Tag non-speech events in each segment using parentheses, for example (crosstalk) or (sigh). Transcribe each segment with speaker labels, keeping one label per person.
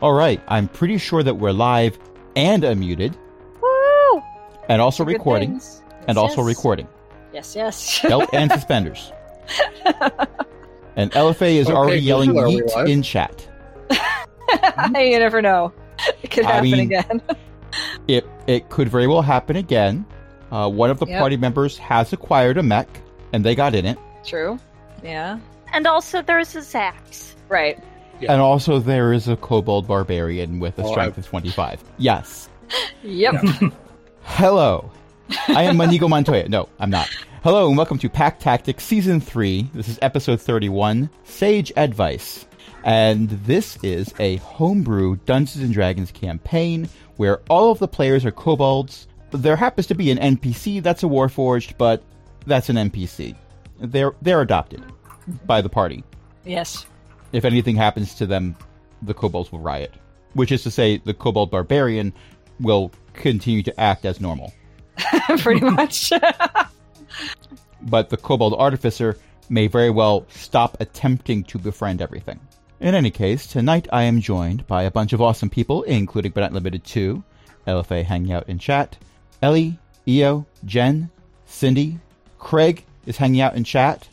Speaker 1: All right, I'm pretty sure that we're live and unmuted
Speaker 2: Woo!
Speaker 1: and also
Speaker 2: Good
Speaker 1: recording
Speaker 2: things. Yes,
Speaker 1: and also
Speaker 2: yes. (laughs)
Speaker 1: recording.
Speaker 2: Yes, yes. (laughs)
Speaker 1: Belt and suspenders. And LFA is
Speaker 3: Okay,
Speaker 1: already
Speaker 3: cool.
Speaker 1: yelling
Speaker 3: Are we
Speaker 1: yeet
Speaker 3: live?
Speaker 1: in chat.
Speaker 2: you never know. It could
Speaker 1: I
Speaker 2: happen
Speaker 1: mean-
Speaker 2: again. (laughs)
Speaker 1: It it could very well happen again. Uh, one of the
Speaker 2: Yep.
Speaker 1: party members has acquired a mech and they got in it.
Speaker 2: True. Yeah.
Speaker 4: And also, there's a Zax.
Speaker 2: Right.
Speaker 3: Yeah.
Speaker 1: And also there is a kobold barbarian with a
Speaker 3: Oh, I-
Speaker 1: strength of 25. Yes.
Speaker 2: Yep.
Speaker 1: Hello. I am Manigo Montoya. No, I'm not. Hello and welcome to Pack Tactics Season 3. This is episode 31, Sage Advice. And this is a homebrew Dungeons and Dragons campaign where all of the players are kobolds. There happens to be an NPC that's a warforged, but that's an NPC. They're they're adopted by the party.
Speaker 2: (laughs) Yes. (laughs)
Speaker 1: If anything happens to them, the kobolds will riot. Which is to say, the kobold barbarian will continue to act as normal.
Speaker 2: Pretty much. (laughs)
Speaker 1: but the kobold artificer may very well stop attempting to befriend everything. In any case, tonight I am joined by a bunch of awesome people, including but not limited to LFA hanging out in chat, Ellie, Io, Jen, Cindy, Craig is hanging out in chat,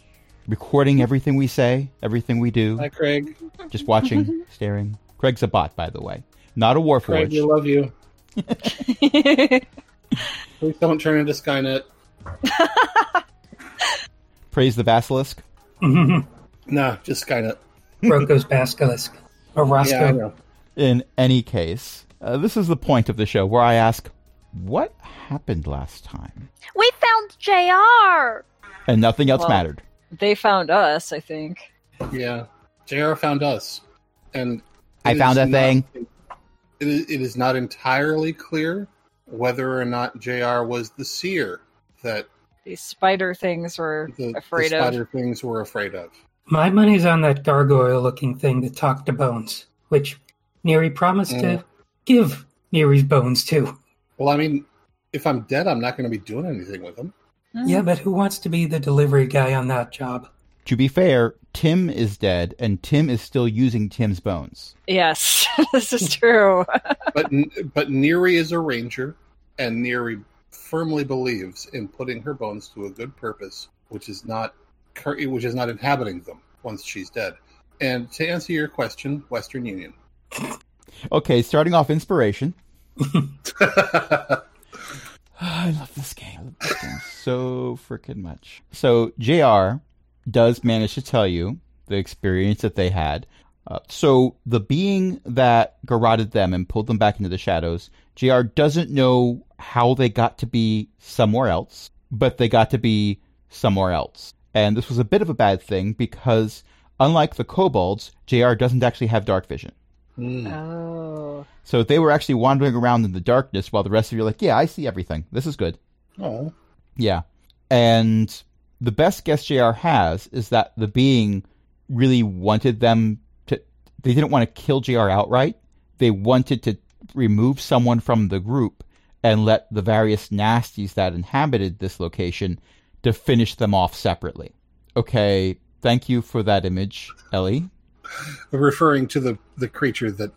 Speaker 1: recording everything we say, everything we do,
Speaker 3: Hi, Craig.
Speaker 1: just watching, staring. Craig's a bot, by the way, not a
Speaker 3: Craig, we
Speaker 1: warforged.
Speaker 3: love you. Please don't turn into Skynet.
Speaker 1: Praise the basilisk.
Speaker 3: Nah, just Skynet.
Speaker 5: Rocco's Basilisk. Or Roscoe.
Speaker 3: Yeah, I know.
Speaker 1: In any case, uh, this is the point of the show where I ask, what happened last time?
Speaker 4: We found JR!
Speaker 1: And nothing else
Speaker 2: Well-
Speaker 1: mattered.
Speaker 2: they found us, I think.
Speaker 3: Yeah, Jr. found us, and
Speaker 1: I
Speaker 3: it
Speaker 1: found
Speaker 3: is
Speaker 1: a thing.
Speaker 3: Not, it, is, it is not entirely clear whether or not Jr. was the seer that
Speaker 2: These spider things were
Speaker 3: the, the
Speaker 2: afraid
Speaker 3: spider
Speaker 2: of.
Speaker 3: things were afraid of.
Speaker 5: My money's on that gargoyle looking thing that talked to Bones, which Neri promised
Speaker 3: Mm.
Speaker 5: to give Neri's bones to.
Speaker 3: Well, I mean, if I'm dead, I'm not going to be doing anything with them.
Speaker 2: Mm.
Speaker 5: Yeah, but who wants to be the delivery guy on that job?
Speaker 1: To be fair, Tim is dead, and Tim is still using Tim's bones.
Speaker 2: Yes. (laughs) this is true.
Speaker 3: But but Neri is a ranger, and Neri firmly believes in putting her bones to a good purpose, which is not cur- which is not inhabiting them once she's dead. And to answer your question, Western Union.
Speaker 1: Okay, starting off inspiration. Ah,
Speaker 3: That's
Speaker 1: I love this game. I love this game so freaking much. So JR does manage to tell you the experience that they had. Uh, so the being that garroted them and pulled them back into the shadows, JR doesn't know how they got to be somewhere else, but they got to be somewhere else. And this was a bit of a bad thing because unlike the kobolds, JR doesn't actually have dark vision.
Speaker 2: Hmm.
Speaker 1: Uh,
Speaker 2: Oh.
Speaker 1: So they were actually wandering around in the darkness while the rest of you are like, yeah, I see everything. This is good.
Speaker 3: oh,
Speaker 1: Yeah. And the best guess JR has is that the being really wanted them to. They didn't want to kill JR outright. They wanted to remove someone from the group and let the various nasties that inhabited this location to finish them off separately. Okay, thank you for that image, Ellie.
Speaker 3: referring to the the creature that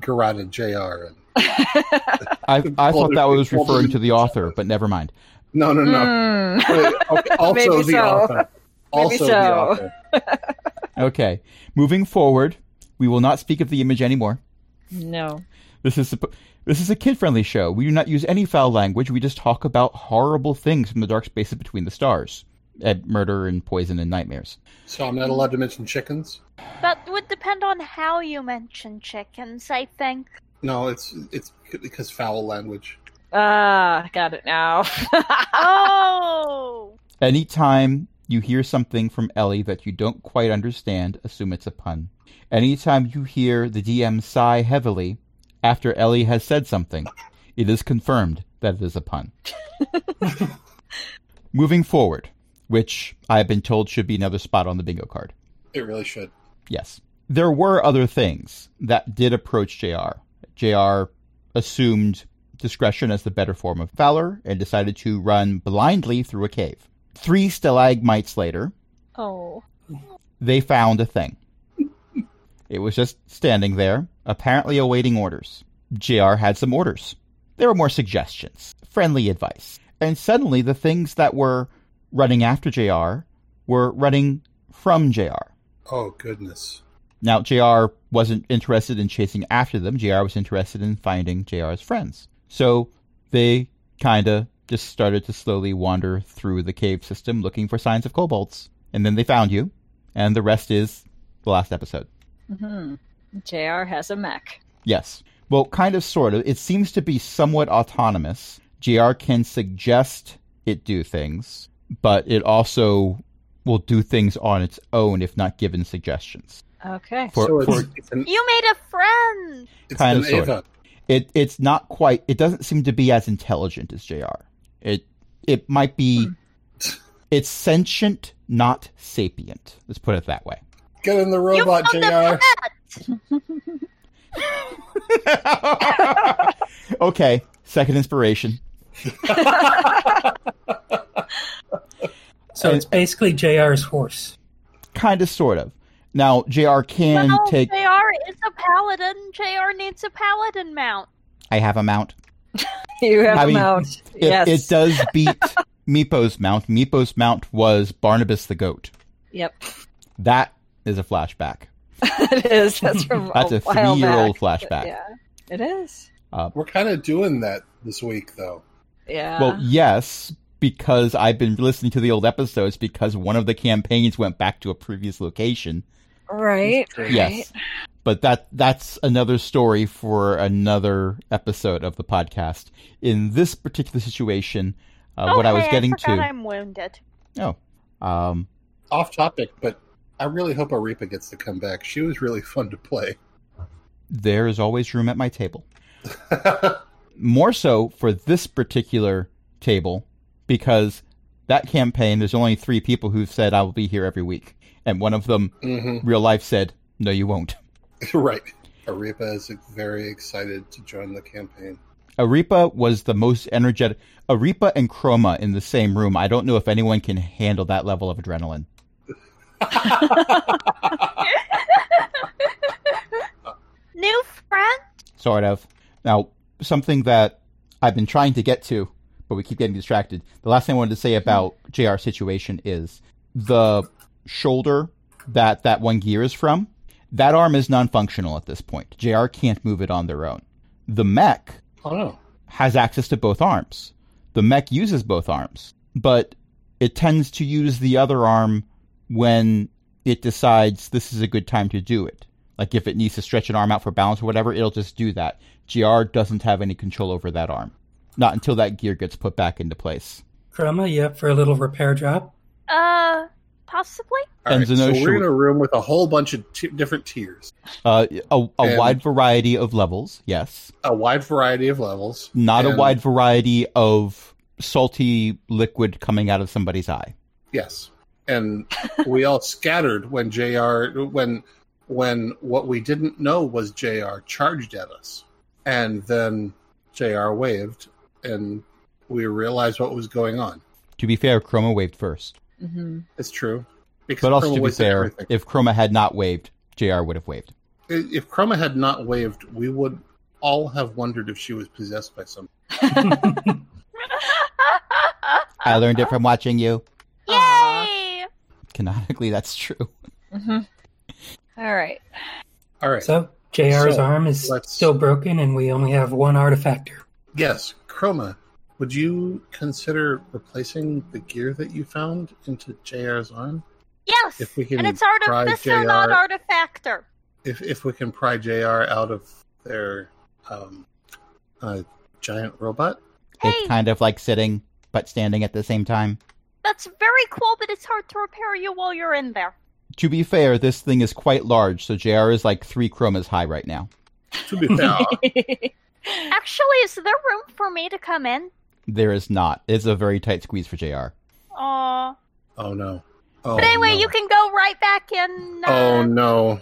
Speaker 3: garroted Jr. And
Speaker 1: I, I thought that was
Speaker 3: Well,
Speaker 1: referring to the author, but never mind.
Speaker 3: no, no, no.
Speaker 2: Mm.
Speaker 3: Wait,
Speaker 2: (laughs)
Speaker 3: okay, also
Speaker 2: Maybe
Speaker 3: the
Speaker 2: so.
Speaker 3: author. Also
Speaker 2: Maybe
Speaker 3: the
Speaker 2: so.
Speaker 3: author.
Speaker 1: Okay, moving forward, we will not speak of the image anymore.
Speaker 2: Hmm. No.
Speaker 1: This is suppo- this is a kid-friendly show. We do not use any foul language. We just talk about horrible things from the dark spaces between the stars, and murder and poison and nightmares.
Speaker 3: So I'm
Speaker 2: Hmm.
Speaker 3: not allowed to mention chickens.
Speaker 4: That would depend on how you mention chickens, I think.
Speaker 3: No, it's it's because foul language.
Speaker 2: Ah, got it now. (laughs)
Speaker 4: Oh!
Speaker 1: Anytime you hear something from Ellie that you don't quite understand, assume it's a pun. Anytime you hear the DM sigh heavily after Ellie has said something, it is confirmed that it is a pun. Moving forward, which I have been told should be another spot on the bingo card.
Speaker 3: It really should.
Speaker 1: Yes. There were other things that did approach JR. JR assumed discretion as the better form of valor and decided to run blindly through a cave. Three stalagmites later,
Speaker 2: oh.
Speaker 1: they found a thing. It was just standing there, apparently awaiting orders. JR had some orders. There were more suggestions, friendly advice. And suddenly the things that were running after JR were running from JR.
Speaker 3: Oh goodness.
Speaker 1: Now, JR wasn't interested in chasing after them. JR was interested in finding JR's friends. So they kind of just started to slowly wander through the cave system looking for signs of kobolds. And then they found you. And the rest is the last episode.
Speaker 2: hmm JR has a mech.
Speaker 1: Yes. Well, kind of, sort of. It seems to be somewhat autonomous. JR can suggest it do things, but it also will do things on its own if not given suggestions.
Speaker 3: (laughs)
Speaker 2: Okay. (laughs)
Speaker 1: For,
Speaker 3: so
Speaker 1: for
Speaker 3: it's, it's an,
Speaker 4: You made a friend.
Speaker 3: it's
Speaker 1: Kinda,
Speaker 3: an
Speaker 1: sorta.
Speaker 3: Ava.
Speaker 1: it it's not quite it doesn't seem to be as intelligent as JR. It it might be it's sentient, not sapient. Let's put it that way.
Speaker 3: Get in the
Speaker 4: You
Speaker 3: robot,
Speaker 4: found a
Speaker 3: JR.
Speaker 4: pet.
Speaker 1: okay, second inspiration.
Speaker 5: So it's basically JR's horse.
Speaker 1: Kind of sort of. Now JR can
Speaker 4: no,
Speaker 1: take
Speaker 4: JR oh, is a paladin. JR needs a paladin mount.
Speaker 1: I have a mount.
Speaker 2: You have
Speaker 1: I
Speaker 2: a
Speaker 1: mean,
Speaker 2: mount.
Speaker 1: It,
Speaker 2: yes.
Speaker 1: it does
Speaker 2: (laughs)
Speaker 1: beat Meepo's mount. Meepo's mount was Barnabas the goat.
Speaker 2: Yep.
Speaker 1: That is a flashback.
Speaker 2: it is. That's from
Speaker 1: (laughs) That's a,
Speaker 2: while
Speaker 1: three-year-old
Speaker 2: back.
Speaker 1: flashback.
Speaker 2: Yeah. It is.
Speaker 1: Uh,
Speaker 3: We're kind of doing that this week, though.
Speaker 2: Yeah.
Speaker 1: Well, yes, because I've been listening to the old episodes because one of the campaigns went back to a previous location.
Speaker 2: right.
Speaker 3: Great.
Speaker 1: Yes. But that that's another story for another episode of the podcast. In this particular situation, uh,
Speaker 4: oh,
Speaker 1: what I was
Speaker 4: hey,
Speaker 1: getting
Speaker 4: I forgot I'm wounded.
Speaker 1: to Oh. Um
Speaker 3: Off topic, but I really hope Arepa gets to come back. She was really fun to play.
Speaker 1: there is always room at my table. (laughs) More so for this particular table because that campaign there's only 3 people who've said I will be here every week and one of them
Speaker 3: hmm
Speaker 1: real life said no you won't.
Speaker 3: (laughs) Right. Arepa is very excited to join the campaign.
Speaker 1: Arepa was the most energetic. Arepa and Chroma in the same room. I don't know if anyone can handle that level of adrenaline.
Speaker 4: New friend?
Speaker 1: Sort of. Now, something that I've been trying to get to, but we keep getting distracted. The last thing I wanted to say about JR's situation is the shoulder that that one gear is from, that arm is non functional at this point. JR can't move it on their own. The mech
Speaker 3: Oh no.
Speaker 1: has access to both arms. The mech uses both arms, but it tends to use the other arm when it decides this is a good time to do it. Like if it needs to stretch an arm out for balance or whatever, it'll just do that. GR doesn't have any control over that arm. Not until that gear gets put back into place.
Speaker 5: Chroma, you up for a little repair job?
Speaker 4: Uh, possibly?
Speaker 3: All
Speaker 1: And
Speaker 3: right, so
Speaker 1: Zenosha-
Speaker 3: we're in a room with a whole bunch of t- different tiers,
Speaker 1: Uh, a a
Speaker 3: And-
Speaker 1: wide variety of levels, yes.
Speaker 3: a wide variety of levels.
Speaker 1: Not a
Speaker 3: and-
Speaker 1: wide variety of salty liquid coming out of somebody's eye.
Speaker 3: Yes, and we all scattered when Jr. when when what we didn't know was Jr. charged at us, and then Jr. waved, and we realized what was going on.
Speaker 1: To be fair, Chroma waved first.
Speaker 2: hmm
Speaker 6: Mm-hmm.
Speaker 3: It's true, because
Speaker 1: But also
Speaker 3: Chroma
Speaker 1: to be
Speaker 3: was in
Speaker 1: fair,
Speaker 3: everything.
Speaker 1: if Chroma had not waved, JR would have waved.
Speaker 3: I- if Chroma had not waved, we would all have wondered if she was possessed by something. Uh-huh.
Speaker 1: I learned it from watching you.
Speaker 4: Yay!
Speaker 1: Canonically, that's true.
Speaker 2: hmm
Speaker 6: Mm-hmm.
Speaker 2: All
Speaker 6: (laughs)
Speaker 2: right.
Speaker 3: All right.
Speaker 5: So JR's
Speaker 3: So,
Speaker 5: arm is
Speaker 3: let's-
Speaker 5: still broken, and we only have one artifactor.
Speaker 3: Yes, Chroma, would you consider replacing the gear that you found into JR's arm?
Speaker 4: Yes!
Speaker 3: If we can
Speaker 4: And it's
Speaker 3: pry
Speaker 4: artificer, not
Speaker 3: JR
Speaker 4: artifactor.
Speaker 3: if if we can pry JR out of their um, uh, giant robot.
Speaker 4: Hey,
Speaker 1: It's kind of like sitting but standing at the same time.
Speaker 4: that's very cool, but it's hard to repair you while you're in there.
Speaker 1: To be fair, this thing is quite large, so JR is like three Chromas high right now.
Speaker 3: To be
Speaker 4: (laughs)
Speaker 3: fair, (laughs)
Speaker 4: Actually, is there room for me to come in?
Speaker 1: There is not. It's a very tight squeeze for JR.
Speaker 4: Aw.
Speaker 3: oh no. Oh,
Speaker 4: But anyway,
Speaker 3: no.
Speaker 4: you can go right back in. Uh,
Speaker 3: Oh no!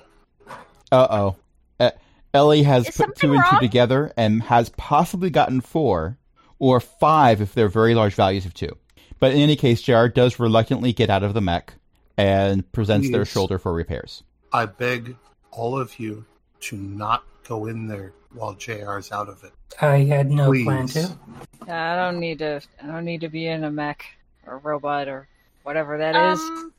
Speaker 1: Uh-oh. Uh Ellie has
Speaker 4: Is
Speaker 1: put two
Speaker 4: something
Speaker 1: and two
Speaker 4: wrong?
Speaker 1: together and has possibly gotten four or five if they're very large values of two. But in any case, JR does reluctantly get out of the mech and presents their
Speaker 3: Yes.
Speaker 1: shoulder for repairs.
Speaker 3: I beg all of you to not go in there while JR's out of it.
Speaker 5: I had no
Speaker 3: Please.
Speaker 5: plan to.
Speaker 6: I don't need to. I don't need to be in a mech or robot or whatever that is.
Speaker 4: Um,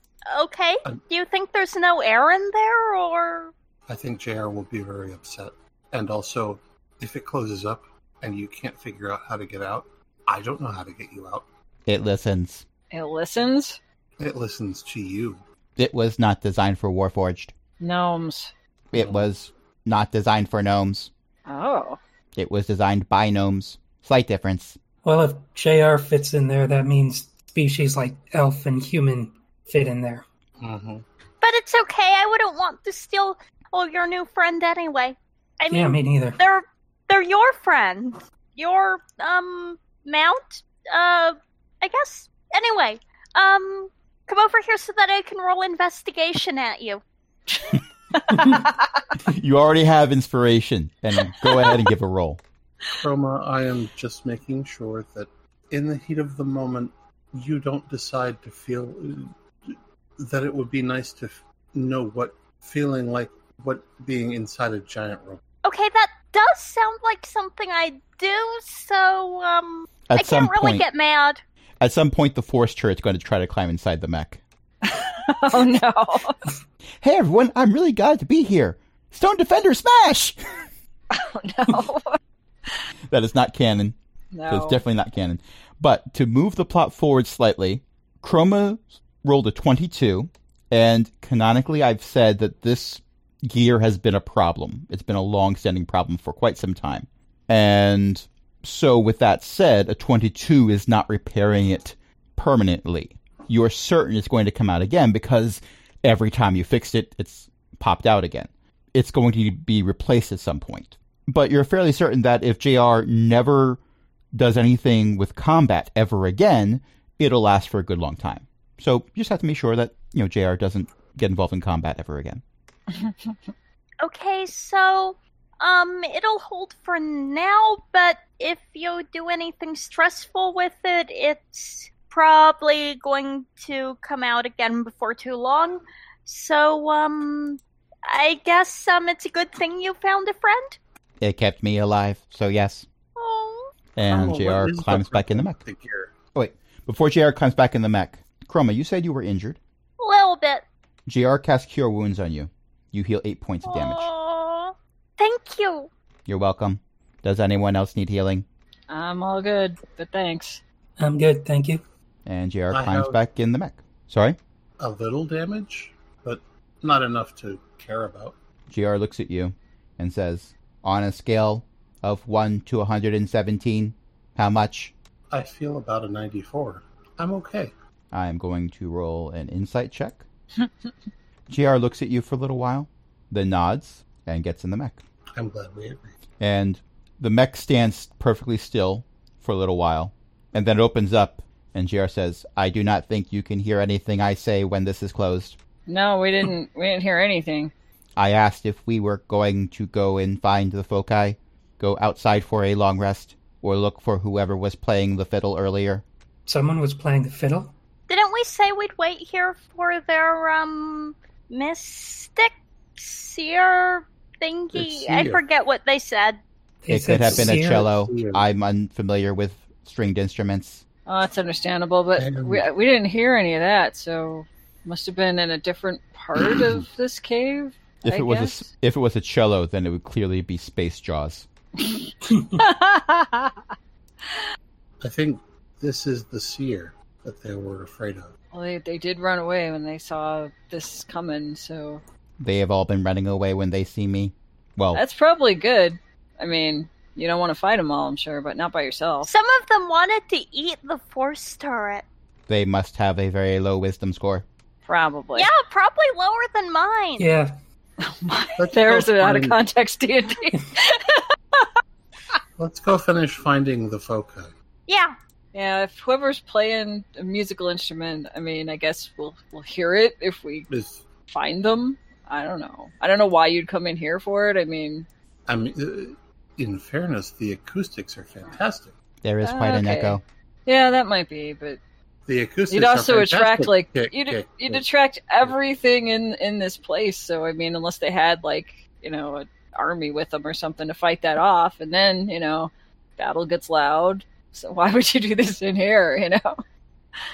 Speaker 4: okay.
Speaker 3: Um,
Speaker 4: Do you think there's no air in there, or
Speaker 3: I think JR will be very upset. And also, if it closes up and you can't figure out how to get out, I don't know how to get you out.
Speaker 1: It listens.
Speaker 6: It listens.
Speaker 3: It listens to you.
Speaker 1: It was not designed for Warforged.
Speaker 6: Gnomes.
Speaker 1: It was not designed for gnomes.
Speaker 6: Oh, (laughs)
Speaker 1: It was designed by gnomes. Slight difference. (laughs)
Speaker 5: Well, if JR fits in there, that means species like elf and human fit in there.
Speaker 3: Mm-hmm.
Speaker 4: But it's okay. I wouldn't want to steal oh your new friend anyway. I mean,
Speaker 5: yeah, me neither.
Speaker 4: they're they're your friend. Your um mount. Uh, I guess. Anyway, um, come over here so that I can roll investigation at you.
Speaker 1: You already have inspiration, and
Speaker 4: (laughs)
Speaker 1: go ahead and give a roll.
Speaker 3: Chroma, I am just making sure that in the heat of the moment, you don't decide to feel that it would be nice to f- know what feeling like what being inside a giant room.
Speaker 4: Okay, that does sound like something I do. So um,
Speaker 1: At
Speaker 4: I
Speaker 1: some
Speaker 4: can't really
Speaker 1: point,
Speaker 4: get mad.
Speaker 1: at some point, the force turret's going to try to climb inside the mech.
Speaker 6: oh no! (laughs)
Speaker 1: Hey everyone, I'm really glad to be here. Stone Defender Smash! (laughs)
Speaker 6: no!
Speaker 1: That is not canon. So
Speaker 6: No!
Speaker 1: it's definitely not canon. But to move the plot forward slightly, Chroma rolled a 22, and canonically, I've said that this gear has been a problem. It's been a long standing problem for quite some time. And so, with that said, a 22 is not repairing it permanently. You're certain it's going to come out again because every time you fixed it, it's popped out again. It's going to be replaced at some point. But you're fairly certain that if JR never does anything with combat ever again, it'll last for a good long time. So you just have to make sure that you know JR doesn't get involved in combat ever again.
Speaker 4: Okay, so um it'll hold for now, but if you do anything stressful with it, it's probably going to come out again before too long. So um I guess um it's a good thing you found a friend.
Speaker 1: It kept me alive, so yes.
Speaker 4: Oh,
Speaker 1: And
Speaker 3: Chroma, what
Speaker 1: JR
Speaker 3: is the
Speaker 1: climbs back in the
Speaker 3: problem
Speaker 1: mech.
Speaker 3: with the gear?
Speaker 1: Before JR climbs back in the mech, Chroma, you said you were injured.
Speaker 4: little bit.
Speaker 1: JR casts Cure Wounds on you. You heal eight points of damage.
Speaker 4: Aw, thank you.
Speaker 1: You're welcome. Does anyone else need healing?
Speaker 6: I'm all good, but thanks.
Speaker 5: I'm good, thank you.
Speaker 1: And JR
Speaker 3: I
Speaker 1: climbs
Speaker 3: have-
Speaker 1: back in the mech. Sorry?
Speaker 3: A little damage, but not enough to care about.
Speaker 1: JR looks at you and says, On a scale of 1 to 117, how much?
Speaker 3: I feel about a 94. I'm okay.
Speaker 1: I am going to roll an insight check. GR looks at you for a little while, then nods and gets in the mech.
Speaker 3: I'm glad we agreed.
Speaker 1: And the mech stands perfectly still for a little while, and then it opens up, and GR says, I do not think you can hear anything I say when this is closed.
Speaker 6: No, we didn't. We didn't hear anything.
Speaker 1: I asked if we were going to go and find the foci, go outside for a long rest, or look for whoever was playing the fiddle earlier.
Speaker 5: Someone was playing the fiddle.
Speaker 4: Didn't we say we'd wait here for their um mystic seer thingy?
Speaker 3: Their
Speaker 4: I
Speaker 3: seer.
Speaker 4: forget what they said.
Speaker 5: They
Speaker 1: it could have been a
Speaker 5: seer.
Speaker 1: cello.
Speaker 3: Seer.
Speaker 1: I'm unfamiliar with stringed instruments.
Speaker 6: Oh, that's understandable, but
Speaker 3: Um,
Speaker 6: we we didn't hear any of that, so must have been in a different part of
Speaker 1: (clears throat)
Speaker 6: this cave.
Speaker 1: If
Speaker 6: I
Speaker 1: it was a, s-
Speaker 6: guess.
Speaker 1: if it was a cello, then it would clearly be space jaws.
Speaker 3: I think this is the seer that they were afraid of.
Speaker 6: (laughs) well, they they did run away when they saw this coming, so
Speaker 1: They have all been running away when they see me. Well,
Speaker 6: that's probably good. I mean, you don't want to fight them all, I'm sure, but not by yourself.
Speaker 4: Some of them wanted to eat the force turret.
Speaker 1: they must have a very low wisdom score.
Speaker 6: Probably.
Speaker 4: yeah,
Speaker 6: (laughs)
Speaker 4: probably lower than mine.
Speaker 5: Yeah,
Speaker 3: Let's
Speaker 6: There's
Speaker 3: go
Speaker 6: an out of
Speaker 3: find-
Speaker 6: context D and
Speaker 1: (laughs)
Speaker 6: D.
Speaker 3: Let's go finish finding the foci.
Speaker 4: Yeah,
Speaker 6: Yeah, if whoever's playing a musical instrument, I mean, I guess we'll we'll hear it if we
Speaker 3: Is
Speaker 6: find them. I don't know. I don't know why you'd come in here for it. I mean,
Speaker 3: I mean, uh, in fairness, the acoustics are fantastic.
Speaker 1: There is quite an
Speaker 6: Ah, Okay.
Speaker 1: echo.
Speaker 6: yeah, that might be, but
Speaker 3: The acoustics.
Speaker 6: You'd
Speaker 3: are
Speaker 6: also attract
Speaker 3: fantastic.
Speaker 6: like
Speaker 3: Kick,
Speaker 6: you'd
Speaker 3: kick,
Speaker 6: you'd
Speaker 3: kick.
Speaker 6: attract everything in in this place. So I mean, unless they had like you know an army with them or something to fight that off, and then you know battle gets loud. So why would you do this in here? You know,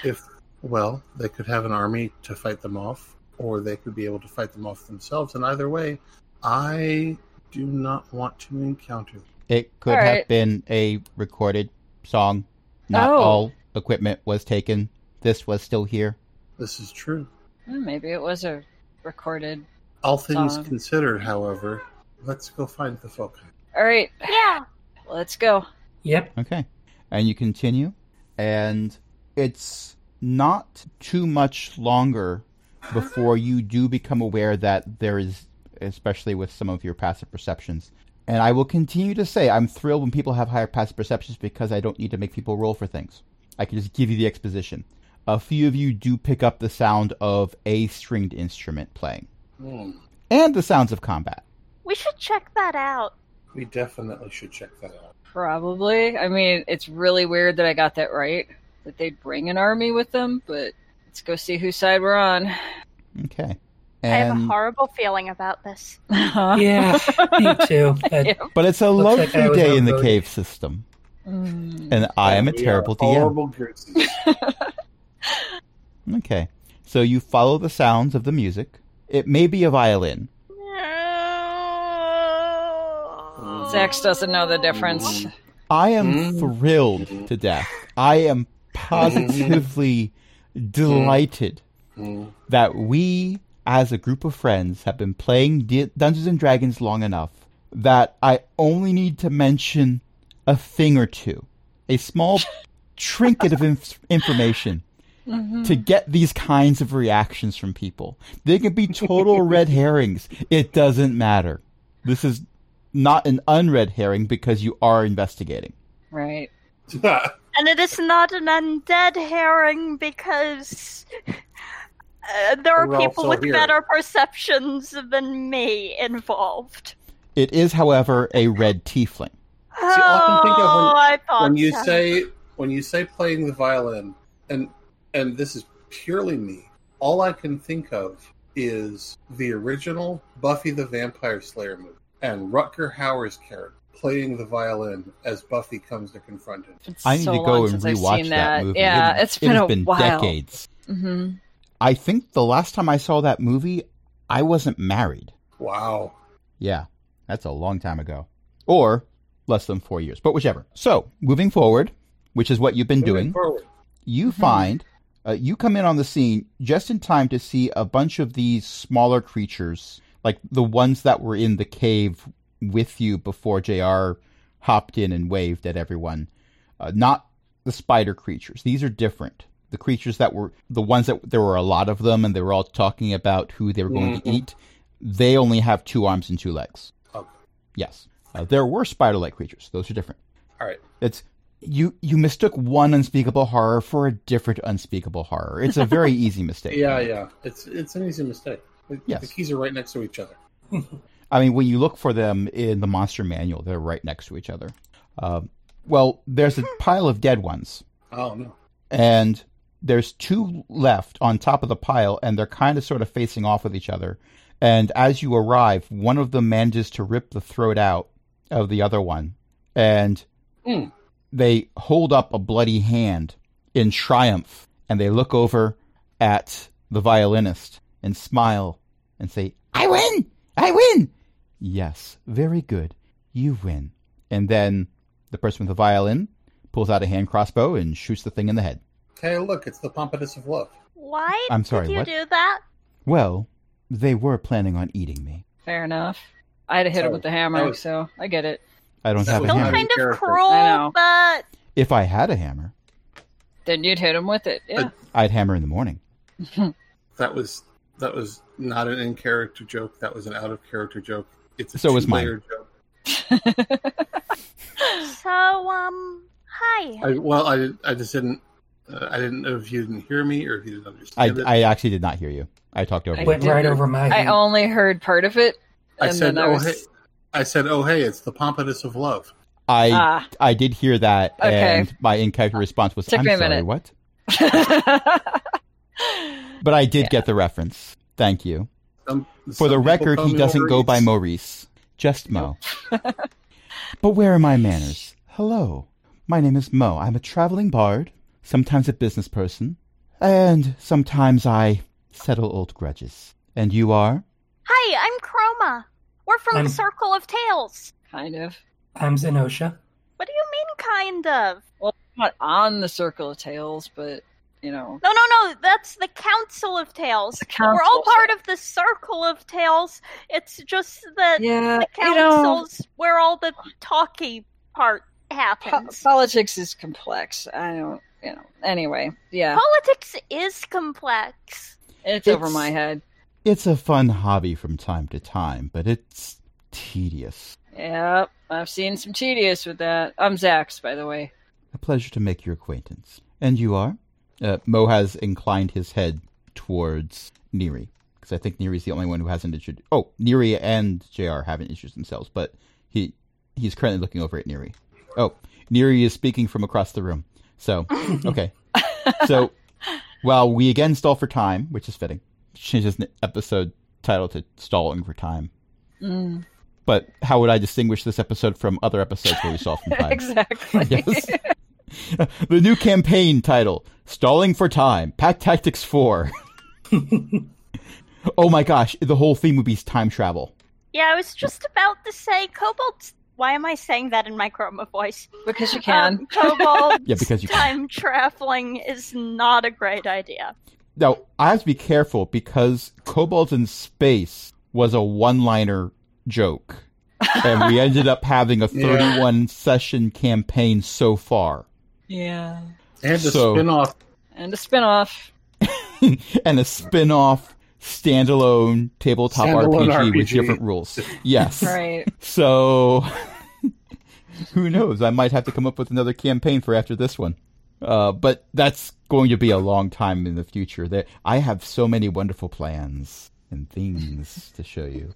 Speaker 3: if well, they could have an army to fight them off, or they could be able to fight them off themselves. And either way, I do not want to encounter them.
Speaker 1: It could
Speaker 6: All
Speaker 1: have
Speaker 6: right.
Speaker 1: been a recorded song. Not
Speaker 6: Oh.
Speaker 1: all equipment was taken. This was still here.
Speaker 3: This is true.
Speaker 6: Hmm, maybe it was a recorded.
Speaker 3: All things
Speaker 6: Um.
Speaker 3: considered, however, let's go find the folk.
Speaker 6: All right,
Speaker 4: Yeah.
Speaker 6: let's go.
Speaker 5: Yep.
Speaker 1: Okay. And you continue. And it's not too much longer before you do become aware that there is, especially with some of your passive perceptions. And I will continue to say I'm thrilled when people have higher passive perceptions because I don't need to make people roll for things. I can just give you the exposition. A few of you do pick up the sound of a stringed instrument playing
Speaker 3: Hmm.
Speaker 1: and the sounds of combat.
Speaker 4: We should check that out.
Speaker 3: We definitely should check that out.
Speaker 6: Probably. I mean, it's really weird that I got that right. That they'd bring an army with them, but let's go see whose side we're on. (laughs)
Speaker 1: Okay.
Speaker 4: I have a
Speaker 1: And-
Speaker 4: horrible feeling about this.
Speaker 5: Yeah, (laughs) me too. That-
Speaker 6: Yep.
Speaker 1: but it's a
Speaker 5: Looks like I
Speaker 1: lovely
Speaker 5: was
Speaker 1: day in the
Speaker 5: outvoted.
Speaker 1: cave system.
Speaker 6: Mm.
Speaker 1: And I am a
Speaker 3: We are
Speaker 1: terrible DM.
Speaker 3: horrible Gertsies.
Speaker 1: Okay. So you follow the sounds of the music. It may be a violin.
Speaker 6: Zax doesn't know the difference.
Speaker 1: I am
Speaker 3: Mm.
Speaker 1: thrilled to death. I am positively delighted
Speaker 3: Hmm. (laughs)
Speaker 1: that we, as a group of friends, have been playing D- Dungeons and Dragons long enough that I only need to mention a thing or two, a
Speaker 6: (laughs)
Speaker 1: small trinket of inf- information
Speaker 6: Mm-hmm.
Speaker 1: to get these kinds of reactions from people. They can be
Speaker 6: (laughs)
Speaker 1: total red herrings. It doesn't matter. This is not an unred herring because you are investigating.
Speaker 6: Right.
Speaker 4: And it is not an undead herring because uh, there are
Speaker 3: We're
Speaker 4: people
Speaker 3: also
Speaker 4: with
Speaker 3: here.
Speaker 4: better perceptions than me involved.
Speaker 1: It is, however, a red tiefling.
Speaker 4: oh,
Speaker 3: all I can think of when-
Speaker 4: I thought
Speaker 3: when you
Speaker 4: so.
Speaker 3: say when you say playing the violin and and this is purely me all i can think of is the original buffy the vampire slayer movie and rutger hauer's character playing the violin as buffy comes to confront him
Speaker 6: It's
Speaker 1: I need
Speaker 6: so
Speaker 1: to go
Speaker 6: long
Speaker 1: and
Speaker 6: since I've
Speaker 1: rewatch
Speaker 6: seen
Speaker 1: that movie.
Speaker 6: Yeah,
Speaker 1: It-
Speaker 6: it's been
Speaker 1: it has
Speaker 6: a
Speaker 1: been
Speaker 6: while.
Speaker 1: decades.
Speaker 6: hmm
Speaker 1: I think the last time I saw that movie, I wasn't married.
Speaker 3: wow
Speaker 1: Yeah, that's a long time ago. Or less than four years, but whichever. So, moving forward, which is what you've been
Speaker 3: Moving
Speaker 1: doing,
Speaker 3: forward.
Speaker 1: you
Speaker 6: Mhm.
Speaker 1: find uh, you come in on the scene just in time to see a bunch of these smaller creatures, like the ones that were in the cave with you before JR hopped in and waved at everyone. Uh, not the spider creatures. These are different. The creatures that were the ones that there were a lot of them and they were all talking about who they were going to
Speaker 3: Mhm.
Speaker 1: eat. They only have two arms and two legs.
Speaker 3: Okay.
Speaker 1: Yes. Uh, there were spider like creatures. Those are different.
Speaker 3: All right.
Speaker 1: It's you you mistook one unspeakable horror for a different unspeakable horror. It's a
Speaker 3: (laughs)
Speaker 1: very easy mistake.
Speaker 3: yeah yeah it's it's an easy mistake the,
Speaker 1: Yes.
Speaker 3: the keys are right next to each other
Speaker 1: I mean, when you look for them in the monster manual, they're right next to each other. Um, well, there's a
Speaker 3: Hmm.
Speaker 1: pile of dead ones,
Speaker 3: oh no
Speaker 1: and there's two left on top of the pile, and they're kind of sort of facing off with each other. And as you arrive, one of them manages to rip the throat out of the other one, and
Speaker 3: Mm.
Speaker 1: they hold up a bloody hand in triumph, and they look over at the violinist and smile and say, I win! I win! Yes, very good. You win. And then the person with the violin pulls out a hand crossbow and shoots the thing in the head.
Speaker 3: hey look it's the pompous of love
Speaker 4: Why
Speaker 1: I'm sorry,
Speaker 4: did you
Speaker 1: what?
Speaker 4: do that?
Speaker 1: Well, they were planning on eating me.
Speaker 6: Fair enough. I'd have hit him with the
Speaker 3: That
Speaker 6: hammer,
Speaker 3: was-
Speaker 6: so I get it.
Speaker 1: I don't
Speaker 3: That
Speaker 1: have a
Speaker 3: was
Speaker 4: Still
Speaker 3: Yeah.
Speaker 1: hammer.
Speaker 4: kind of
Speaker 3: Character.
Speaker 6: I
Speaker 4: cruel,
Speaker 6: know.
Speaker 4: but
Speaker 1: If I had a hammer,
Speaker 6: Then you'd hit him with it. Yeah.
Speaker 1: I'd hammer in the morning.
Speaker 3: that was that was not an in character joke that was an out of character joke it's a
Speaker 1: So was mine.
Speaker 3: two-layer joke
Speaker 4: so um, hi.
Speaker 3: I, well, I I just didn't uh, I didn't know if you didn't hear me or if you didn't
Speaker 1: I,
Speaker 3: understand it.
Speaker 1: I actually did not hear you. I talked over
Speaker 6: I
Speaker 1: you.
Speaker 5: went right over
Speaker 6: (laughs)
Speaker 5: my
Speaker 6: I
Speaker 5: head.
Speaker 6: only heard part of it. (laughs)
Speaker 3: I
Speaker 6: and
Speaker 3: said,
Speaker 6: then I
Speaker 3: "Oh
Speaker 6: was-
Speaker 3: hey," I said, "Oh hey, it's the pompous of love."
Speaker 1: I
Speaker 6: Ah,
Speaker 1: I did hear that,
Speaker 6: Okay.
Speaker 1: and my in-character response was,
Speaker 6: Took
Speaker 1: "I'm
Speaker 6: me a
Speaker 1: sorry,
Speaker 6: minute.
Speaker 1: what?" But I did get the reference. Thank you.
Speaker 3: Some-
Speaker 1: For
Speaker 3: some
Speaker 1: the
Speaker 3: people
Speaker 1: record,
Speaker 3: call
Speaker 1: he
Speaker 3: me
Speaker 1: doesn't go
Speaker 3: Maurice.
Speaker 1: by Maurice, just Mo. (laughs) but where are my
Speaker 6: (laughs)
Speaker 1: manners? Hello, my name is Mo. I'm a traveling bard, sometimes a business person, and sometimes I settle old grudges. And you are?
Speaker 4: Hi, I'm Chroma. We're from
Speaker 5: I'm-
Speaker 4: the Circle of Tales.
Speaker 6: kind of.
Speaker 5: I'm Zenosha.
Speaker 4: What do you mean, kind of?
Speaker 6: Not on the Circle of Tales, but, you know.
Speaker 4: No, no, no. That's the Council of Tales.
Speaker 6: The council.
Speaker 4: We're all part of the Circle of Tales. It's just that
Speaker 6: Yeah,
Speaker 4: the
Speaker 6: you know,
Speaker 4: councils where all the talky part
Speaker 6: po-
Speaker 4: happens.
Speaker 6: politics is complex. I don't, you know. Anyway, yeah,
Speaker 4: Politics is complex.
Speaker 6: it's, over
Speaker 1: It's-
Speaker 6: my head.
Speaker 1: It's a fun hobby from time to time, but it's tedious.
Speaker 6: Yep, I've seen some tedious with that. I'm Zax, by the way.
Speaker 1: A pleasure to make your acquaintance. And you are? Uh, Mo has inclined his head towards Neri, because I think Neri's the only one who hasn't introduced. Oh, Neri and JR haven't introduced themselves, but he he's currently looking over at Neri. Oh, Neri is speaking from across the room. So, okay. so, while we again stall for time, which is fitting, changes the episode title to Stalling for Time.
Speaker 6: Mm,
Speaker 1: But how would I distinguish this episode from other episodes where we saw
Speaker 6: (laughs)
Speaker 1: from time?
Speaker 6: exactly.
Speaker 1: (laughs) Yes. the new campaign title Stalling for Time, Pack Tactics 4. oh my gosh, the whole theme would be time travel.
Speaker 4: Yeah, I was just about to say kobolds. Why am I saying that in my chroma voice?
Speaker 6: because you can.
Speaker 4: Um, kobolds
Speaker 1: (laughs) Yeah, because you can.
Speaker 4: time traveling is not a great idea.
Speaker 1: Now, I have to be careful because Kobolds in Space was a one liner joke. and we ended up having a
Speaker 3: Yeah.
Speaker 1: 31 session campaign so far.
Speaker 6: yeah,
Speaker 3: And the
Speaker 1: So-
Speaker 3: spin off
Speaker 6: and a spinoff.
Speaker 1: (laughs) and a spin off standalone tabletop
Speaker 3: Standalone
Speaker 1: RPG, with
Speaker 3: RPG.
Speaker 1: different rules. Yes.
Speaker 6: Right.
Speaker 1: So, (laughs) who knows? I might have to come up with another campaign for after this one. Uh, but that's going to be a long time in the future. That I have so many wonderful plans and things to show you.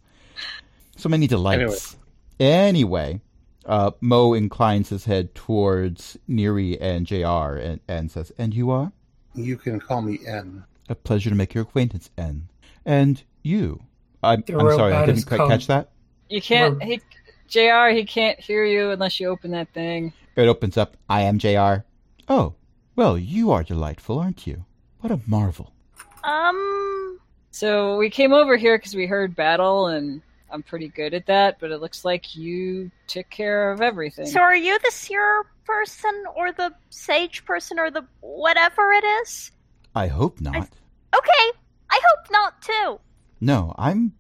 Speaker 1: So many delights. Anyway, uh, Mo inclines his head towards Neri and Jr. and, and says, "And you are
Speaker 3: You can call me N.
Speaker 1: a pleasure to make your acquaintance, N. And you, I'm,
Speaker 5: The
Speaker 1: I'm sorry, I
Speaker 5: robot
Speaker 1: didn't
Speaker 5: is
Speaker 1: quite
Speaker 5: called-
Speaker 1: catch that.
Speaker 6: You can't.
Speaker 5: We're-
Speaker 6: He, Jr. He can't hear you unless you open that thing.
Speaker 1: It opens up. I am JR. Oh, well, you are delightful, aren't you? What a marvel.
Speaker 4: Um,
Speaker 6: So we came over here because we heard battle, and I'm pretty good at that. But it looks like you took care of everything.
Speaker 4: so are you the seer person or the sage person or the whatever it is?
Speaker 1: I hope not.
Speaker 4: Okay, I hope not too.
Speaker 1: No, I'm.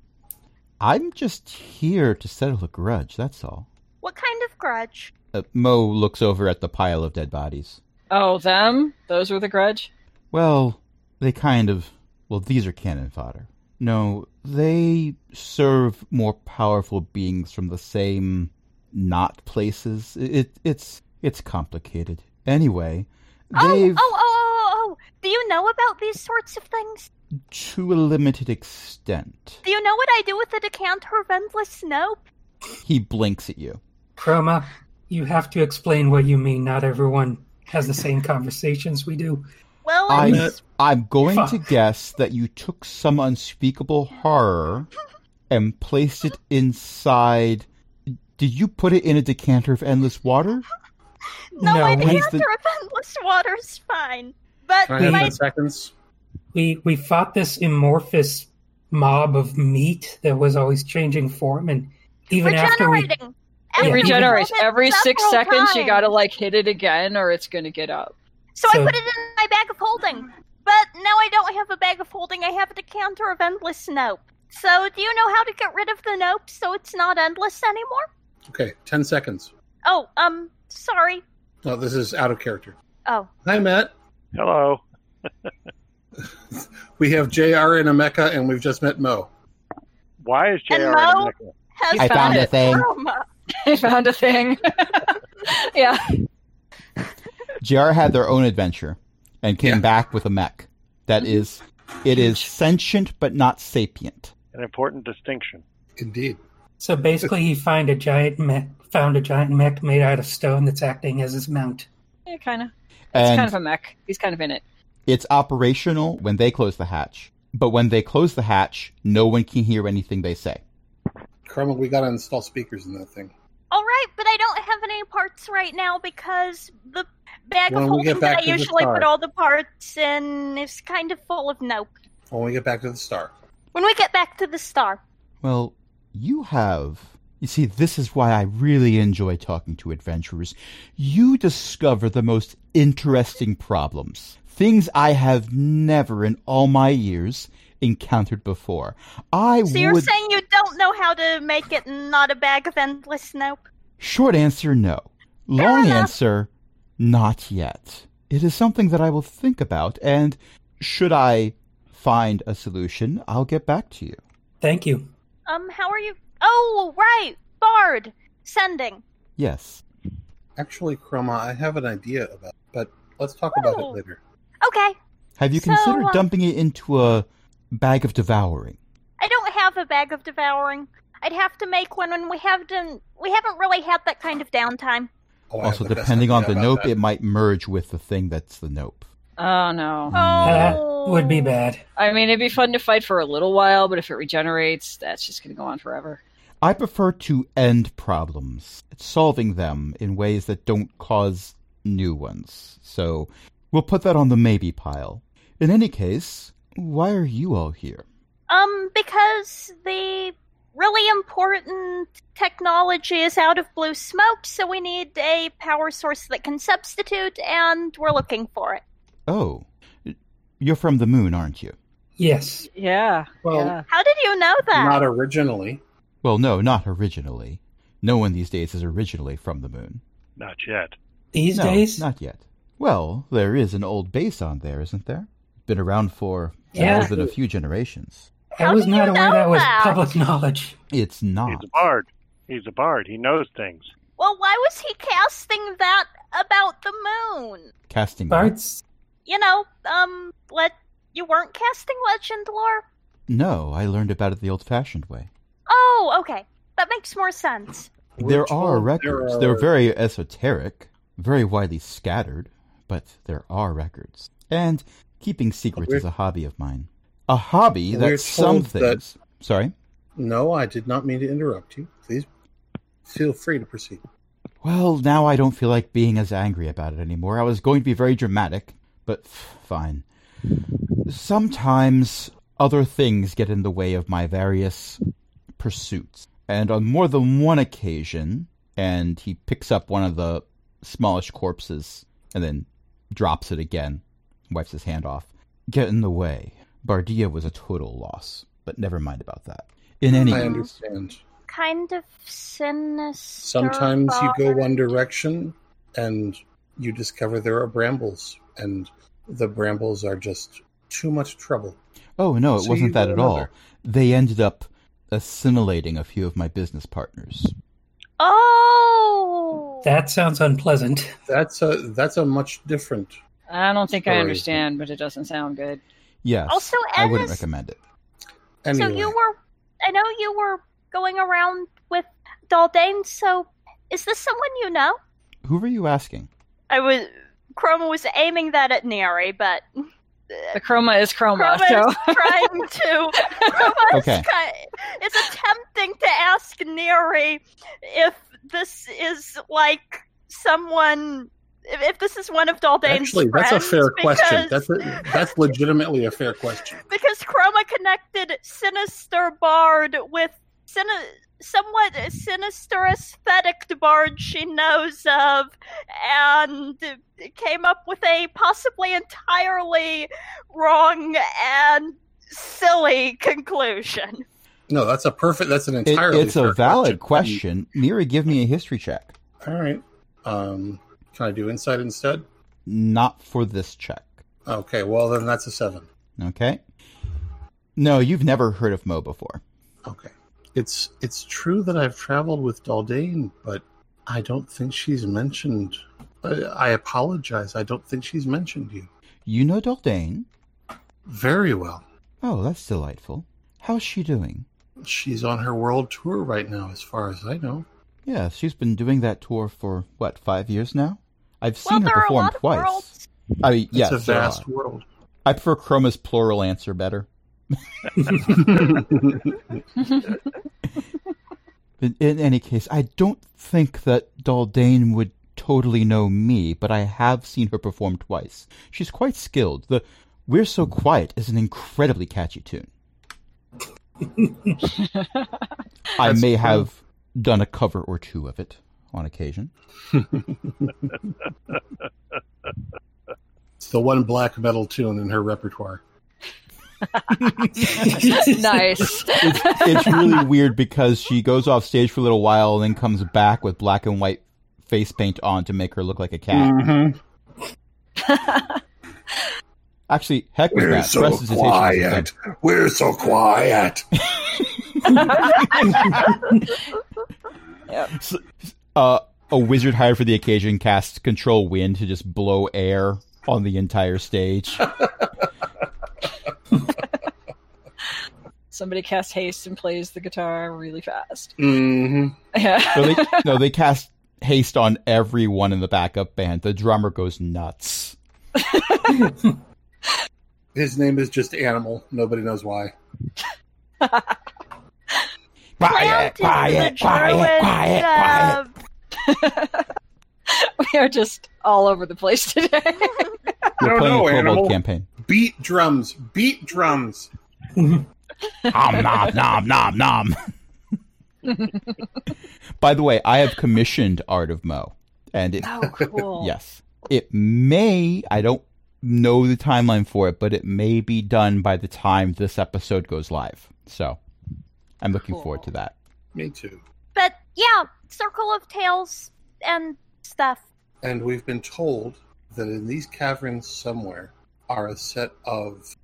Speaker 1: I'm just here to settle a grudge, that's all.
Speaker 4: What kind of grudge?
Speaker 1: Uh, Mo looks over at the pile of dead bodies.
Speaker 6: oh, them? Those were the grudge.
Speaker 1: Well, they kind of. Well, these are cannon fodder. No, they serve more powerful beings from the same not places. It, it's it's complicated. Anyway,
Speaker 4: Oh, oh,
Speaker 1: they've
Speaker 4: oh, oh, oh, oh! Do you know about these sorts of things?
Speaker 1: to a limited extent.
Speaker 4: Do you know what I do with a decanter of endless nope?
Speaker 1: He blinks at you.
Speaker 5: Chroma, you have to explain what you mean. Not everyone has the same conversations we do.
Speaker 4: Well,
Speaker 1: I'm,
Speaker 4: it's,
Speaker 1: I'm going to
Speaker 5: Fuck.
Speaker 1: guess that you took some unspeakable horror and placed it inside. Did you put it in a decanter of endless water?
Speaker 4: no,
Speaker 5: No,
Speaker 4: my
Speaker 5: what
Speaker 1: is
Speaker 4: decanter of endless water's fine. But
Speaker 3: Can I have
Speaker 5: Wait.
Speaker 4: my,
Speaker 3: ten seconds?
Speaker 5: We we fought this amorphous mob of meat that was always changing form, and even after we
Speaker 4: regenerating.
Speaker 5: Yeah.
Speaker 6: It
Speaker 4: Every
Speaker 6: regenerates
Speaker 4: moment,
Speaker 6: every six
Speaker 4: several
Speaker 6: seconds. You
Speaker 4: times.
Speaker 6: gotta like hit it again, or it's gonna get up. (laughs)
Speaker 4: So,
Speaker 5: So-
Speaker 4: I put it in my bag of holding. But now I don't have a bag of holding. I have a decanter of endless nope. So do you know how to get rid of the nope so it's not endless anymore?
Speaker 3: Okay, ten seconds.
Speaker 4: Oh, um, sorry.
Speaker 3: No, this is out of character.
Speaker 4: Oh,
Speaker 3: Hi, Matt.
Speaker 7: Hello.
Speaker 3: We have JR and Emeka, and we've just met Mo.
Speaker 7: Why is JR in
Speaker 4: Mo?
Speaker 7: Mecca?
Speaker 4: has
Speaker 1: I found a thing.
Speaker 4: Chroma.
Speaker 6: I found a thing. (laughs) yeah.
Speaker 1: JR had their own adventure and came
Speaker 3: Yeah.
Speaker 1: back with a mech. That is, it is sentient but not sapient.
Speaker 7: An important distinction.
Speaker 3: Indeed.
Speaker 5: so basically he find a giant mech, found a giant mech made out of stone that's acting as his mount.
Speaker 6: Yeah, kind of. It's
Speaker 1: And
Speaker 6: kind of a mech. He's kind of in it.
Speaker 1: It's operational when they close the hatch, but when they close the hatch, no one can hear anything they say.
Speaker 3: Carmen, we gotta install speakers in that thing.
Speaker 4: All right, but I don't have any parts right now because the bag
Speaker 3: When we
Speaker 4: of holding
Speaker 3: get back
Speaker 4: that I
Speaker 3: to the
Speaker 4: usually
Speaker 3: car.
Speaker 4: put all the parts in is kind of full of nope.
Speaker 3: When we get back to the star.
Speaker 4: When we get back to the star,
Speaker 1: Well, you have. You see, this is why I really enjoy talking to adventurers. You discover the most interesting problems, things I have never in all my years encountered before. I
Speaker 4: so
Speaker 1: would.
Speaker 4: you're saying you don't know how to make it not a bag of endless nope?
Speaker 1: Short answer, no. Long
Speaker 4: enough.
Speaker 1: answer, not yet. It is something that I will think about, and should I find a solution, I'll get back to you.
Speaker 5: Thank you.
Speaker 4: Um, how are you? Oh, right, Bard sending.
Speaker 1: Yes.
Speaker 3: Actually, Chroma, I have an idea about but let's talk about it
Speaker 4: Oh.
Speaker 3: later.
Speaker 4: Okay,
Speaker 1: Have you
Speaker 4: So,
Speaker 1: considered
Speaker 4: uh,
Speaker 1: dumping it into a bag of devouring?
Speaker 4: I don't have a bag of devouring. I'd have to make one, and we haven't we haven't really had that kind of downtime.
Speaker 3: Oh, I have
Speaker 1: also,
Speaker 3: the best
Speaker 1: depending on
Speaker 3: idea
Speaker 1: the
Speaker 3: about
Speaker 1: nope,
Speaker 3: that.
Speaker 1: it might merge with the thing that's the nope.
Speaker 6: Oh no.
Speaker 1: Mm.
Speaker 4: Oh,
Speaker 5: Would be bad.
Speaker 6: I mean, it'd be fun to fight for a little while, but if it regenerates, that's just going to go on forever.
Speaker 1: I prefer to end problems, solving them in ways that don't cause new ones. So we'll put that on the maybe pile. In any case, why are you all here?
Speaker 4: Um, because the really important technology is out of blue smoke, so we need a power source that can substitute, and we're looking for it.
Speaker 1: Oh, you're from the moon, aren't you?
Speaker 5: Yes.
Speaker 6: Yeah.
Speaker 3: Well,
Speaker 6: yeah.
Speaker 4: How did you know that?
Speaker 3: Not originally.
Speaker 1: Well, no, not originally. No one these days is originally from the moon.
Speaker 7: Not yet.
Speaker 5: These
Speaker 1: no,
Speaker 5: days?
Speaker 1: Not yet. Well, there is an old base on there, isn't there? Been around for more
Speaker 5: Yeah.
Speaker 1: than a few generations.
Speaker 5: I was
Speaker 4: How did
Speaker 5: not
Speaker 4: you
Speaker 5: aware
Speaker 4: know
Speaker 5: that was
Speaker 4: that?
Speaker 5: public knowledge.
Speaker 1: It's
Speaker 7: He's
Speaker 1: not.
Speaker 7: a bard. He's a bard. He knows things.
Speaker 4: Well, why was he casting that about the moon?
Speaker 1: Casting
Speaker 5: Bart's
Speaker 4: You know, um, let you weren't casting legend lore.
Speaker 1: No, I learned about it the old fashioned way.
Speaker 4: Oh, okay, that makes more sense.
Speaker 3: We're
Speaker 1: there are
Speaker 3: told
Speaker 1: records.
Speaker 3: there
Speaker 1: They're
Speaker 3: are-
Speaker 1: very esoteric, very widely scattered, but there are records. And keeping secrets
Speaker 3: We're-
Speaker 1: is a hobby of mine. A hobby
Speaker 3: We're
Speaker 1: that some
Speaker 3: told that-
Speaker 1: things. Sorry?
Speaker 3: No, I did not mean to interrupt you. Please feel free to proceed.
Speaker 1: Well, now I don't feel like being as angry about it anymore. I was going to be very dramatic, but f- fine. Sometimes other things get in the way of my various pursuits. And on more than one occasion, and he picks up one of the smallish corpses and then drops it again, wipes his hand off. Get in the way. Bardia was a total loss, but never mind about that. In any
Speaker 3: I
Speaker 1: case,
Speaker 3: understand.
Speaker 4: Kind of sinister.
Speaker 3: Sometimes you go
Speaker 4: Bard.
Speaker 3: one direction and you discover there are brambles, and the brambles are just too much trouble.
Speaker 1: Oh no, it
Speaker 3: So you
Speaker 1: wasn't that
Speaker 3: go
Speaker 1: at all.
Speaker 3: another.
Speaker 1: They ended up assimilating a few of my business partners.
Speaker 4: Oh.
Speaker 5: that sounds unpleasant.
Speaker 3: That's a that's a much different.
Speaker 6: I don't think I
Speaker 3: Sorry.
Speaker 6: understand, but it doesn't sound good.
Speaker 1: Yes.
Speaker 4: Also,
Speaker 1: I wouldn't
Speaker 4: Ennis-
Speaker 1: recommend it.
Speaker 3: Anyway,
Speaker 4: So you were, I know you were going around with Daldane. So is this someone you know?
Speaker 1: Who were you asking?
Speaker 4: I was. Chroma was aiming that at Neri, but
Speaker 6: The chroma is chroma,
Speaker 4: Chroma
Speaker 6: so
Speaker 4: is (laughs) trying to. Chroma
Speaker 1: Okay.
Speaker 4: is try, it's attempting to ask Neri if this is like someone. If, if this is one of Daldane's
Speaker 3: actually, that's a
Speaker 4: friends,
Speaker 3: fair question.
Speaker 4: because-
Speaker 3: That's a, that's legitimately a fair question.
Speaker 4: because Chroma connected sinister bard with sini- somewhat sinister aesthetic bard she knows of, and came up with a possibly entirely wrong and silly conclusion.
Speaker 3: No, that's a perfect. That's an
Speaker 1: It,
Speaker 3: entirely.
Speaker 1: it's a
Speaker 3: fair
Speaker 1: valid question. Neri, give me a history check.
Speaker 3: All right. Um, can I do insight instead?
Speaker 1: Not for this check.
Speaker 3: Okay. Well, then that's a seven.
Speaker 1: Okay. No, you've never heard of Mo before.
Speaker 3: Okay. It's it's true that I've traveled with Daldane, but I don't think she's mentioned. I, I apologize. I don't think she's mentioned you
Speaker 1: You know Daldane.
Speaker 3: very well.
Speaker 1: Oh, that's delightful. How's she doing?
Speaker 3: She's on her world tour right now, as far as I know.
Speaker 1: Yeah, she's been doing that tour for what, five years now? I've
Speaker 4: Well,
Speaker 1: seen
Speaker 4: there
Speaker 1: her
Speaker 4: are a
Speaker 1: perform
Speaker 4: lot of
Speaker 1: twice.
Speaker 4: worlds.
Speaker 1: I mean,
Speaker 3: It's
Speaker 1: yes,
Speaker 3: a
Speaker 1: there
Speaker 3: vast
Speaker 1: are.
Speaker 3: world.
Speaker 1: I prefer Chroma's plural answer better. (laughs) In, in any case, I don't think that Daldane would totally know me, but I have seen her perform twice. She's quite skilled. The We're So Quiet is an incredibly catchy tune. I
Speaker 3: That's
Speaker 1: may
Speaker 3: true.
Speaker 1: have done a cover or two of it on occasion.
Speaker 3: It's the one black metal tune in her repertoire.
Speaker 6: (laughs) nice.
Speaker 1: It's really weird because she goes off stage for a little while and then comes back with black and white face paint on to make her look like a cat.
Speaker 3: Mm-hmm.
Speaker 1: Actually, heck with that. Prestidigitation is done.
Speaker 3: We're so quiet.
Speaker 1: uh, a wizard hired for the occasion casts control wind to just blow air on the entire stage.
Speaker 6: Somebody casts haste and plays the guitar really fast.
Speaker 3: hmm
Speaker 1: No, (laughs)
Speaker 6: Yeah.
Speaker 1: they, no, they cast haste on everyone in the backup band. The drummer goes nuts.
Speaker 3: His name is just Animal. Nobody knows why.
Speaker 4: Well,
Speaker 1: Quiet,
Speaker 4: did the
Speaker 1: quiet,
Speaker 4: druid,
Speaker 1: quiet, quiet, quiet.
Speaker 4: uh,
Speaker 6: (laughs) we are just all over the place today.
Speaker 3: I
Speaker 1: We're
Speaker 3: don't
Speaker 1: playing
Speaker 3: know,
Speaker 1: a
Speaker 3: animal.
Speaker 1: kobold campaign.
Speaker 3: Beat drums. Beat drums.
Speaker 1: Om nom nom nom nom. By the way, I have commissioned Art of Mo, and it
Speaker 6: oh, cool.
Speaker 1: Yes. It may, I don't know the timeline for it, but it may be done by the time this episode goes live. So I'm looking
Speaker 6: Cool.
Speaker 1: forward to that.
Speaker 3: Me too.
Speaker 4: but yeah, Circle of Tales and stuff.
Speaker 3: And we've been told that in these caverns somewhere are a set of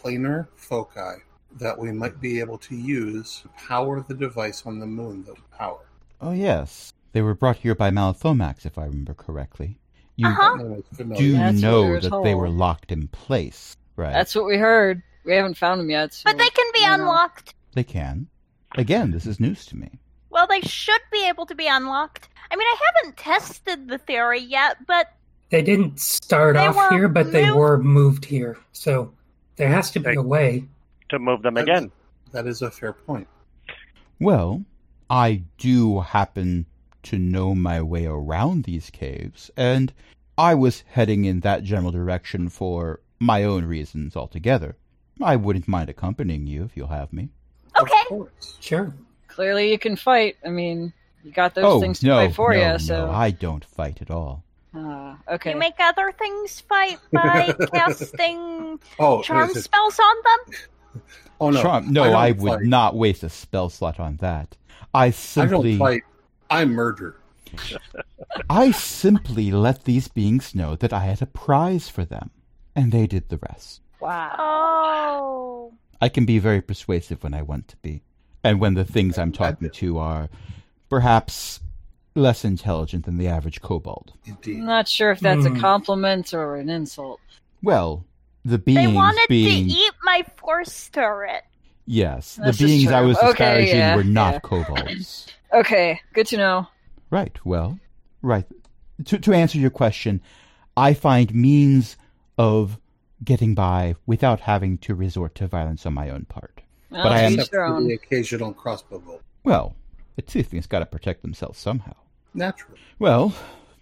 Speaker 3: planar foci that we might be able to use to power the device on the moon that we power.
Speaker 1: Oh, yes. They were brought here by Malathomax, if I remember correctly. You
Speaker 4: Uh-huh.
Speaker 3: That is
Speaker 1: do
Speaker 3: familiar.
Speaker 6: That's what
Speaker 1: know
Speaker 6: we were
Speaker 1: that they
Speaker 6: told.
Speaker 1: were locked in place, right?
Speaker 6: That's what we heard. We haven't found them yet. so-
Speaker 4: But they can be
Speaker 6: Yeah.
Speaker 4: unlocked.
Speaker 1: They can. Again, this is news to me.
Speaker 4: Well, they should be able to be unlocked. I mean, I haven't tested the theory yet, but
Speaker 5: They didn't start
Speaker 4: They
Speaker 5: off
Speaker 4: were
Speaker 5: here, but they
Speaker 4: moved-
Speaker 5: were moved here. So there has to be
Speaker 7: Hey.
Speaker 5: a way.
Speaker 7: to move them again.
Speaker 3: That is a fair point.
Speaker 1: Well, I do happen to know my way around these caves, and I was heading in that general direction for my own reasons altogether. I wouldn't mind accompanying you if you'll have me.
Speaker 4: okay.
Speaker 3: Of course.
Speaker 5: Sure.
Speaker 6: Clearly, you can fight. I mean, you got those
Speaker 1: oh
Speaker 6: things to
Speaker 1: no,
Speaker 6: fight for
Speaker 1: no,
Speaker 6: you.
Speaker 1: no,
Speaker 6: so,
Speaker 1: I don't fight at all.
Speaker 6: Ah, okay.
Speaker 4: You make other things fight
Speaker 3: (laughs)
Speaker 4: by casting
Speaker 3: Oh,
Speaker 4: charm
Speaker 3: is it-
Speaker 4: spells on them.
Speaker 3: oh no.
Speaker 1: Charm- no,
Speaker 3: I don't
Speaker 1: I, would
Speaker 3: fight.
Speaker 1: not waste a spell slot on that. I
Speaker 3: I
Speaker 1: simply,
Speaker 3: don't fight. I murder.
Speaker 1: I simply let these beings know that I had a prize for them, and they did the rest.
Speaker 6: wow.
Speaker 4: Oh.
Speaker 1: I can be very persuasive when I want to be. And when the things I'm talking to are perhaps less intelligent than the average kobold.
Speaker 3: Indeed.
Speaker 6: I'm not sure if that's
Speaker 5: Hmm.
Speaker 6: a compliment or an insult.
Speaker 1: Well, the
Speaker 4: They
Speaker 1: beings
Speaker 4: wanted
Speaker 1: being
Speaker 4: to eat my force turret.
Speaker 1: yes, the
Speaker 6: This is
Speaker 1: beings I
Speaker 6: true.
Speaker 1: was
Speaker 6: Okay,
Speaker 1: disparaging
Speaker 6: yeah,
Speaker 1: were not
Speaker 6: yeah.
Speaker 1: kobolds. (laughs)
Speaker 6: Okay, good to know.
Speaker 1: Right. Well, right. To to answer your question, I find means of getting by without having to resort to violence on my own part.
Speaker 6: Well, um,
Speaker 1: But I am-
Speaker 6: to
Speaker 3: Except
Speaker 6: each their
Speaker 3: for
Speaker 6: own.
Speaker 3: the occasional crossbow bolt.
Speaker 1: Well, the tiefling's got to protect themselves somehow.
Speaker 3: Naturally.
Speaker 1: Well,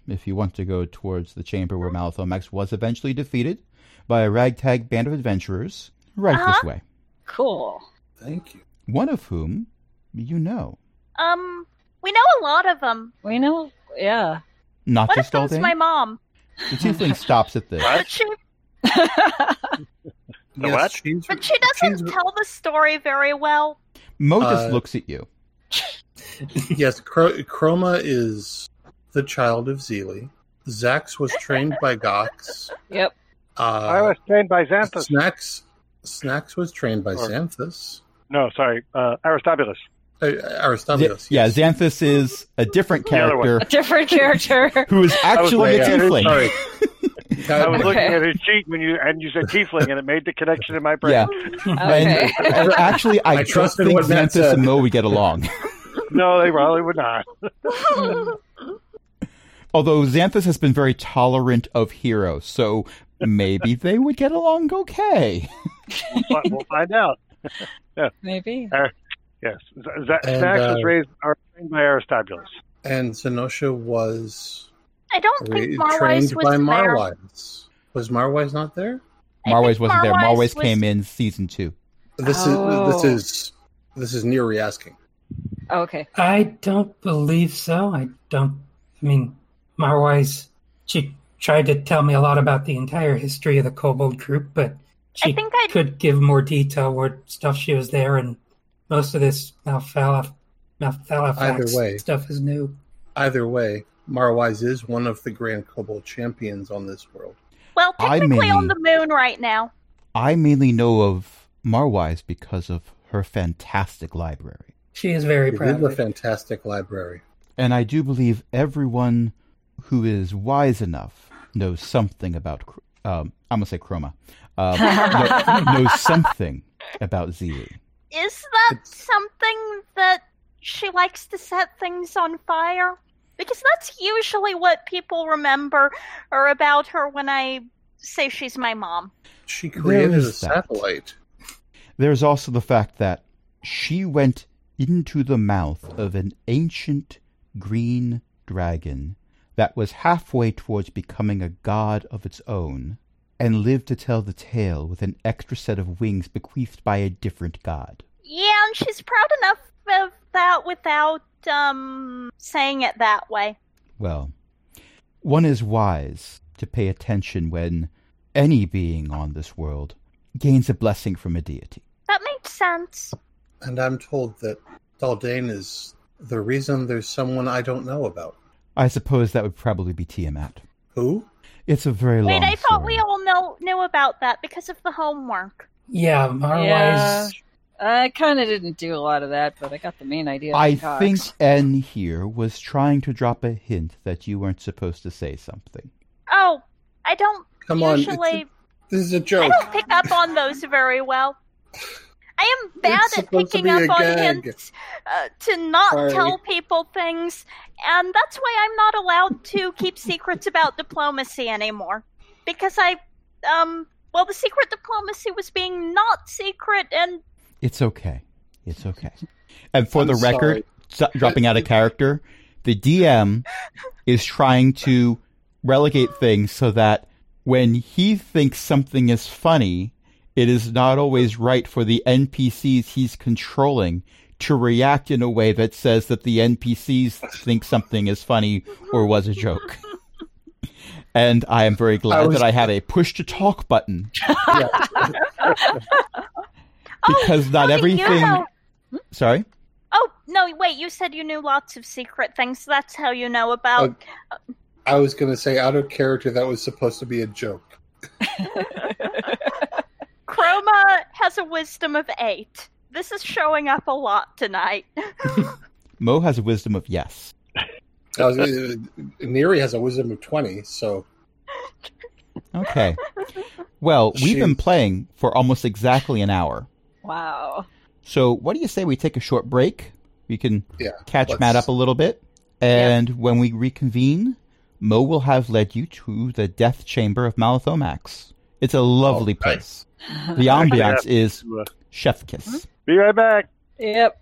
Speaker 1: if you want to go towards the chamber where Malathomax was eventually defeated by a ragtag band of adventurers, right this
Speaker 4: Uh-huh.
Speaker 1: way.
Speaker 6: Cool.
Speaker 3: Thank you.
Speaker 1: One of whom you know.
Speaker 4: Um, we know a lot of them.
Speaker 6: We know. Yeah.
Speaker 1: Not
Speaker 4: One of
Speaker 1: just all
Speaker 4: them's
Speaker 1: day.
Speaker 4: my mom.
Speaker 1: The
Speaker 4: (laughs)
Speaker 1: tiefling stops at this.
Speaker 4: But she,
Speaker 7: The
Speaker 3: yes,
Speaker 7: what?
Speaker 3: she's-
Speaker 4: but she doesn't
Speaker 3: she's-
Speaker 4: tell the story very well.
Speaker 1: Mo just
Speaker 3: Uh,
Speaker 1: looks at you.
Speaker 3: Yes, Cro- Chroma is the child of Zeely. Zax was trained by Gox.
Speaker 6: Yep.
Speaker 7: I
Speaker 3: Uh,
Speaker 7: was trained by Xanthus.
Speaker 3: Snacks. Snacks was trained by
Speaker 7: Or-
Speaker 3: Xanthus.
Speaker 7: No, sorry, uh, Aristobulus.
Speaker 3: Uh, Aristobulus.
Speaker 1: yeah,
Speaker 3: yes.
Speaker 1: Xanthus is a different
Speaker 7: The other one.
Speaker 1: character
Speaker 6: A different
Speaker 4: (laughs)
Speaker 6: character.
Speaker 3: (laughs)
Speaker 1: who is actually
Speaker 7: looking
Speaker 1: a
Speaker 7: at it,
Speaker 1: tiefling.
Speaker 3: Sorry.
Speaker 7: I was
Speaker 6: Okay.
Speaker 7: looking at his cheek when you and you said tiefling, and it made the connection in my
Speaker 4: (laughs)
Speaker 7: brain.
Speaker 1: Yeah.
Speaker 6: Okay.
Speaker 1: And, and actually, I,
Speaker 3: I
Speaker 1: don't
Speaker 3: trusted
Speaker 1: think
Speaker 3: what Matt
Speaker 1: Xanthus
Speaker 3: said.
Speaker 1: and Mo would get along. (laughs)
Speaker 7: No, they probably would not.
Speaker 6: Hmm.
Speaker 1: Although Xanthus has been very tolerant of Hero, so maybe they would get along okay.
Speaker 7: We'll fi- we'll find out.
Speaker 6: Maybe.
Speaker 7: Yes, Z- Z- Zach
Speaker 3: And,
Speaker 7: was
Speaker 3: uh,
Speaker 7: raised or trained by Aristobulus.
Speaker 3: And Zenosha was
Speaker 4: I don't
Speaker 3: re-
Speaker 4: think Marwise
Speaker 3: trained
Speaker 4: was
Speaker 3: by
Speaker 4: there.
Speaker 3: Marwise. Was Marwise not there?
Speaker 4: I think
Speaker 1: Marway's wasn't there.
Speaker 4: Marwise
Speaker 1: Marway's
Speaker 4: was-
Speaker 1: came in season two.
Speaker 3: This is this
Speaker 6: Oh.
Speaker 3: is this is Neri asking.
Speaker 6: Oh, okay.
Speaker 5: I don't believe so. I don't. I mean, Marwise, she tried to tell me a lot about the entire history of the Kobold group, but she
Speaker 4: I think I
Speaker 5: could give more detail where stuff she was there, and most of this Malfala,
Speaker 3: Either way.
Speaker 5: Malfala stuff is new.
Speaker 3: Either way, Marwise is one of the Grand Kobold champions on this world.
Speaker 4: well
Speaker 1: I
Speaker 4: technically
Speaker 1: mean-
Speaker 4: on the moon right now.
Speaker 1: I mainly know of Marwise because of her fantastic library.
Speaker 5: She is very
Speaker 3: It
Speaker 5: proud.
Speaker 3: is a
Speaker 5: Of it.
Speaker 3: fantastic library.
Speaker 1: And I do believe everyone who is wise enough knows something about. Chr- Um, I'm gonna say Chroma. Um,
Speaker 4: (laughs)
Speaker 1: kno- knows something about E. Zee.
Speaker 4: Is that
Speaker 3: It's-
Speaker 4: something that she likes to set things on fire? Because that's usually what people remember or about her when I say she's my mom.
Speaker 3: She
Speaker 1: There
Speaker 3: created a
Speaker 1: is that.
Speaker 3: satellite.
Speaker 1: There's also the fact that she went into the mouth of an ancient green dragon that was halfway towards becoming a god of its own and lived to tell the tale with an extra set of wings bequeathed by a different god.
Speaker 4: Yeah, and she's proud enough of that without um saying it that way.
Speaker 1: Well, one is wise to pay attention when any being on this world gains a blessing from a deity.
Speaker 4: That makes sense.
Speaker 3: And I'm told that Daldane is the reason there's someone I don't know about.
Speaker 1: I suppose that would probably be Tiamat.
Speaker 3: Who?
Speaker 1: It's a very long
Speaker 4: Wait, I thought
Speaker 1: story.
Speaker 4: we all know knew about that because of the homework.
Speaker 5: Yeah, Marwise.
Speaker 6: Yeah. I kind of didn't do a lot of that, but I got the main idea.
Speaker 1: I
Speaker 6: from Cox.
Speaker 1: think N here was trying to drop a hint that you weren't supposed to say something.
Speaker 4: Oh, I don't
Speaker 3: Come on. it's a-
Speaker 4: usually
Speaker 3: this is a
Speaker 4: I
Speaker 3: joke.
Speaker 4: don't pick up on those very well. I am bad
Speaker 3: It's
Speaker 4: at
Speaker 3: supposed to
Speaker 4: picking
Speaker 3: be a
Speaker 4: up on
Speaker 3: gag.
Speaker 4: hints uh, to not
Speaker 3: Sorry.
Speaker 4: tell people things, and that's why I'm not allowed to keep secrets about diplomacy anymore. Because I, um, well, the secret diplomacy was being not secret, and
Speaker 1: It's okay. It's okay. (laughs) And for
Speaker 3: I'm
Speaker 1: the record, so- dropping out of character, the DM is trying to relegate things so that when he thinks something is funny, it is not always right for the NPCs he's controlling to react in a way that says that the NPCs think something is funny or was a (laughs) joke. And I am very glad
Speaker 3: was-
Speaker 1: that I had a push to talk button
Speaker 3: Yeah.
Speaker 1: because not
Speaker 4: But Oh, you
Speaker 1: everything.
Speaker 4: know-
Speaker 1: Sorry?
Speaker 4: oh no, wait! You said you knew lots of secret things. So that's how you know about.
Speaker 3: Oh. I was going to say out of character that was supposed to be a joke.
Speaker 4: Chroma has a wisdom of eight. This is showing up a lot tonight.
Speaker 1: Mo has a wisdom of yes.
Speaker 3: I
Speaker 1: (laughs)
Speaker 3: was, uh, Neri has a wisdom of 20, so
Speaker 1: Okay. Well, we've been
Speaker 3: Shoot.
Speaker 1: playing for almost exactly an hour.
Speaker 6: Wow.
Speaker 1: So, what do you say we take a short break? We can
Speaker 3: Yeah,
Speaker 1: catch
Speaker 3: let's-
Speaker 1: Matt up a little bit. And when we reconvene, Mo will have led you to the death chamber of Malathomax. It's a lovely
Speaker 3: All right.
Speaker 1: place. The
Speaker 7: Actually,
Speaker 3: (laughs)
Speaker 7: I
Speaker 1: ambiance
Speaker 7: have
Speaker 1: is
Speaker 7: to, uh,
Speaker 1: chef kiss.
Speaker 7: Be right back.
Speaker 6: Yep.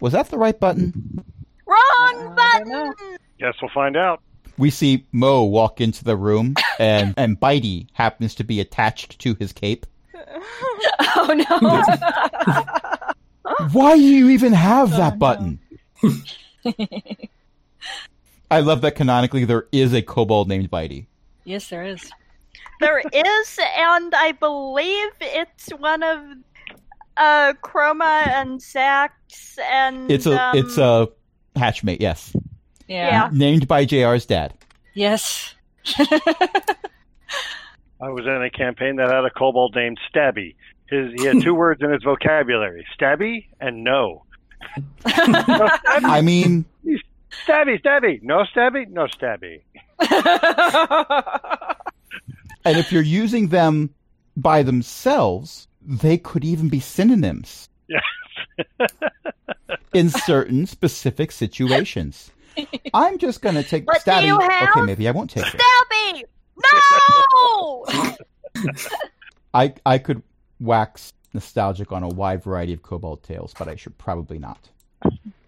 Speaker 1: Was that the right button?
Speaker 4: Wrong
Speaker 6: I
Speaker 3: Uh,
Speaker 6: don't
Speaker 4: button!
Speaker 7: Guess we'll find out.
Speaker 1: We see Mo walk into the room, and and Bitey happens to be attached to his cape.
Speaker 6: (laughs) Oh no!
Speaker 1: Why do you even have that button? (laughs) I love that canonically there is a kobold named Bitey.
Speaker 6: yes, there is.
Speaker 4: there is, and I believe it's one of uh, Chroma and Zach's, and
Speaker 1: It's a
Speaker 4: um,
Speaker 1: it's a hatchmate, yes,
Speaker 6: Yeah.
Speaker 4: Yeah.
Speaker 1: named by Jr's dad.
Speaker 6: Yes. (laughs)
Speaker 7: I was in a campaign that had a kobold named Stabby. His, he
Speaker 1: (laughs)
Speaker 7: had two words in his vocabulary Stabby and no. No stabby,
Speaker 1: I mean,
Speaker 7: stabby, stabby. No stabby, no stabby.
Speaker 1: and if you're using them by themselves, they could even be synonyms
Speaker 7: Yes.
Speaker 1: in certain specific situations. I'm just going to take
Speaker 4: What do
Speaker 1: stabby.
Speaker 4: you have?
Speaker 1: Okay, maybe I won't take it.
Speaker 4: Stabby!
Speaker 1: (laughs)
Speaker 4: No!
Speaker 1: I I could wax nostalgic on a wide variety of kobold tales, but I should probably not.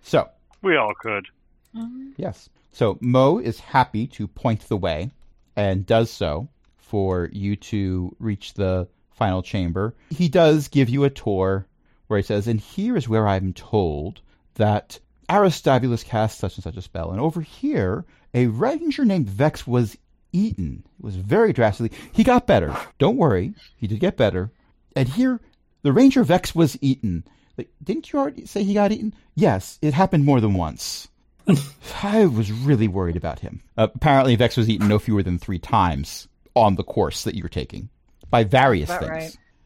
Speaker 1: So,
Speaker 7: We all could.
Speaker 1: Yes. So Mo is happy to point the way and does so for you to reach the final chamber. He does give you a tour where he says, And here is where I'm told that Aristobulus cast such and such a spell. And over here, a ranger named Vex was eaten. It was very drastically. He got better. Don't worry. He did get better. And here, the ranger Vex was eaten. Like, didn't you already say he got eaten? Yes, it happened more than once. I was really worried about him. Uh, apparently, Vex was eaten no fewer than three times on the course that you were taking by various
Speaker 6: About
Speaker 1: things.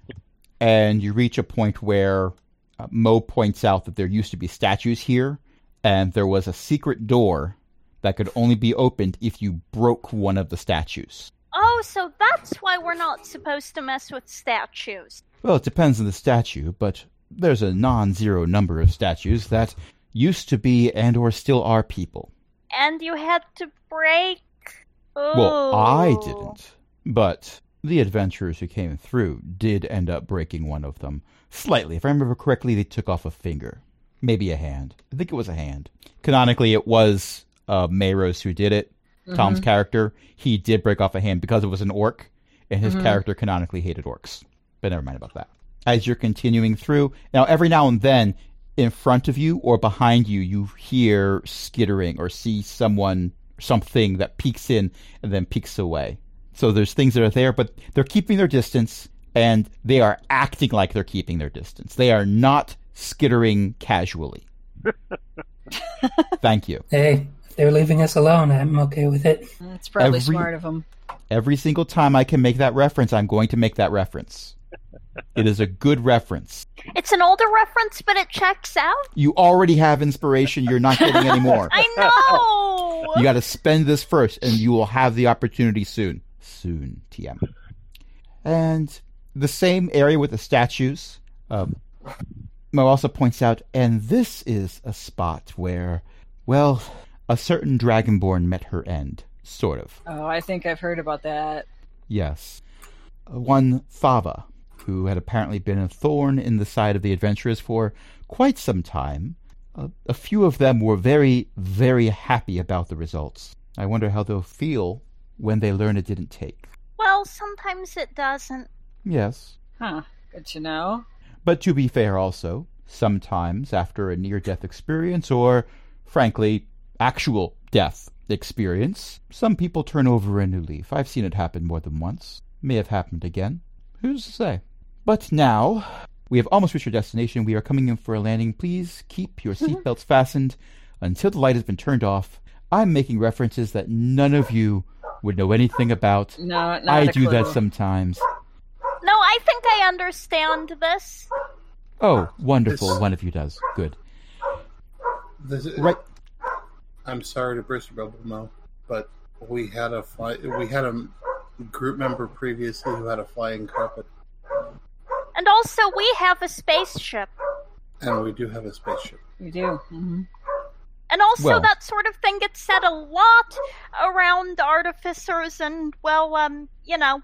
Speaker 6: right.
Speaker 1: And you reach a point where uh, Mo points out that there used to be statues here, and there was a secret door that could only be opened if you broke one of the statues.
Speaker 4: oh, so that's why we're not supposed to mess with statues.
Speaker 1: Well, it depends on the statue, but there's a non-zero number of statues that used to be and or still are people.
Speaker 4: And you had to break.
Speaker 1: Well, I
Speaker 4: Ooh.
Speaker 1: didn't, but the adventurers who came through did end up breaking one of them slightly. If I remember correctly, they took off a finger, maybe a hand. I think it was a hand. Canonically, it was uh, Mayros who did it. Tom's character, he did break off a hand because it was an orc, and his character canonically hated orcs. But never mind about that. As you're continuing through, now every now and then, in front of you or behind you, you hear skittering or see someone, something that peeks in and then peeks away. So there's things that are there, but they're keeping their distance and they are acting like they're keeping their distance. They are not skittering casually. Thank you.
Speaker 5: Hey, if they're leaving us alone, I'm okay with it.
Speaker 6: It's probably
Speaker 1: Every-
Speaker 6: smart of him.
Speaker 1: Every single time I can make that reference, I'm going to make that reference. It is a good reference.
Speaker 4: It's an older reference, but it checks out.
Speaker 1: You already have inspiration. You're not getting any more. (laughs)
Speaker 4: I know!
Speaker 1: You got to spend this first, and you will have the opportunity soon. Soon, TM. And the same area with the statues. Um, Mo also points out, and this is a spot where, well, a certain dragonborn met her end, sort of.
Speaker 6: Oh, I think I've heard about that.
Speaker 1: Yes. Uh, One Fava, who had apparently been a thorn in the side of the adventurers for quite some time. A, a few of them were very, very happy about the results. I wonder how they'll feel when they learn it didn't take.
Speaker 4: Well, sometimes it doesn't.
Speaker 1: Yes.
Speaker 6: Huh. Good to know.
Speaker 1: But to be fair, also, sometimes after a near death experience or, frankly, actual death experience, some people turn over a new leaf. I've seen it happen more than once. May have happened again. Who's to say? But now, we have almost reached our destination. We are coming in for a landing. Please keep your
Speaker 6: Mm-hmm.
Speaker 1: seatbelts fastened until the light has been turned off. I'm making references that none of you would know anything about.
Speaker 6: No, not
Speaker 1: I
Speaker 6: a
Speaker 1: do that
Speaker 6: clue.
Speaker 1: sometimes.
Speaker 4: No, I think I understand this.
Speaker 1: Oh, wonderful.
Speaker 3: This-
Speaker 1: One of you does. Good.
Speaker 3: This is-
Speaker 1: Right.
Speaker 3: I'm sorry to burst your bubble, Mo, but we had a fly, we had a group member previously who had a flying carpet,
Speaker 4: And also, we have a spaceship.
Speaker 3: and we do have a spaceship.
Speaker 6: You do. hmm
Speaker 4: And also,
Speaker 1: Well-
Speaker 4: that sort of thing gets said a lot around artificers and, well, um, you know,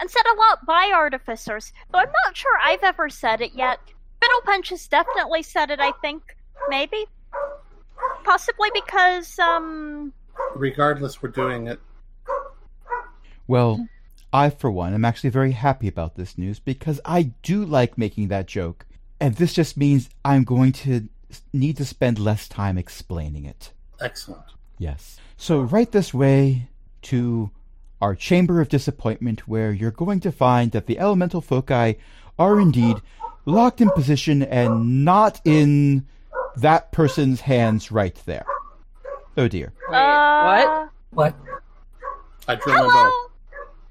Speaker 4: and said a lot by artificers. Though I'm not sure I've ever said it yet. Fiddle Punch has definitely said it, I think. Maybe. Possibly because, um,
Speaker 3: Regardless, we're doing it.
Speaker 1: Well, I, for one, am actually very happy about this news because I do like making that joke. And this just means I'm going to s- need to spend less time explaining it.
Speaker 3: Excellent.
Speaker 1: Yes. So, right this way to our chamber of disappointment, where you're going to find that the elemental foci are indeed locked in position and not in that person's hands right there. Oh dear.
Speaker 6: Wait, what?
Speaker 4: uh,
Speaker 5: What?
Speaker 3: I drew my bow.
Speaker 4: Hello?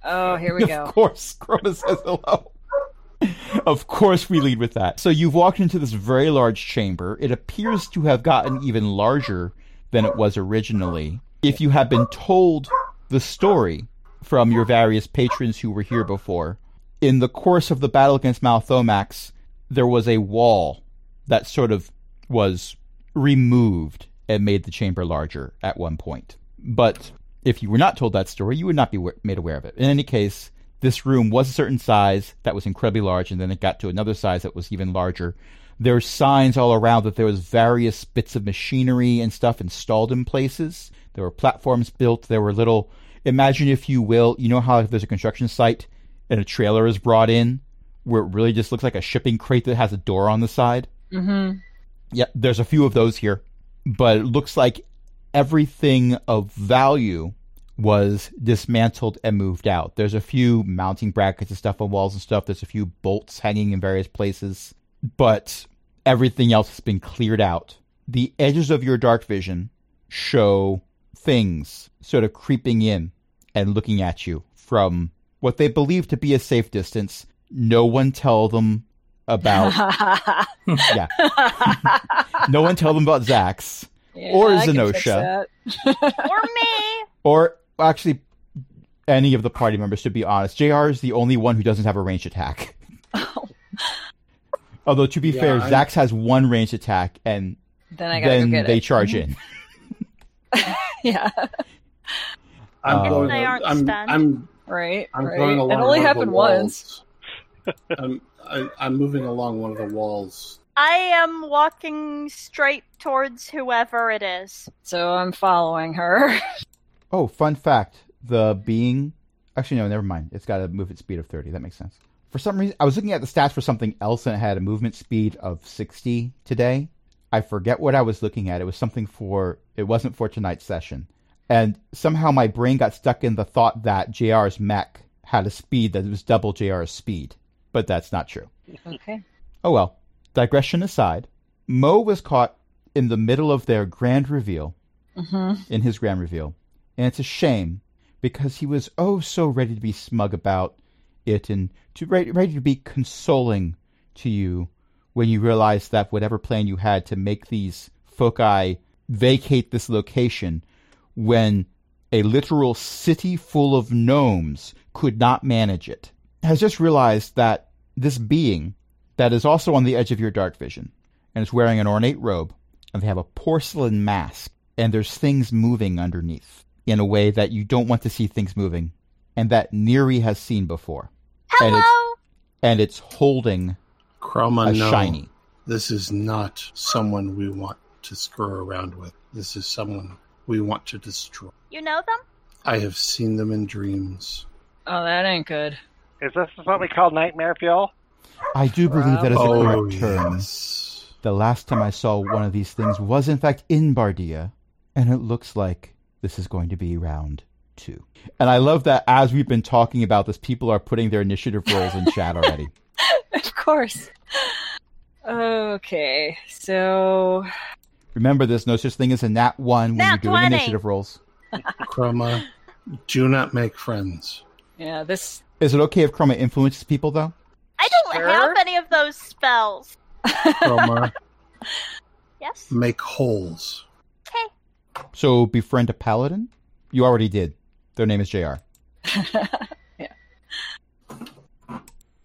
Speaker 6: Oh, here
Speaker 1: (laughs)
Speaker 6: we
Speaker 1: Of
Speaker 6: go.
Speaker 1: course, Chroma says hello. of course, we lead with that. So you've walked into this very large chamber. It appears to have gotten even larger than it was originally. If you have been told the story from your various patrons who were here before, in the course of the battle against Malthomax, there was a wall that sort of was removed and made the chamber larger at one point. But if you were not told that story, you would not be wa- made aware of it. In any case, this room was a certain size that was incredibly large, and then it got to another size that was even larger. There are signs all around that there was various bits of machinery and stuff installed in places. There were platforms built. There were little. Imagine, if you will, you know how if there's a construction site and a trailer is brought in, where it really just looks like a shipping crate that has a door on the side.
Speaker 6: Mm-hmm.
Speaker 1: Yeah, there's a few of those here, but it looks like everything of value was dismantled and moved out. There's a few mounting brackets and stuff on walls and stuff. There's a few bolts hanging in various places, but everything else has been cleared out. The edges of your dark vision show things sort of creeping in and looking at you from what they believe to be a safe distance. No one tell them about
Speaker 6: (laughs)
Speaker 1: Yeah. no one tell them about Zax. Or Zenosha.
Speaker 4: Or me?
Speaker 1: Or actually, any of the party members, to be honest. JR is the only one who doesn't have a ranged
Speaker 6: (laughs)
Speaker 1: attack. Although, to be
Speaker 3: Yeah,
Speaker 1: fair,
Speaker 3: I'm-
Speaker 1: Zax has one ranged attack, and
Speaker 6: Then I gotta
Speaker 1: then
Speaker 6: go get
Speaker 1: they
Speaker 6: it. (laughs) Mm-hmm.
Speaker 1: charge in.
Speaker 6: yeah.
Speaker 3: I'm
Speaker 1: Uh,
Speaker 3: going.
Speaker 4: They aren't
Speaker 3: I'm,
Speaker 4: stunned.
Speaker 3: I'm.
Speaker 6: Right.
Speaker 3: I'm
Speaker 6: right.
Speaker 3: going along.
Speaker 6: it only
Speaker 3: one of the
Speaker 6: happened once.
Speaker 3: walls. (laughs) I'm. I, I'm moving along one of the walls.
Speaker 4: I am walking straight towards whoever it is.
Speaker 6: So I'm following her. (laughs)
Speaker 1: Oh, fun fact: the being. Actually, no, never mind. It's got to move its speed of thirty. That makes sense. For some reason, I was looking at the stats for something else, and it had a movement speed of sixty today. I forget what I was looking at. It was something for. It wasn't for tonight's session, and somehow my brain got stuck in the thought that Jr's mech had a speed that was double Jr's speed, but that's not true.
Speaker 6: Okay.
Speaker 1: Oh well. Digression aside, Mo was caught in the middle of their grand reveal
Speaker 6: hmm
Speaker 1: in his grand reveal. And it's a shame because he was oh so ready to be smug about it and to ready, ready to be consoling to you when you realized that whatever plan you had to make these foci vacate this location when a literal city full of gnomes could not manage it has just realized that this being that is also on the edge of your dark vision and is wearing an ornate robe and they have a porcelain mask and there's things moving underneath in a way that you don't want to see things moving and that Neri has seen before And it's-
Speaker 4: Hello?
Speaker 1: and it's holding
Speaker 3: Chroma,
Speaker 1: a
Speaker 3: no.
Speaker 1: shiny
Speaker 3: This is not someone we want to screw around with. This is someone we want to destroy.
Speaker 4: You know them?
Speaker 3: I have seen them in dreams.
Speaker 6: Oh, that ain't good. (laughs)
Speaker 7: Is this something called nightmare fuel?
Speaker 1: I do believe that is a
Speaker 6: Oh,
Speaker 1: correct term
Speaker 3: yes.
Speaker 1: the last time I saw one of these things was in fact in Bardia and it looks like this is going to be round two and I love that as we've been talking about this people are putting their initiative rolls in chat already
Speaker 6: Of course. Okay. So
Speaker 1: remember there's no such thing as a nat one when
Speaker 4: Nat
Speaker 1: you're doing
Speaker 4: 20.
Speaker 1: initiative rolls
Speaker 3: Chroma, do not make friends.
Speaker 6: yeah, this
Speaker 1: is it okay if Chroma influences people though
Speaker 4: I don't
Speaker 6: Sure.
Speaker 4: have any of those spells.
Speaker 6: (laughs)
Speaker 3: Chroma,
Speaker 4: Yes?
Speaker 3: make holes.
Speaker 4: Okay.
Speaker 1: So befriend a paladin? You already did. Their name is JR.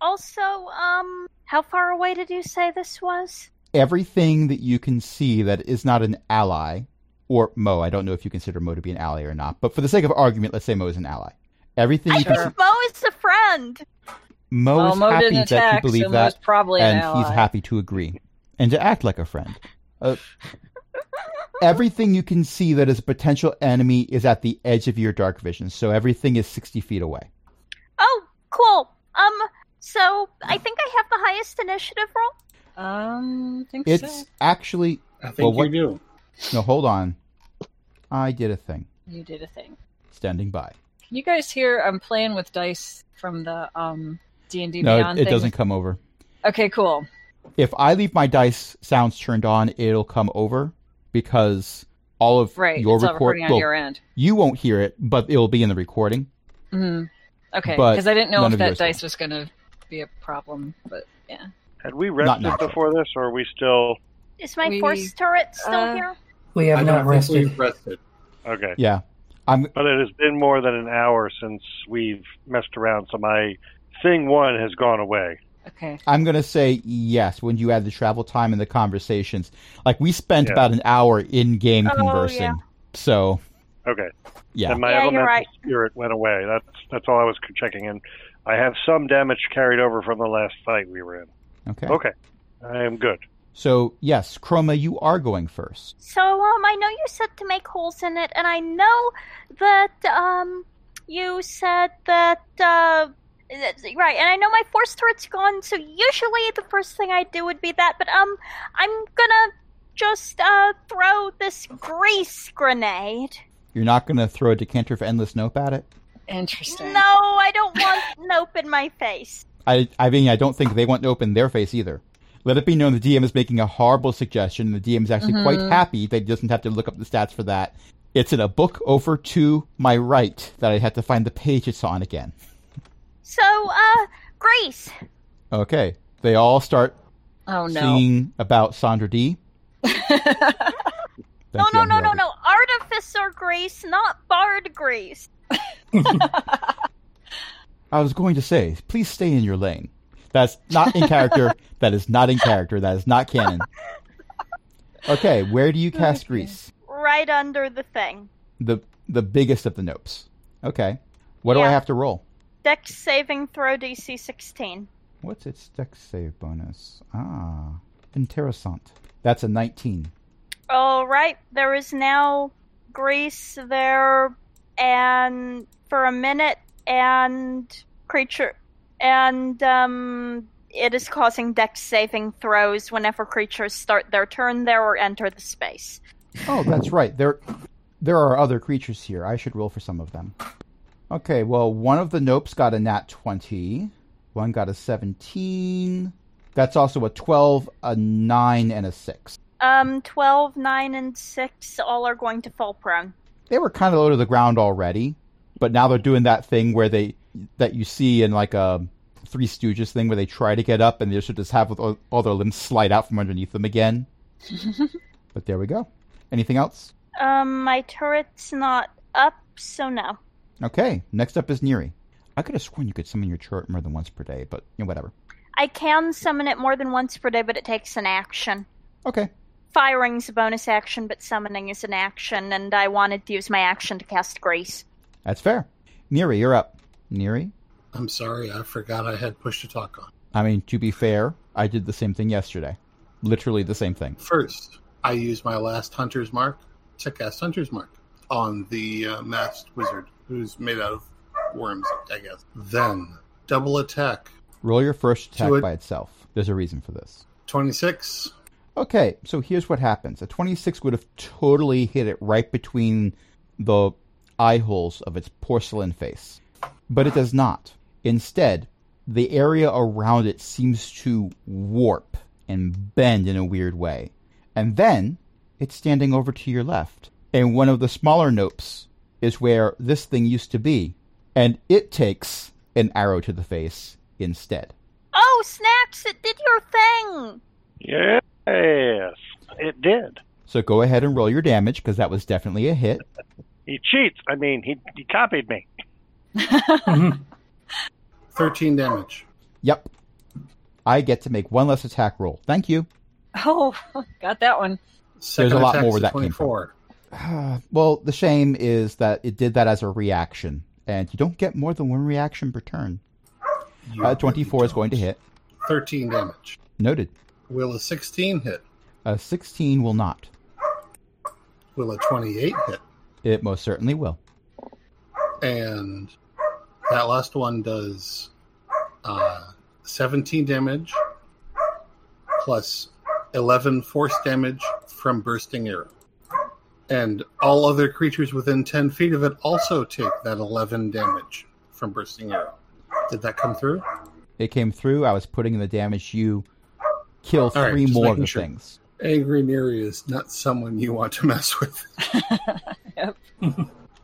Speaker 4: Also, um, how far away did you say this was?
Speaker 1: Everything that you can see that is not an ally, or Mo, I don't know if you consider Mo to be an ally or not, but for the sake of argument, let's say Mo is an ally. Everything
Speaker 4: I
Speaker 1: you can see,
Speaker 4: think Mo is a friend.
Speaker 1: Mo
Speaker 6: well,
Speaker 1: is
Speaker 6: Mo
Speaker 1: happy
Speaker 6: didn't
Speaker 1: that
Speaker 6: attack,
Speaker 1: you believe
Speaker 6: so Mo's
Speaker 1: that,
Speaker 6: probably an
Speaker 1: and
Speaker 6: ally.
Speaker 1: he's happy to agree and to act like a friend. Uh, Everything you can see that is a potential enemy is at the edge of your dark vision, so everything is 60 feet away.
Speaker 4: Oh, cool. Um, so I think I have the highest initiative roll.
Speaker 6: Um, I think
Speaker 1: It's
Speaker 6: so.
Speaker 1: actually.
Speaker 3: I think
Speaker 1: Well,
Speaker 3: you
Speaker 1: what-
Speaker 3: do.
Speaker 1: No, hold on. I did a thing.
Speaker 6: You did a thing.
Speaker 1: Standing by.
Speaker 6: Can you guys hear? I'm playing with dice from the um D and D
Speaker 1: No,
Speaker 6: Beyond
Speaker 1: it, it
Speaker 6: thing.
Speaker 1: doesn't come over.
Speaker 6: Okay, cool.
Speaker 1: If I leave my dice sounds turned on, it'll come over because all of
Speaker 6: Right,
Speaker 1: your
Speaker 6: it's all
Speaker 1: record.
Speaker 6: recording on
Speaker 1: well,
Speaker 6: your end.
Speaker 1: you won't hear it, but it'll be in the recording.
Speaker 6: Mm. Okay,
Speaker 1: But
Speaker 6: because I didn't know
Speaker 1: none
Speaker 6: if
Speaker 1: of
Speaker 6: that
Speaker 1: yours will.
Speaker 6: dice was going to be a problem, but yeah.
Speaker 7: Had we
Speaker 1: Not
Speaker 7: rested
Speaker 1: natural.
Speaker 7: before this, or are we still
Speaker 4: Is my
Speaker 6: We-
Speaker 4: force turret still
Speaker 6: uh,
Speaker 4: here?
Speaker 5: We have
Speaker 3: I don't
Speaker 5: not
Speaker 3: think (laughs)
Speaker 5: rested.
Speaker 3: we've rested.
Speaker 7: okay?
Speaker 1: Yeah. I'm
Speaker 7: But it has been more than an hour since we've messed around, so my thing one has gone away.
Speaker 6: Okay.
Speaker 1: I'm gonna say yes when you add the travel time and the conversations. Like we spent
Speaker 7: Yeah.
Speaker 1: about an hour in game
Speaker 4: Oh,
Speaker 1: conversing.
Speaker 4: yeah.
Speaker 1: So
Speaker 7: Okay.
Speaker 1: Yeah.
Speaker 7: And my
Speaker 4: Yeah, you're
Speaker 7: elemental
Speaker 4: right.
Speaker 7: spirit went away. That's that's all I was checking in. I have some damage carried over from the last fight we were in.
Speaker 1: okay.
Speaker 7: Okay. I am good.
Speaker 1: So yes, Chroma, you are going first.
Speaker 4: So, um, I know you said to make holes in it, and I know that, um, you said that, uh, that- right, and I know my force turret's gone, so usually the first thing I do would be that, but, um, I'm gonna just, uh, throw this grease grenade.
Speaker 1: You're not gonna throw a decanter of endless nope at it.
Speaker 6: Interesting.
Speaker 4: No, I don't want (laughs) nope in my face.
Speaker 1: I I mean I don't think they want to open their face either. Let it be known the DM is making a horrible suggestion. The DM is actually
Speaker 4: Mm-hmm.
Speaker 1: quite
Speaker 6: Mhm.
Speaker 1: happy that he doesn't have to look up the stats for that. It's in a book over to my right that I had to find the page it's on again.
Speaker 4: So, uh, grease.
Speaker 1: Okay. They all start
Speaker 6: Oh, no.
Speaker 1: singing about Sandra D.
Speaker 4: No,
Speaker 1: Thank you,
Speaker 4: no, no, no,
Speaker 1: Andrew.
Speaker 4: no. Artificer grease, not barred grease.
Speaker 1: I was going to say, please stay in your lane. That's not in
Speaker 4: (laughs)
Speaker 1: character. that is not in character. That is not canon. Okay, where do you cast Grease?
Speaker 4: Right under the thing.
Speaker 1: The the biggest of the nopes. Okay. What do I
Speaker 4: Yeah.
Speaker 1: have to roll?
Speaker 4: Dex saving throw DC 16.
Speaker 1: What's its dex save bonus? Ah, interessant. That's a 19.
Speaker 4: All right, there is now grease there, and for a minute, and creature, and um, it is causing dex saving throws whenever creatures start their turn there or enter the space.
Speaker 1: Oh, that's right. There there are other creatures here. I should roll for some of them. Okay, well, one of the nopes got a nat 20. One got a 17. That's also a 12, a 9, and a 6.
Speaker 4: Um, 12, 9, and 6 all are going to fall prone.
Speaker 1: They were kind of low to the ground already, but now they're doing that thing where they that you see in like a Three Stooges thing where they try to get up and they should just have all, all their limbs slide out from underneath them again. but there we go. Anything else?
Speaker 4: Um, my turret's not up, so no.
Speaker 1: Okay, next up is Neri. I could have sworn you could summon your chart more than once per day, but you know, whatever.
Speaker 4: I can summon it more than once per day, but it takes an action.
Speaker 1: Okay,
Speaker 4: Firing's a bonus action, but summoning is an action, and I wanted to use my action to cast Grace.
Speaker 1: that's fair. Neri, you're up. Neri?
Speaker 3: I'm sorry, I forgot I had push to talk on.
Speaker 1: I mean, to be fair, I did the same thing yesterday. Literally the same thing.
Speaker 3: First, I use my last Hunter's Mark to cast Hunter's Mark on the uh, masked wizard, who's made out of worms, I guess. Then, double attack
Speaker 1: Roll your first attack
Speaker 3: Do it.
Speaker 1: by itself. There's a reason for this.
Speaker 3: 26.
Speaker 1: Okay, so here's what happens. A 26 would have totally hit it right between the eye holes of its porcelain face. But it does not. Instead, the area around it seems to warp and bend in a weird way. And then it's standing over to your left. And one of the smaller nopes is where this thing used to be. And it takes an arrow to the face instead.
Speaker 4: Oh, snacks! It did your thing.
Speaker 7: Yes. It did.
Speaker 1: So go ahead and roll your damage because that was definitely a hit.
Speaker 7: He cheats. I mean, he he copied me.
Speaker 5: Mhm.
Speaker 3: 13 damage.
Speaker 1: Yep. I get to make one less attack roll. Thank you.
Speaker 6: (laughs)
Speaker 1: (sighs)
Speaker 6: oh, got that one.
Speaker 3: Second
Speaker 1: a lot
Speaker 3: attack's
Speaker 1: more where
Speaker 3: a
Speaker 1: that came from.
Speaker 3: 24.
Speaker 1: well, the shame is that it did that as a reaction, and you don't get more than one reaction per turn.
Speaker 3: You
Speaker 1: Uh, 24 is
Speaker 3: really
Speaker 1: going to
Speaker 3: don't.
Speaker 1: hit.
Speaker 3: 13 damage.
Speaker 1: Noted.
Speaker 3: Will a 16 hit?
Speaker 1: A 16 will not.
Speaker 3: Will a 28 hit?
Speaker 1: It most certainly will.
Speaker 3: And that last one does uh, 17 damage plus 11 force damage from Bursting Arrow. And all other creatures within 10 feet of it also take that 11 damage from Bursting Arrow. Did that come through?
Speaker 1: It came through. I was putting in the damage. You kill
Speaker 3: All right,
Speaker 1: three
Speaker 3: just
Speaker 1: more of
Speaker 3: making
Speaker 1: the
Speaker 3: sure.
Speaker 1: things.
Speaker 3: Angry Neri is not someone you want to mess with.
Speaker 6: Yep.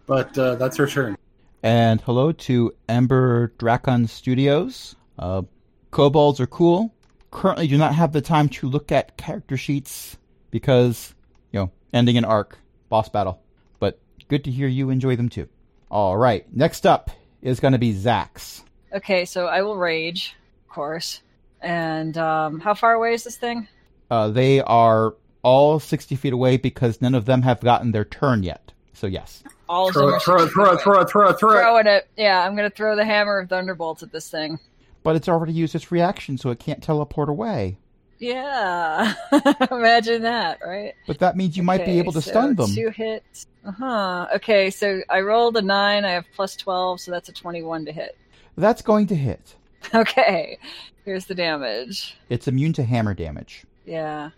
Speaker 3: but uh, that's her turn.
Speaker 1: And hello to Ember Dracon Studios. Uh, kobolds are cool. Currently, do not have the time to look at character sheets because, you know, ending an arc, boss battle. But good to hear you enjoy them too. All right, next up is going to be Zax.
Speaker 6: Okay, so I will rage, of course. And um, how far away is this thing?
Speaker 1: Uh, they are all 60 feet away because none of them have gotten their turn yet. So, yes.
Speaker 6: All of them
Speaker 3: Throw
Speaker 6: are
Speaker 3: it, throw
Speaker 6: six
Speaker 3: it,
Speaker 6: feet
Speaker 3: throw it,
Speaker 6: away.
Speaker 3: throw it, throw it, throw it.
Speaker 6: Throwing it. Yeah, I'm gonna throw the hammer of thunderbolts at this thing.
Speaker 1: But it's already used its reaction, so it can't teleport away.
Speaker 6: Yeah, (laughs) imagine that, right?
Speaker 1: But that means you might be
Speaker 6: Okay,
Speaker 1: able to
Speaker 6: so
Speaker 1: stun them.
Speaker 6: Two hits. Uh huh. Okay, so I rolled a nine. I have plus twelve, so that's a twenty-one to hit. (laughs)
Speaker 1: That's going to hit.
Speaker 6: Okay, here's the damage.
Speaker 1: It's immune to hammer damage.
Speaker 6: Yeah.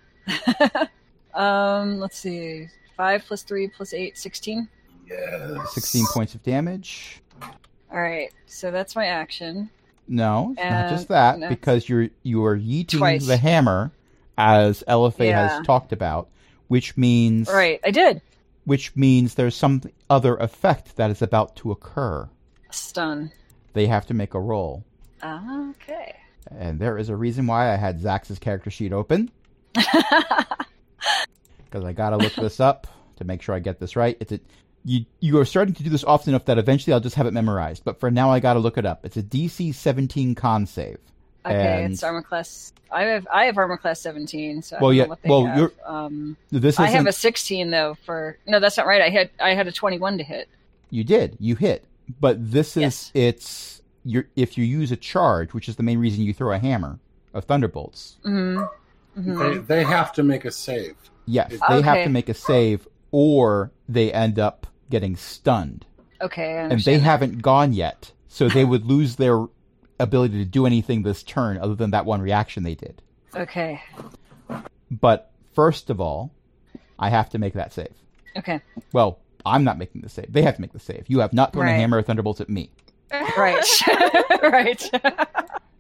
Speaker 6: (laughs) um, let's see. Five plus three plus eight, sixteen.
Speaker 3: Yes.
Speaker 1: 16 points of damage.
Speaker 6: All right, so that's my action.
Speaker 1: No, it's not
Speaker 6: Uh,
Speaker 1: just that
Speaker 6: no.
Speaker 1: because you're you are yeeting
Speaker 6: Twice.
Speaker 1: the hammer as LFA
Speaker 6: Yeah.
Speaker 1: has talked about, which means
Speaker 6: All right, I did.
Speaker 1: which means there's some other effect that is about to occur.
Speaker 6: Stun.
Speaker 1: They have to make a roll.
Speaker 6: Okay. (laughs)
Speaker 1: And there is a reason why I had Zax's character sheet open because I gotta
Speaker 6: (laughs)
Speaker 1: look this up to make sure I get this right. It's a you you are starting to do this often enough that eventually I'll just have it memorized. But for now, I gotta look it up. It's a DC 17 con save.
Speaker 6: Okay,
Speaker 1: And-
Speaker 6: it's armor class. I have I have armor class seventeen. So I
Speaker 1: Well,
Speaker 6: don't
Speaker 1: yeah,
Speaker 6: Know what they
Speaker 1: well,
Speaker 6: have.
Speaker 1: you're-
Speaker 6: Um,
Speaker 1: This
Speaker 6: I have
Speaker 1: isn't-
Speaker 6: a sixteen though. For no, that's not right. I had I had a twenty-one to hit.
Speaker 1: You did. You hit. But this is
Speaker 6: Yes.
Speaker 1: it's you if you use a charge, which is the main reason you throw a hammer of thunderbolts.
Speaker 6: hmm
Speaker 1: Mm-hmm.
Speaker 3: They, they have to make a save.
Speaker 1: Yes, they have
Speaker 6: Okay.
Speaker 1: to make a save or they end up getting stunned.
Speaker 6: Okay, I
Speaker 1: And they
Speaker 6: understand.
Speaker 1: haven't gone yet. So they would lose their ability to do anything this turn other than that one reaction they did.
Speaker 6: okay,
Speaker 1: But first of all, I have to make that save.
Speaker 6: okay,
Speaker 1: Well, I'm not making the save. They have to make the save. You have not thrown a
Speaker 6: Right.
Speaker 1: hammer of thunderbolts at me.
Speaker 6: right, (laughs) right.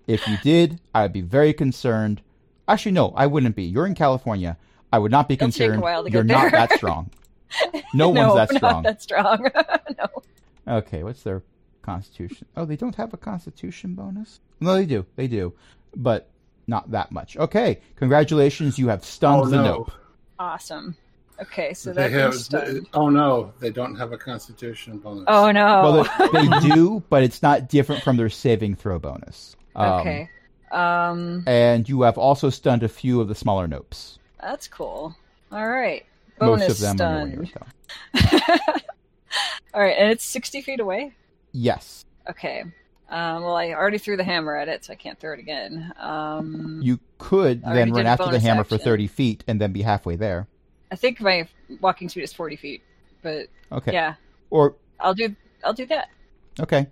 Speaker 1: If you did, I would be very concerned. Actually, no, I wouldn't be. You're in California. I would not be
Speaker 6: It'll take a
Speaker 1: concerned.
Speaker 6: while to
Speaker 1: You're
Speaker 6: get
Speaker 1: not
Speaker 6: there.
Speaker 1: that
Speaker 6: (laughs)
Speaker 1: strong. (laughs) No one's that
Speaker 6: not
Speaker 1: strong.
Speaker 6: that strong. (laughs) no.
Speaker 1: Okay, what's their constitution? Oh, they don't have a constitution bonus? No, they do. They do. But not that much. Okay, congratulations. You have stunned
Speaker 3: oh
Speaker 1: the
Speaker 3: no.
Speaker 1: nope.
Speaker 6: Awesome. Okay, so
Speaker 3: they
Speaker 6: that
Speaker 3: have,
Speaker 6: thing's stunned.
Speaker 3: oh no, they don't have a constitution bonus.
Speaker 6: Oh no.
Speaker 1: Well, they, they do, but it's not different from their saving throw bonus. Um,
Speaker 6: okay. Um,
Speaker 1: And you have also stunned a few of the smaller nopes.
Speaker 6: that's cool. All right. Bonus
Speaker 1: Most of them are nowhere
Speaker 6: stunned.
Speaker 1: near, though.
Speaker 6: (laughs) All right, and it's sixty feet away.
Speaker 1: Yes.
Speaker 6: Okay. Um, well, I already threw the hammer at it, so I can't throw it again. Um,
Speaker 1: You could
Speaker 6: Already
Speaker 1: then
Speaker 6: did
Speaker 1: run
Speaker 6: a
Speaker 1: after the
Speaker 6: bonus
Speaker 1: hammer for
Speaker 6: action.
Speaker 1: 30 feet and then be halfway there.
Speaker 6: I think my walking speed is forty feet, but
Speaker 1: Okay.
Speaker 6: yeah,
Speaker 1: Or,
Speaker 6: I'll do I'll do that.
Speaker 1: okay.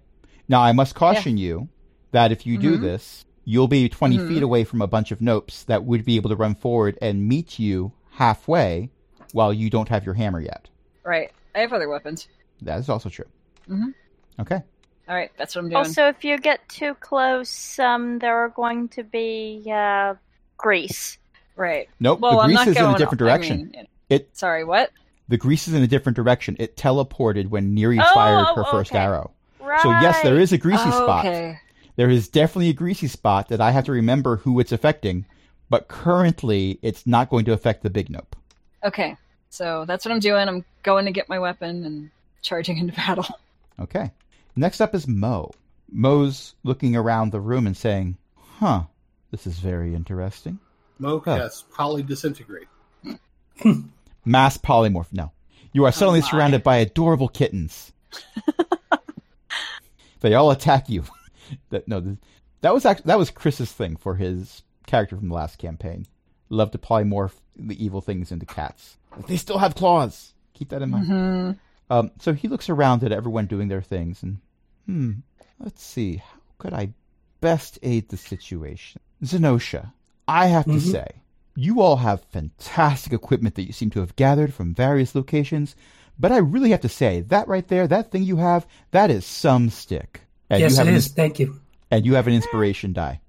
Speaker 1: Now, I must caution you that if you do
Speaker 6: Mhm.
Speaker 1: this, you'll be 20
Speaker 6: Mhm.
Speaker 1: feet away from a bunch of nopes that would be able to run forward and meet you halfway while you don't have your hammer yet.
Speaker 6: Right. I have other weapons.
Speaker 1: That is also true.
Speaker 6: Mhm.
Speaker 1: Okay.
Speaker 6: All right, that's what I'm doing.
Speaker 4: Also, if you get too close, um, there are going to be uh, grease.
Speaker 6: right.
Speaker 1: Nope.
Speaker 6: Well,
Speaker 1: Oh, the
Speaker 6: I'm
Speaker 1: grease
Speaker 6: not
Speaker 1: is
Speaker 6: going
Speaker 1: in a different direction.
Speaker 6: I mean,
Speaker 1: It-
Speaker 6: Sorry, what?
Speaker 1: The grease is in a different direction. It teleported when Neri
Speaker 4: Oh,
Speaker 1: fired her
Speaker 4: oh,
Speaker 1: first
Speaker 4: okay.
Speaker 1: arrow.
Speaker 4: Right.
Speaker 1: So, yes, there is a greasy
Speaker 6: Oh,
Speaker 1: spot.
Speaker 6: Okay.
Speaker 1: There is definitely a greasy spot that I have to remember who it's affecting, but currently it's not going to affect the big nope.
Speaker 6: Okay. So that's what I'm doing. I'm going to get my weapon and charging into battle. (laughs)
Speaker 1: Okay. Next up is Mo. Mo's looking around the room and saying, Huh, this is very interesting.
Speaker 3: Mo
Speaker 1: Oh.
Speaker 3: casts poly disintegrate.
Speaker 1: Mass polymorph. No. You are suddenly
Speaker 6: my.
Speaker 1: surrounded by adorable kittens. they all attack you. that, no, th- that was act- that was Chris's thing for his character from the last campaign. love to polymorph the evil things into cats. Like, they still have claws. Keep that in mind.
Speaker 5: Mm-hmm.
Speaker 6: Mhm.
Speaker 1: Um, so he looks around at everyone doing their things and, hmm, let's see, how could I best aid the situation? Zenosha, I have to
Speaker 5: Mhm.
Speaker 1: say, you all have fantastic equipment that you seem to have gathered from various locations, but I really have to say, that right there, that thing you have, that is some stick. And you
Speaker 5: yes,
Speaker 1: have
Speaker 5: it
Speaker 1: an
Speaker 5: is. Thank you.
Speaker 1: and you have an inspiration die.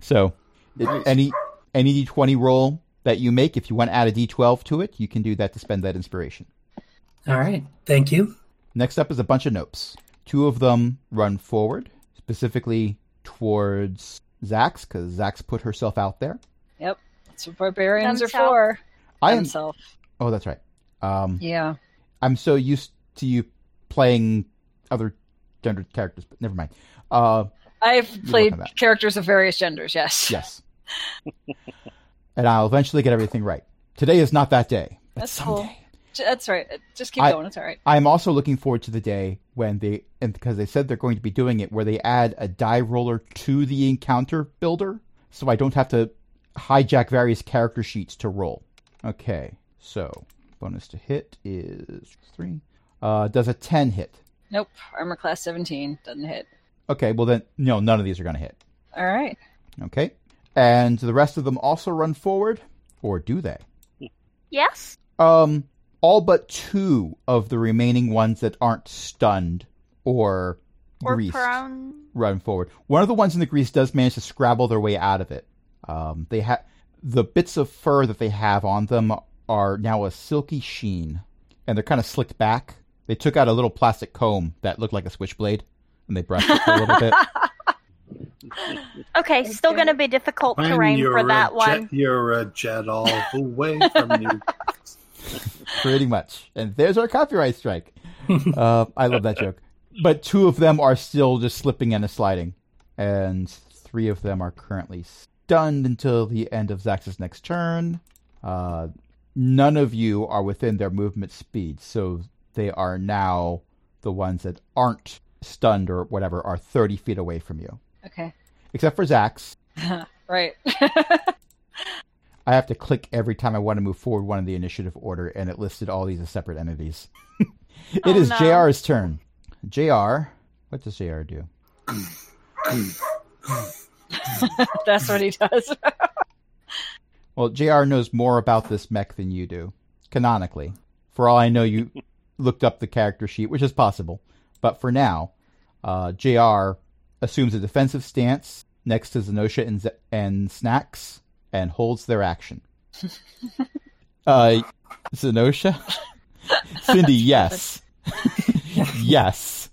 Speaker 1: So, it-
Speaker 3: Nice.
Speaker 1: any any d20 roll that you make, if you want to add a d12 to it, you can do that to spend that inspiration.
Speaker 5: All right. Thank you.
Speaker 1: Next up is a bunch of nopes. Two of them run forward, specifically towards Zax, because Zax put herself out there.
Speaker 6: That's what barbarians
Speaker 4: Themself.
Speaker 6: are for.
Speaker 1: I am.
Speaker 6: Themself.
Speaker 1: Oh, that's right. Um,
Speaker 6: Yeah.
Speaker 1: I'm so used to you playing other gendered characters, but never mind. Uh,
Speaker 6: I've
Speaker 1: welcome
Speaker 6: played
Speaker 1: back.
Speaker 6: characters of various genders, yes.
Speaker 1: Yes. and I'll eventually get everything right. Today is not that day. But
Speaker 6: That's
Speaker 1: someday.
Speaker 6: cool. J- (laughs) That's right. Just keep
Speaker 1: I-
Speaker 6: going. It's all right.
Speaker 1: I'm also looking forward to the day when they, and because they said they're going to be doing it, where they add a die roller to the encounter builder, so I don't have to hijack various character sheets to roll. Okay, so bonus to hit is three. Uh, does a ten hit?
Speaker 6: Nope. Armor class 17 doesn't hit.
Speaker 1: Okay, well then, no, none of these are going to hit.
Speaker 6: All right.
Speaker 1: Okay, and the rest of them also run forward, or do they?
Speaker 4: Yes?
Speaker 1: Um, all but two of the remaining ones that aren't stunned or,
Speaker 4: Or
Speaker 1: greased
Speaker 4: prone?
Speaker 1: run forward. One of the ones in the grease does manage to scrabble their way out of it. Um, they ha- the bits of fur that they have on them are now a silky sheen, and they're kind of slicked back. They took out a little plastic comb that looked like a switchblade, and they brushed it for a
Speaker 4: (laughs)
Speaker 1: little bit.
Speaker 4: Okay, still
Speaker 6: Okay.
Speaker 4: gonna be
Speaker 6: Oh,
Speaker 4: difficult terrain for
Speaker 3: uh,
Speaker 4: that one.
Speaker 3: you're a uh,
Speaker 6: (laughs)
Speaker 3: jet all the way from you.
Speaker 1: pretty much. And there's our copyright strike. uh, I love that joke. But two of them are still just slipping and a sliding, and three of them are currently stunned until the end of Zax's next turn. Uh, none of you are within their movement speed, so they are now the ones that aren't stunned or whatever are 30 feet away from you,
Speaker 6: Okay.
Speaker 1: except for Zax.
Speaker 6: Right. (laughs)
Speaker 1: I have to click every time I want to move forward one of the initiative order, and it listed all these as separate entities. (laughs) It
Speaker 4: Oh,
Speaker 1: is
Speaker 4: no.
Speaker 1: JR's turn. JR, what does JR do?
Speaker 6: That's what he does.
Speaker 1: Well, JR knows more about this mech than you do, canonically. For all I know, you looked up the character sheet, which is possible. But for now, uh, JR assumes a defensive stance next to Zenosha and, Z- and Snacks and holds their action. uh, Zenosha? Cindy, yes. (laughs) yes.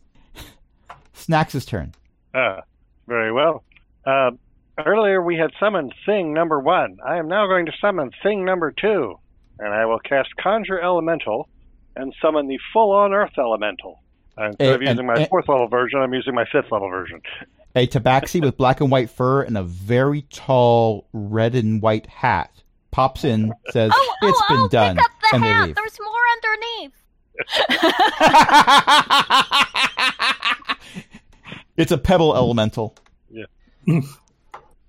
Speaker 1: Snacks' turn.
Speaker 7: Ah, very well. Um, earlier we had summoned thing number one. I am now going to summon thing number two, and I will cast Conjure Elemental and summon the full-on Earth Elemental. Uh, Instead
Speaker 1: Eh,
Speaker 7: of using
Speaker 1: and-
Speaker 7: my
Speaker 1: eh.
Speaker 7: fourth level version, I'm using my fifth level version.
Speaker 1: A tabaxi with black and white fur and a very tall red and white hat pops in, says,
Speaker 4: Oh,
Speaker 1: (laughs) "It's
Speaker 4: oh,
Speaker 1: been
Speaker 4: oh,
Speaker 1: done,"
Speaker 4: pick up the
Speaker 1: and
Speaker 4: hat.
Speaker 1: they leave.
Speaker 4: There's more underneath.
Speaker 1: (laughs) it's a pebble elemental.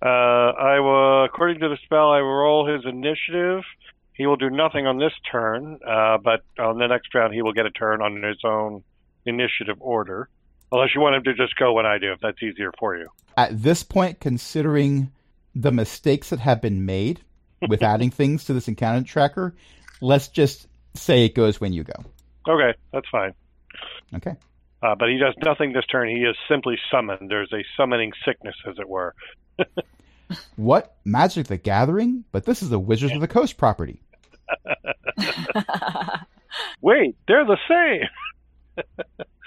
Speaker 7: Uh, I will, according to the spell, I will roll his initiative. He will do nothing on this turn, uh, but on the next round he will get a turn on his own initiative order. Unless you want him to just go when I do, if that's easier for you.
Speaker 1: At this point, considering the mistakes that have been made with
Speaker 4: (laughs)
Speaker 1: adding things to this encounter tracker, let's just say it goes when you go.
Speaker 7: Okay, that's fine.
Speaker 1: Okay.
Speaker 7: Uh, but he does nothing this turn. He is simply summoned. There's a summoning sickness, as it were.
Speaker 1: What Magic the Gathering? But this is the Wizards of the Coast property.
Speaker 7: Wait, they're the same.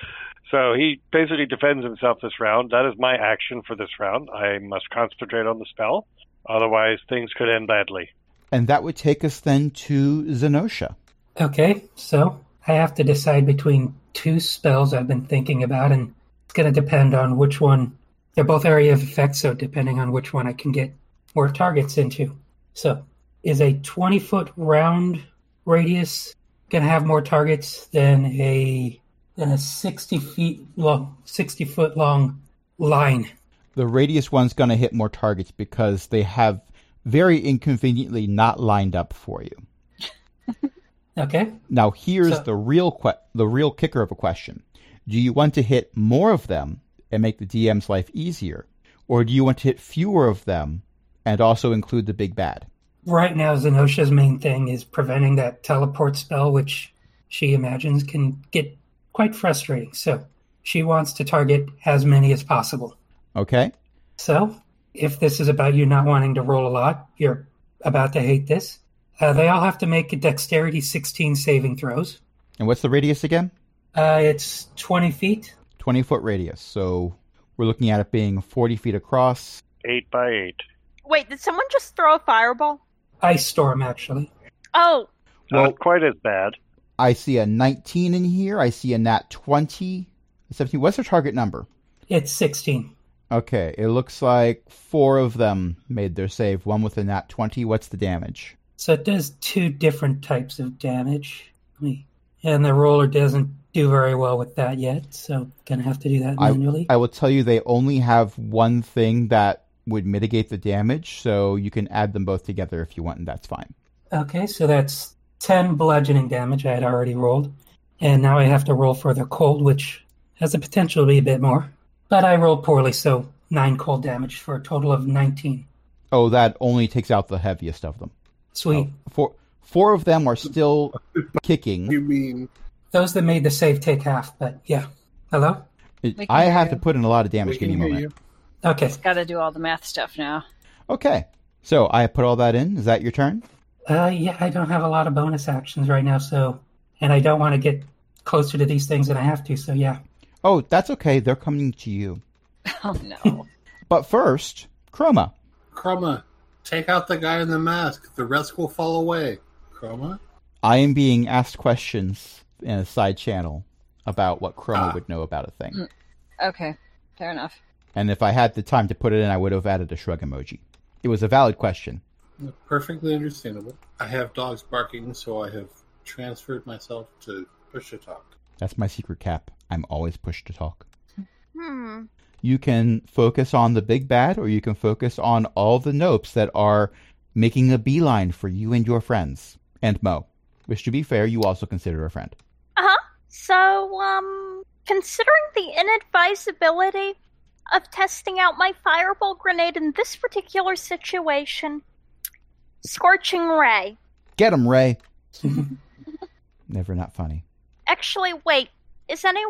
Speaker 7: (laughs) so he basically defends himself this round. That is my action for this round. I must concentrate on the spell. Otherwise, things could end badly.
Speaker 1: And that would take us then to Zenosha.
Speaker 5: Okay. So I have to decide between two spells I've been thinking about, and it's going to depend on which one. They're both area of effect, so depending on which one I can get more targets into. So is a 20 foot round radius going to have more targets than a than a 60 feet long 60 foot long line
Speaker 1: The radius one's going to hit more targets because they have very inconveniently not lined up for you.
Speaker 5: Okay.
Speaker 1: Now here's
Speaker 5: So-
Speaker 1: the real que- the real kicker of a question. Do you want to hit more of them and make the DM's life easier or do you want to hit fewer of them and also include the big bad?
Speaker 5: Right now, Zenosha's main thing is preventing that teleport spell, which she imagines can get quite frustrating. So she wants to target as many as possible.
Speaker 1: Okay?
Speaker 5: So, if this is about you not wanting to roll a lot, you're about to hate this. Uh, they all have to make dexterity 16 saving throws.
Speaker 1: And what's the radius again?
Speaker 5: Uh, it's 20 feet.
Speaker 1: 20 foot radius. So we're looking at it being 40 feet across.
Speaker 7: Eight by eight.
Speaker 4: Wait, did someone just throw a fireball?
Speaker 5: Ice storm, actually.
Speaker 4: Oh,
Speaker 1: Well-
Speaker 7: Not quite as bad.
Speaker 1: I see a 19 in here. I see a nat 20. 17. What's their target number?
Speaker 5: It's 16.
Speaker 1: Okay, it looks like four of them made their save, one with a nat 20. What's the damage?
Speaker 5: So it does two different types of damage. Let me- And the roller doesn't do very well with that yet, so gonna have to do that manually.
Speaker 1: I will tell you they only have one thing that would mitigate the damage, so you can add them both together if you want, and that's fine.
Speaker 5: okay, so that's 10 bludgeoning damage I had already rolled. And now I have to roll for the cold, which has the potential to be a bit more. But I rolled poorly, so 9 cold damage for a total of 19.
Speaker 1: Oh, that only takes out the heaviest of them. Oh.
Speaker 5: Sweet.
Speaker 1: Four, four of them are still kicking.
Speaker 3: You mean
Speaker 5: Those that made the save take half, but yeah. Hello?
Speaker 6: can
Speaker 1: I have
Speaker 6: hear
Speaker 1: to put in a lot of
Speaker 3: we
Speaker 1: (laughs) damage. Give
Speaker 3: can
Speaker 1: me a
Speaker 3: hear
Speaker 1: moment.
Speaker 3: you?
Speaker 5: Okay.
Speaker 4: (laughs)
Speaker 6: Got to do all the math stuff now.
Speaker 1: Okay, so I put all that in. Is that your turn?
Speaker 5: Uh, yeah, I don't have a lot of bonus actions right now, so, and I don't want to get closer to these things than I have to, so yeah.
Speaker 1: Oh, that's okay. They're coming to you.
Speaker 4: (laughs)
Speaker 6: Oh no.
Speaker 1: But first, Chroma.
Speaker 3: Chroma, take out the guy in the mask. The rest will fall away. Chroma?
Speaker 1: I am being asked questions in a side channel about what Chroma
Speaker 3: Ah.
Speaker 1: would know about a thing.
Speaker 6: Mm. okay. Fair enough.
Speaker 1: And if I had the time to put it in, I would have added a shrug emoji. It was a valid question.
Speaker 3: Perfectly understandable. I have dogs barking, so I have transferred myself to push to talk.
Speaker 1: That's my secret cap. I'm always pushed to talk.
Speaker 4: hmm.
Speaker 1: You can focus on the big bad, or you can focus on all the nopes that are making a beeline for you and your friends. And Mo, which to be fair, you also consider a friend.
Speaker 4: Uh-huh. So, um, considering the inadvisability of testing out my fireball grenade in this particular situation, Scorching Ray.
Speaker 1: Get him, Ray. Never not funny.
Speaker 4: Actually, wait, is any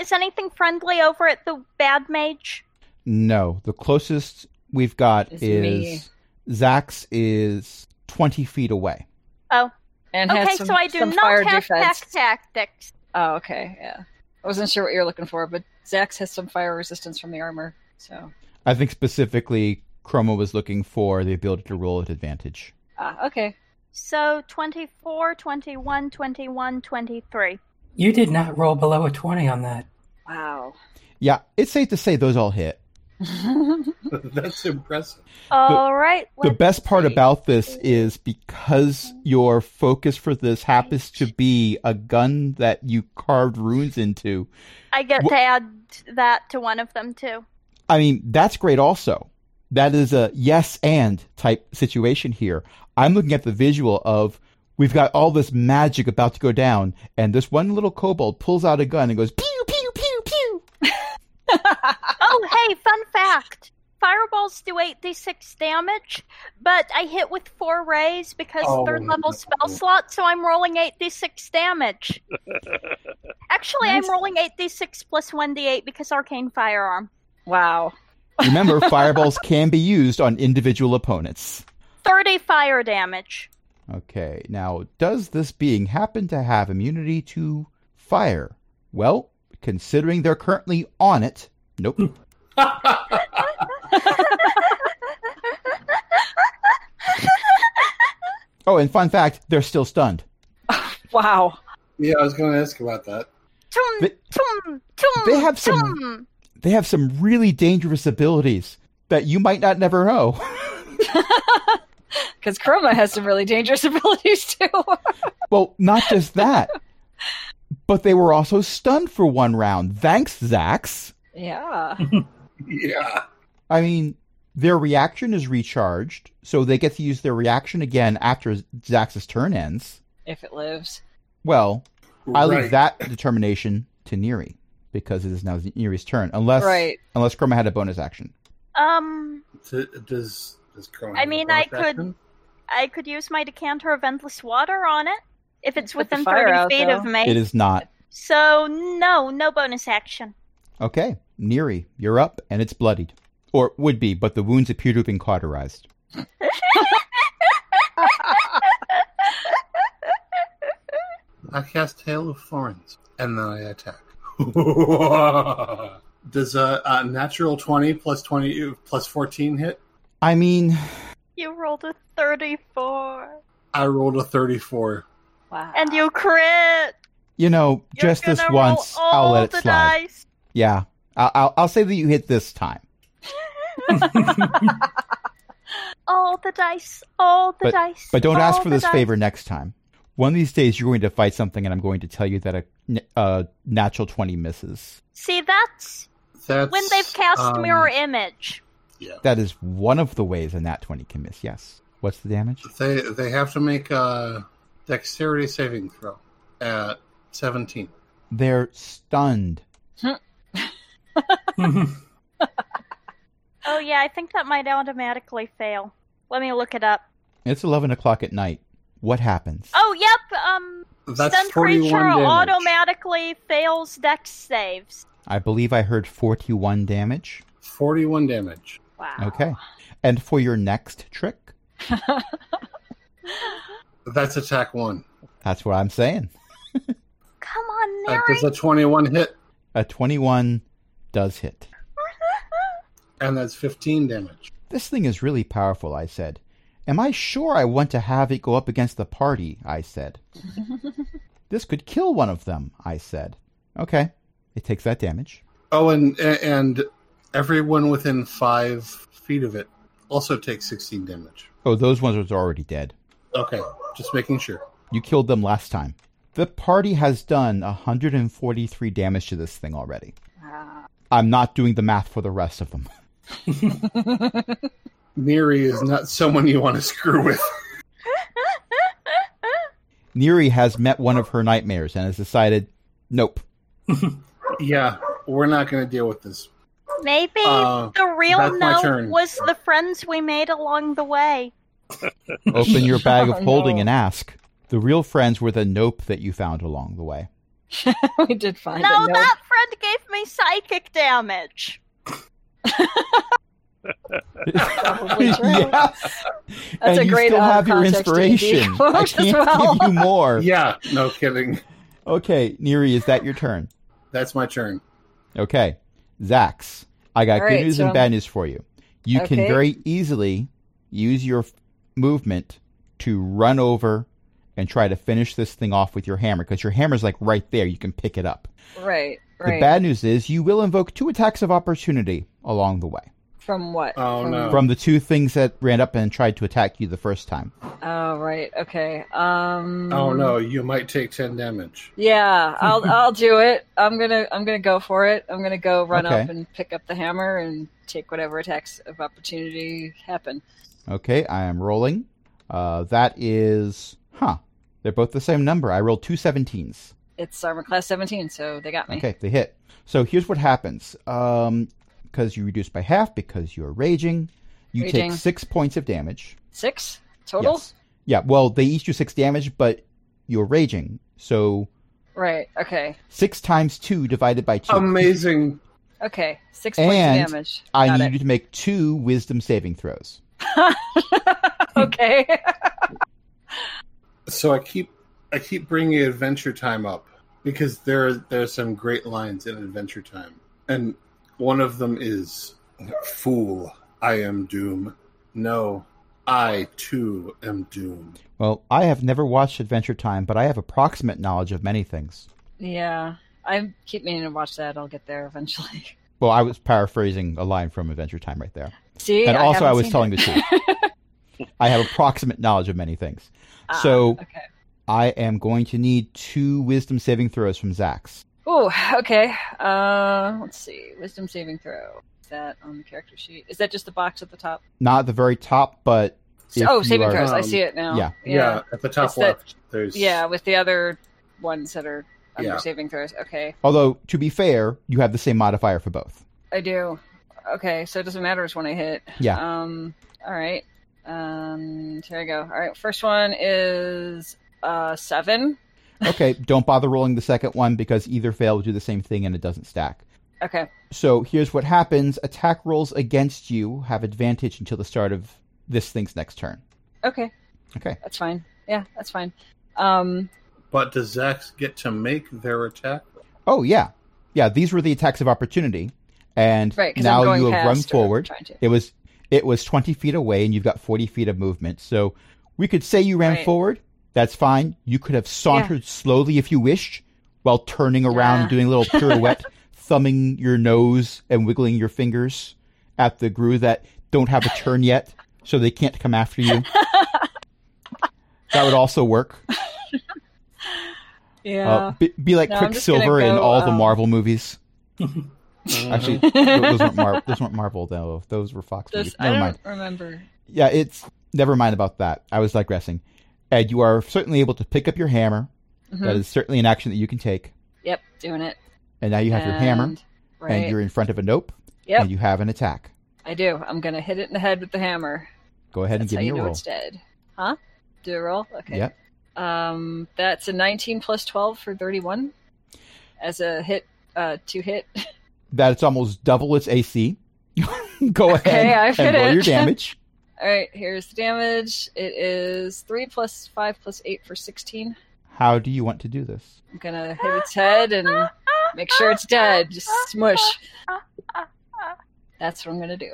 Speaker 4: is anything friendly over at the Bad Mage?
Speaker 1: No, the closest we've got
Speaker 6: It's
Speaker 1: is Zax is twenty feet away.
Speaker 6: And
Speaker 4: Okay,
Speaker 6: has some,
Speaker 4: so I do
Speaker 6: some
Speaker 4: not
Speaker 6: fire
Speaker 4: have
Speaker 6: defense.
Speaker 4: pack tactics.
Speaker 6: Oh, okay. Yeah. I wasn't sure what you were looking for, but Zax has some fire resistance from the armor. So.
Speaker 1: I think specifically Chroma was looking for the ability to roll at advantage.
Speaker 6: Ah, okay.
Speaker 4: So 24, 21, 21, 23.
Speaker 5: You did not roll below a 20 on that. (laughs)
Speaker 6: Wow. (laughs)
Speaker 1: Yeah, it's safe to say those all hit.
Speaker 3: (laughs) That's impressive.
Speaker 4: All right.
Speaker 1: the
Speaker 4: let's
Speaker 1: best part
Speaker 4: see.
Speaker 1: about this is because your focus for this happens to be a gun that you carved runes into.
Speaker 4: I get
Speaker 1: wh-
Speaker 4: to add that to one of them too.
Speaker 1: I mean, that's great also. That is a yes and type situation here. I'm looking at the visual of we've got all this magic about to go down, and this one little kobold pulls out a gun and goes pew, pew, pew, pew. (laughs)
Speaker 4: oh, hey, fun fact. Fireballs do 8d6 damage, but I hit with four rays because
Speaker 3: Oh,
Speaker 4: third level spell
Speaker 3: no.
Speaker 4: slot, so I'm rolling 8d6 damage.
Speaker 1: (laughs)
Speaker 4: Actually,
Speaker 6: Nice.
Speaker 4: I'm rolling 8d6 plus 1d8 because Arcane Firearm.
Speaker 6: Wow.
Speaker 1: Remember, fireballs can be used on individual opponents.
Speaker 4: 30 fire damage.
Speaker 1: Okay, now does this being happen to have immunity to fire? Well, considering they're currently on it, nope. oh, and fun fact, they're still stunned.
Speaker 6: Wow.
Speaker 3: Yeah, I was going to ask about that.
Speaker 4: Tum,
Speaker 1: They-
Speaker 4: tum, tum,
Speaker 1: they have some-
Speaker 4: tum.
Speaker 1: They have some really dangerous abilities that you might not never know. (laughs)
Speaker 6: Because Chroma has some really dangerous (laughs) abilities too.
Speaker 1: well, not just that, but they were also stunned for
Speaker 4: (laughs)
Speaker 1: one round. Thanks, Zax.
Speaker 6: yeah.
Speaker 3: Yeah.
Speaker 1: I mean, Their reaction is recharged, so they get to use their reaction again after Zax's turn ends.
Speaker 6: if it lives.
Speaker 1: Well, I
Speaker 3: Right.
Speaker 1: leave that determination to Neri because it is now Neri's turn, unless
Speaker 4: (laughs)
Speaker 6: Right.
Speaker 1: unless Chroma had a bonus action.
Speaker 4: Um,
Speaker 3: D- Does does Cronin
Speaker 4: I
Speaker 3: have a
Speaker 4: mean,
Speaker 3: bonus
Speaker 4: I could-
Speaker 3: action?
Speaker 4: I could use my decanter of endless water on it if it's
Speaker 6: Put the
Speaker 4: within
Speaker 6: fire
Speaker 4: thirty
Speaker 6: out,
Speaker 4: feet
Speaker 6: though.
Speaker 4: of me.
Speaker 1: It is not
Speaker 4: So no, no bonus action.
Speaker 1: okay. Neri, you're up, and it's bloodied, or would be, but the wounds appear to have been cauterized.
Speaker 3: I cast Hail of Thorns, and then I attack. (laughs) Does a, a natural twenty plus twenty plus fourteen hit?
Speaker 1: I mean,
Speaker 4: You rolled a thirty-four,
Speaker 3: I rolled a thirty-four.
Speaker 6: Wow.
Speaker 4: and you crit.
Speaker 1: you know,
Speaker 4: You're
Speaker 1: just this
Speaker 4: gonna roll
Speaker 1: once, I'll
Speaker 4: all
Speaker 1: let it
Speaker 4: the
Speaker 1: slide.
Speaker 4: dice.
Speaker 1: Yeah, I'll, I'll I'll say that you hit this time.
Speaker 4: All the dice. All the dice.
Speaker 1: But don't ask
Speaker 4: all
Speaker 1: for
Speaker 4: the
Speaker 1: this
Speaker 4: dice.
Speaker 1: favor next time. One of these days, you're going to fight something, and I'm going to tell you that a, a natural 20 misses.
Speaker 4: See, that's
Speaker 3: That's
Speaker 4: when they've cast
Speaker 3: um,
Speaker 4: mirror image.
Speaker 3: Yeah,
Speaker 1: That is one of the ways a nat 20 can miss, yes. What's the damage?
Speaker 3: they they have to make a dexterity saving throw at seventeen.
Speaker 1: They're stunned.
Speaker 4: Oh yeah, I think that might automatically fail. Let me look it up.
Speaker 1: It's 11 o'clock at night. What happens?
Speaker 4: Oh yep. Um,
Speaker 3: That's
Speaker 4: stunned
Speaker 3: forty-one
Speaker 4: creature
Speaker 3: damage.
Speaker 4: automatically fails dex saves.
Speaker 1: I believe I heard 41 damage.
Speaker 3: Forty-one damage.
Speaker 6: wow.
Speaker 1: Okay. And for your next trick,
Speaker 3: That's attack one.
Speaker 1: that's what I'm saying.
Speaker 4: Come on,
Speaker 3: Uh,
Speaker 4: Neri.
Speaker 3: does a twenty-one hit?
Speaker 1: A 21 does hit.
Speaker 3: And that's fifteen damage.
Speaker 1: This thing is really powerful, I said. Am I sure I want to have it go up against the party? I
Speaker 6: (laughs)
Speaker 1: said. this could kill one of them, I said. Okay, it takes that damage.
Speaker 3: Oh, and and everyone within five feet of it also takes sixteen damage.
Speaker 1: Oh, those ones was already dead.
Speaker 3: Okay, just making sure.
Speaker 1: You killed them last time. The party has done 143 damage to this thing already.
Speaker 6: Wow.
Speaker 1: I'm not doing the math for the rest of them. (laughs)
Speaker 3: Neri is not someone you want to screw with. (laughs)
Speaker 1: Neri has met one of her nightmares and has decided, nope.
Speaker 3: yeah, we're not going to deal with this.
Speaker 4: Maybe
Speaker 3: Uh,
Speaker 4: the real
Speaker 3: that's my
Speaker 4: no
Speaker 3: turn.
Speaker 4: was the friends we made along the way.
Speaker 1: Open your bag of
Speaker 6: (laughs) Oh,
Speaker 1: holding
Speaker 6: no.
Speaker 1: and ask. The real friends were the nope that you found along the way.
Speaker 6: (laughs) we did find
Speaker 4: no,
Speaker 6: it. No.
Speaker 4: that friend gave me psychic damage.
Speaker 1: (laughs)
Speaker 6: Probably true.
Speaker 1: yes.
Speaker 6: That's
Speaker 1: and
Speaker 6: a
Speaker 1: you
Speaker 6: great
Speaker 1: still
Speaker 6: out of
Speaker 1: have your
Speaker 6: context D&D (laughs)
Speaker 1: inspiration.
Speaker 6: quote
Speaker 1: I
Speaker 6: as
Speaker 1: can't
Speaker 6: well.
Speaker 1: give you
Speaker 6: (laughs)
Speaker 1: more.
Speaker 3: Yeah, no kidding.
Speaker 1: Okay, Neri, is that your turn?
Speaker 3: That's my turn.
Speaker 1: Okay, Zax, I got
Speaker 6: All
Speaker 1: good
Speaker 6: right,
Speaker 1: news
Speaker 6: so-
Speaker 1: and bad news for you. You can
Speaker 6: Okay.
Speaker 1: very easily use your f- movement to run over and try to finish this thing off with your hammer because your hammer's like right there. You can pick it up.
Speaker 6: Right, right.
Speaker 1: The bad news is you will invoke two attacks of opportunity along the way
Speaker 6: From what?
Speaker 3: Oh,
Speaker 6: From-
Speaker 3: no.
Speaker 1: from the two things that ran up and tried to attack you the first time.
Speaker 6: Oh, right. Okay. Um.
Speaker 3: Oh no, you might take ten damage.
Speaker 6: Yeah,
Speaker 1: (laughs)
Speaker 6: I'll I'll do it. I'm gonna I'm gonna go for it. I'm gonna go run
Speaker 1: Okay.
Speaker 6: up and pick up the hammer and take whatever attacks of opportunity happen.
Speaker 1: Okay, I am rolling. Uh, that is, huh? They're both the same number. I rolled two 17s.
Speaker 6: It's armor class 17, so they got me.
Speaker 1: Okay, they hit. So here's what happens. Um, because you reduce by half because you're raging, you
Speaker 6: Raging.
Speaker 1: take six points of damage.
Speaker 6: Six total.
Speaker 1: Yes. Yeah. Well, they each do six damage, but you're raging, so
Speaker 6: Right. Okay.
Speaker 1: six times two divided by two.
Speaker 3: Amazing.
Speaker 6: Okay. Six
Speaker 1: And
Speaker 6: points of damage.
Speaker 1: I
Speaker 6: got
Speaker 1: need
Speaker 6: it.
Speaker 1: you to make two wisdom saving throws.
Speaker 6: (laughs) okay.
Speaker 3: So I keep I keep bringing Adventure Time up because there there's some great lines in Adventure Time, and one of them is "Fool, I am doom. No, I too am doom."
Speaker 1: Well, I have never watched Adventure Time, but I have approximate knowledge of many things.
Speaker 6: yeah. I keep meaning to watch that. I'll get there eventually. (laughs)
Speaker 1: Well, I was paraphrasing a line from Adventure Time right there.
Speaker 6: See.
Speaker 1: and also, I,
Speaker 6: haven't
Speaker 1: was
Speaker 6: seen
Speaker 1: telling
Speaker 6: it.
Speaker 1: the truth.
Speaker 6: (laughs)
Speaker 1: I have approximate knowledge of many things.
Speaker 6: Ah,
Speaker 1: so
Speaker 6: Okay.
Speaker 1: I am going to need two wisdom saving throws from Zax.
Speaker 6: Oh. Okay. Uh. Let's see. Wisdom saving throw. that on the character sheet? Is that just the box at the top?
Speaker 1: Not at the very top, but if
Speaker 6: oh,
Speaker 1: you
Speaker 6: saving
Speaker 1: are-
Speaker 6: throws. I
Speaker 3: Um,
Speaker 6: see it now.
Speaker 1: yeah.
Speaker 3: Yeah, at the top
Speaker 6: It's that-
Speaker 3: left, there's
Speaker 6: Yeah, with the other ones that are under
Speaker 3: Yeah.
Speaker 6: saving throws. Okay,
Speaker 1: Although to be fair, you have the same modifier for both.
Speaker 6: I do. Okay, so it doesn't matter which one I hit.
Speaker 1: Yeah.
Speaker 6: Um. All right. Um. Here we go. All right. First one is uh seven. (laughs)
Speaker 1: Okay, don't bother rolling the second one because either fail will do the same thing and it doesn't stack.
Speaker 6: Okay.
Speaker 1: So here's what happens: attack rolls against you have advantage until the start of this thing's next turn.
Speaker 6: Okay.
Speaker 1: Okay.
Speaker 6: That's fine. Yeah, that's fine. Um.
Speaker 3: But does Zax get to make their attack?
Speaker 1: Oh yeah, yeah. These were the attacks of opportunity, and
Speaker 6: Right. 'cause I'm
Speaker 1: now
Speaker 6: going
Speaker 1: you have run
Speaker 6: past or
Speaker 1: forward.
Speaker 6: trying to.
Speaker 1: It was it was twenty feet away, and you've got forty feet of movement. So we could say you ran
Speaker 6: Right.
Speaker 1: forward. That's fine. You could have sauntered slowly if you wished, while turning around and
Speaker 6: Yeah.
Speaker 1: doing a little
Speaker 6: (laughs)
Speaker 1: pirouette, thumbing your nose and wiggling your fingers at the grew that don't have a turn yet, so they can't come after
Speaker 6: (laughs)
Speaker 1: you. that would also work.
Speaker 6: Yeah.
Speaker 1: Uh,
Speaker 6: (laughs)
Speaker 1: be, be like
Speaker 6: No, I'm just gonna
Speaker 1: Quicksilver in
Speaker 6: go,
Speaker 1: all the
Speaker 6: um,
Speaker 1: Marvel movies. Actually,
Speaker 6: (laughs)
Speaker 1: th- those weren't, Mar- those weren't Marvel though. Those were Fox
Speaker 6: Does-
Speaker 1: movies.
Speaker 6: I
Speaker 1: Never
Speaker 6: don't
Speaker 1: mind.
Speaker 6: remember.
Speaker 1: Yeah, it's never mind about that. I was digressing. Ed, you are certainly able to pick up your hammer.
Speaker 6: Mhm.
Speaker 1: That is certainly an action that you can take.
Speaker 6: Yep, doing it.
Speaker 1: And now you have your hammer,
Speaker 6: And- Right.
Speaker 1: and you're in front of a nope,
Speaker 6: Yep.
Speaker 1: and you have an attack.
Speaker 6: I do. I'm gonna hit it in the head with the hammer.
Speaker 1: Go ahead
Speaker 6: That's
Speaker 1: and
Speaker 6: how
Speaker 1: give me
Speaker 6: you
Speaker 1: a
Speaker 6: know
Speaker 1: roll.
Speaker 6: it's dead. Huh? Do a roll? Okay.
Speaker 1: Yep.
Speaker 6: Um, that's a 19 plus 12 for 31 as a hit, uh, two hit. (laughs)
Speaker 1: That's almost double its AC. (laughs) Go
Speaker 6: Okay,
Speaker 1: ahead
Speaker 6: I've
Speaker 1: and
Speaker 6: hit
Speaker 1: roll
Speaker 6: it. (laughs)
Speaker 1: your damage.
Speaker 6: All right, here's the damage. It is 3 plus 5 plus 8 for 16.
Speaker 1: How do you want to do this?
Speaker 6: I'm gonna hit its head and make sure it's dead. Just smush. (laughs) That's what I'm gonna do.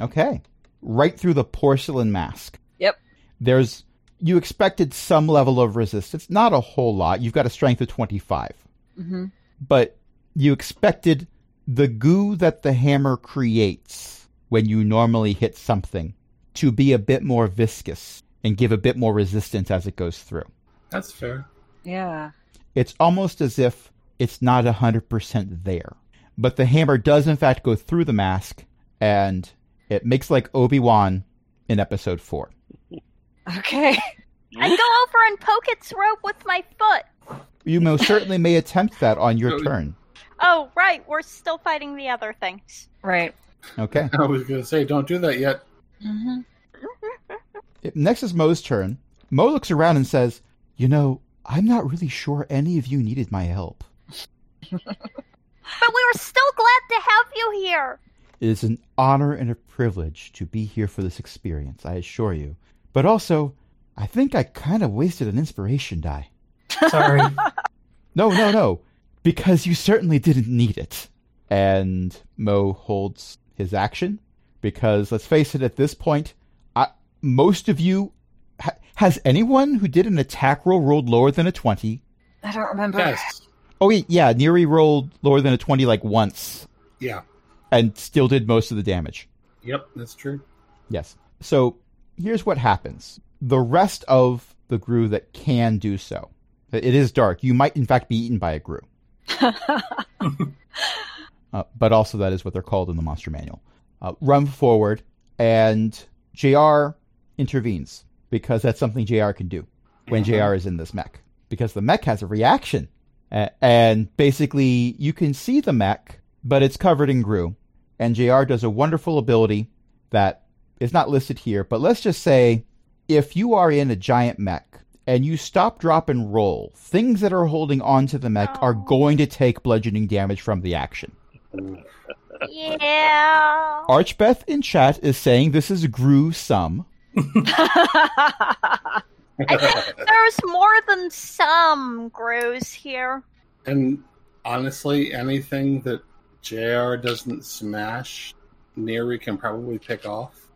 Speaker 1: Okay. Right through the porcelain mask.
Speaker 6: Yep.
Speaker 1: There's you expected some level of resistance, not a whole lot. You've got a strength of 25,
Speaker 6: Mm-hmm.
Speaker 1: but you expected the goo that the hammer creates when you normally hit something to be a bit more viscous and give a bit more resistance as it goes through.
Speaker 3: That's fair. (laughs)
Speaker 6: Yeah.
Speaker 1: It's almost as if it's not 100% there. But the hammer does, in fact, go through the mask, and it makes like Obi Wan in episode four.
Speaker 6: Okay. (laughs)
Speaker 4: I go over and poke its rope with my foot.
Speaker 1: You most certainly may attempt that on your
Speaker 3: Oh.
Speaker 1: turn.
Speaker 4: Oh, right, we're still fighting the other things.
Speaker 6: Right.
Speaker 1: Okay.
Speaker 3: I was going to say, don't do that yet.
Speaker 6: Mm-hmm.
Speaker 1: Next is Mo's turn. Mo looks around and says, You know, I'm not really sure any of you needed my help.
Speaker 4: But we were still glad to have you here.
Speaker 1: It is an honor and a privilege to be here for this experience, I assure you. But also, I think I kind of wasted an inspiration die.
Speaker 5: Sorry.
Speaker 1: No, no, no. Because you certainly didn't need it. And Mo holds his action because let's face it, at this point, I, most of you ha, has anyone who did an attack roll rolled lower than a twenty?
Speaker 6: I don't remember.
Speaker 3: Yes.
Speaker 1: Oh wait, yeah, Neri rolled lower than a twenty like once
Speaker 3: Yeah.
Speaker 1: and still did most of the damage.
Speaker 3: Yep, that's true.
Speaker 1: Yes. So here's what happens. The rest of the Gru that can do so. It is dark. You might in fact be eaten by a Gru. uh, but also that is what they're called in the monster manual. Uh, run forward, and JR intervenes because that's something JR can do when JR is in this mech because the mech has a reaction. A- and basically, you can see the mech, but it's covered in gru. And JR does a wonderful ability that is not listed here, but let's just say if you are in a giant mech and you stop, drop, and roll, things that are holding onto the mech are
Speaker 4: Oh.
Speaker 1: going to take bludgeoning damage from the action.
Speaker 3: (laughs)
Speaker 4: Yeah.
Speaker 1: Archbeth in chat is saying this is gruesome.
Speaker 4: I think there's more than some grows here.
Speaker 3: And honestly, anything that JR doesn't smash, Neri can probably pick off.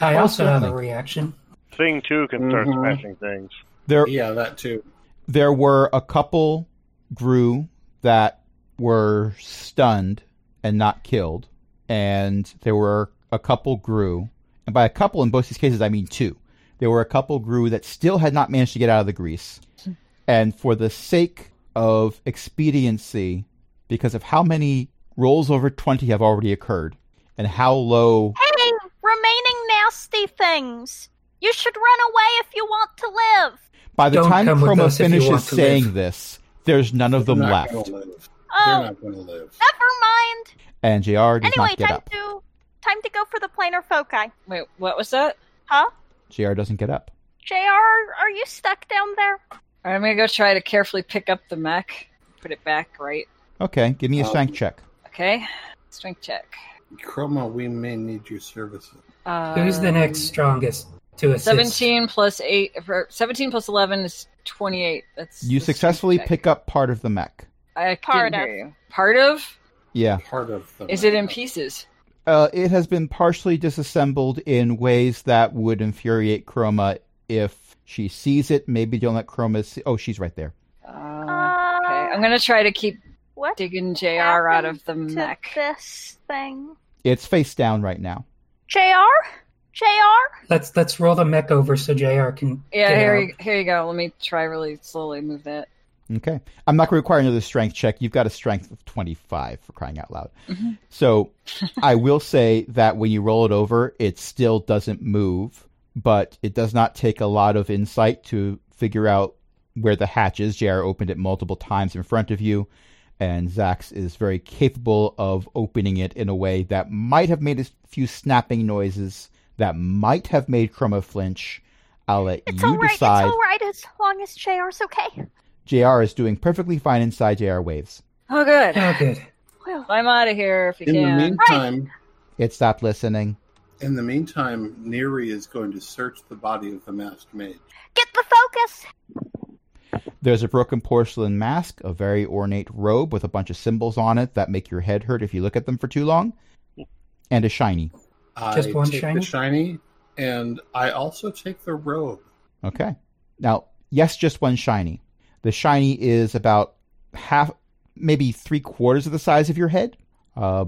Speaker 5: I also have a
Speaker 1: Certainly.
Speaker 5: reaction.
Speaker 7: Thing two can start
Speaker 1: Mm-hmm.
Speaker 3: Mhm.
Speaker 7: smashing things.
Speaker 1: There,
Speaker 3: Yeah, that too.
Speaker 1: there were a couple grew that were stunned and not killed, and there were a couple grew, and by a couple in both these cases I mean two. There were a couple grew that still had not managed to get out of the grease, and for the sake of expediency, because of how many rolls over 20 have already occurred. And how low.
Speaker 4: Hey, remaining nasty things. You should run away if you want to live.
Speaker 1: By the
Speaker 5: Don't
Speaker 1: time
Speaker 5: come with
Speaker 1: Chroma
Speaker 5: us if you
Speaker 1: finishes
Speaker 5: want to
Speaker 1: saying
Speaker 5: live.
Speaker 1: this, there's none of them
Speaker 3: They're not
Speaker 1: left.
Speaker 3: gonna live. They're
Speaker 4: Oh,
Speaker 3: not going to live.
Speaker 4: never mind.
Speaker 1: And JR does
Speaker 4: Anyway,
Speaker 1: not get
Speaker 4: time
Speaker 1: up.
Speaker 4: to time to go for the planar foci,
Speaker 6: Wait, what was that?
Speaker 4: huh?
Speaker 1: JR doesn't get up.
Speaker 4: Jr. Are you stuck down there?
Speaker 6: All right, I'm gonna go try to carefully pick up the mech, put it back right.
Speaker 1: Okay, give me a
Speaker 6: Uh,
Speaker 3: Um,
Speaker 1: strength check.
Speaker 6: Okay, strength check.
Speaker 3: Chroma, we may need your services.
Speaker 6: Um,
Speaker 5: Who's the next strongest to assist?
Speaker 6: 17 plus 8 or 17 plus 11 is 28 that's
Speaker 1: You
Speaker 6: the strength
Speaker 1: successfully
Speaker 6: check.
Speaker 1: pick up part of the mech.
Speaker 6: I
Speaker 4: Part
Speaker 6: part
Speaker 4: of.
Speaker 6: of you. part of
Speaker 1: Yeah.
Speaker 3: Part of them.
Speaker 6: is it in pieces
Speaker 1: Uh, it has been partially disassembled in ways that would infuriate Chroma if she sees it. Maybe don't let Chroma see. Oh, she's right there.
Speaker 6: uh,
Speaker 4: Uh,
Speaker 6: okay i'm gonna try to keep
Speaker 4: what
Speaker 6: digging jr out of the
Speaker 4: to
Speaker 6: mech
Speaker 4: this thing?
Speaker 1: It's face down right now.
Speaker 4: Jr. Jr.
Speaker 5: Let's let's roll the mech over so Jr. can.
Speaker 6: yeah
Speaker 5: get
Speaker 6: here
Speaker 5: out.
Speaker 6: you, here you go let me try really slowly move that
Speaker 1: Okay. I'm not going to require another strength check. You've got a strength of 25 for crying out loud.
Speaker 4: Mm-hmm.
Speaker 6: Mhm.
Speaker 1: So I will say that when you roll it over, it still doesn't move, but it does not take a lot of insight to figure out where the hatch is. JR opened it multiple times in front of you, and Zax is very capable of opening it in a way that might have made a few snapping noises that might have made Chroma flinch. I'll let
Speaker 4: It's
Speaker 1: you
Speaker 4: all right.
Speaker 1: decide.
Speaker 4: It's all right as long as Jr.'s okay.
Speaker 1: JR is doing perfectly fine inside JR waves.
Speaker 6: oh good
Speaker 5: Oh, good.
Speaker 4: Well,
Speaker 6: i'm out of here if you
Speaker 3: In the
Speaker 6: can
Speaker 3: meantime,
Speaker 1: It stopped listening.
Speaker 3: in the meantime, Neri is going to search the body of the masked mage.
Speaker 4: get the focus.
Speaker 1: There's a broken porcelain mask, a very ornate robe with a bunch of symbols on it that make your head hurt if you look at them for too long, and a shiny.
Speaker 3: I
Speaker 5: Just one
Speaker 3: take
Speaker 5: shiny?
Speaker 3: the shiny, and I also take
Speaker 6: (laughs)
Speaker 3: the robe.
Speaker 1: Okay. Now, yes, just one shiny. The shiny is about half, maybe three quarters of the size of your head, uh,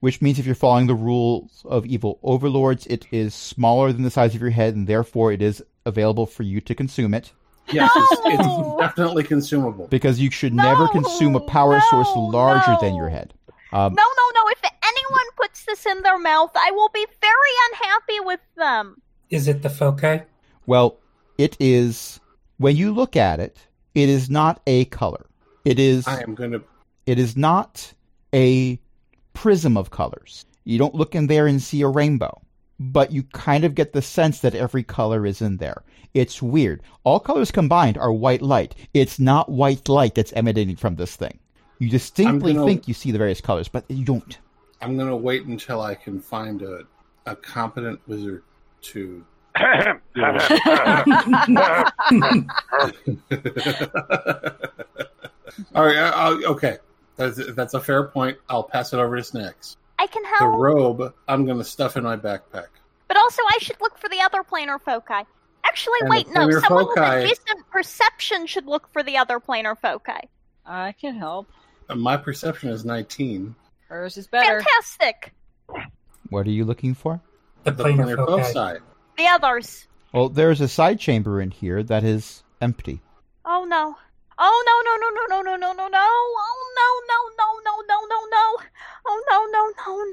Speaker 1: which means if you're following the rules of evil overlords, it is smaller than the size of your head, and therefore it is available for you to consume it.
Speaker 3: Yes, it's,
Speaker 4: No!
Speaker 6: Oh.
Speaker 3: it's definitely consumable.
Speaker 1: because you should never consume a
Speaker 4: No,
Speaker 1: power source
Speaker 4: no,
Speaker 1: larger than
Speaker 4: no.
Speaker 1: your head. Um,
Speaker 4: No, no, no. If anyone puts this in their mouth, I will be very unhappy with them.
Speaker 5: Is it the
Speaker 6: (laughs)
Speaker 5: foci?
Speaker 1: Well, it is when you look at it, it is not a color. It is
Speaker 3: I am going to.
Speaker 1: it is not a prism of colors. You don't look in there and see a rainbow, but you kind of get the sense that every color is in there. It's weird. All colors combined are white light. It's not white light that's emanating from this thing. You distinctly
Speaker 3: gonna-
Speaker 1: think you see the various colors, but you don't.
Speaker 3: I'm going to wait until I can find a, a competent wizard to. (laughs) All right. I, I, okay. That's, that's a fair point. I'll pass it over to Snacks.
Speaker 4: I can
Speaker 3: The
Speaker 4: help,
Speaker 3: robe, I'm going to stuff in my backpack.
Speaker 4: but also I should look for the other planar foci. Actually,
Speaker 3: And
Speaker 4: wait,
Speaker 3: the
Speaker 4: no.
Speaker 3: planar
Speaker 4: Someone with
Speaker 3: foci-
Speaker 4: a decent perception should look for the other planar foci.
Speaker 6: i can help
Speaker 3: Uh, My perception is 19.
Speaker 6: hers is better
Speaker 4: Fantastic.
Speaker 1: What are you looking for?
Speaker 5: The
Speaker 3: The
Speaker 5: planar
Speaker 3: planar
Speaker 5: foci.
Speaker 3: foci.
Speaker 4: The others.
Speaker 1: Well, there's a side chamber in here that is empty.
Speaker 4: Oh no. Oh no no no no no no no no no. Oh no no no no no no no. Oh no no no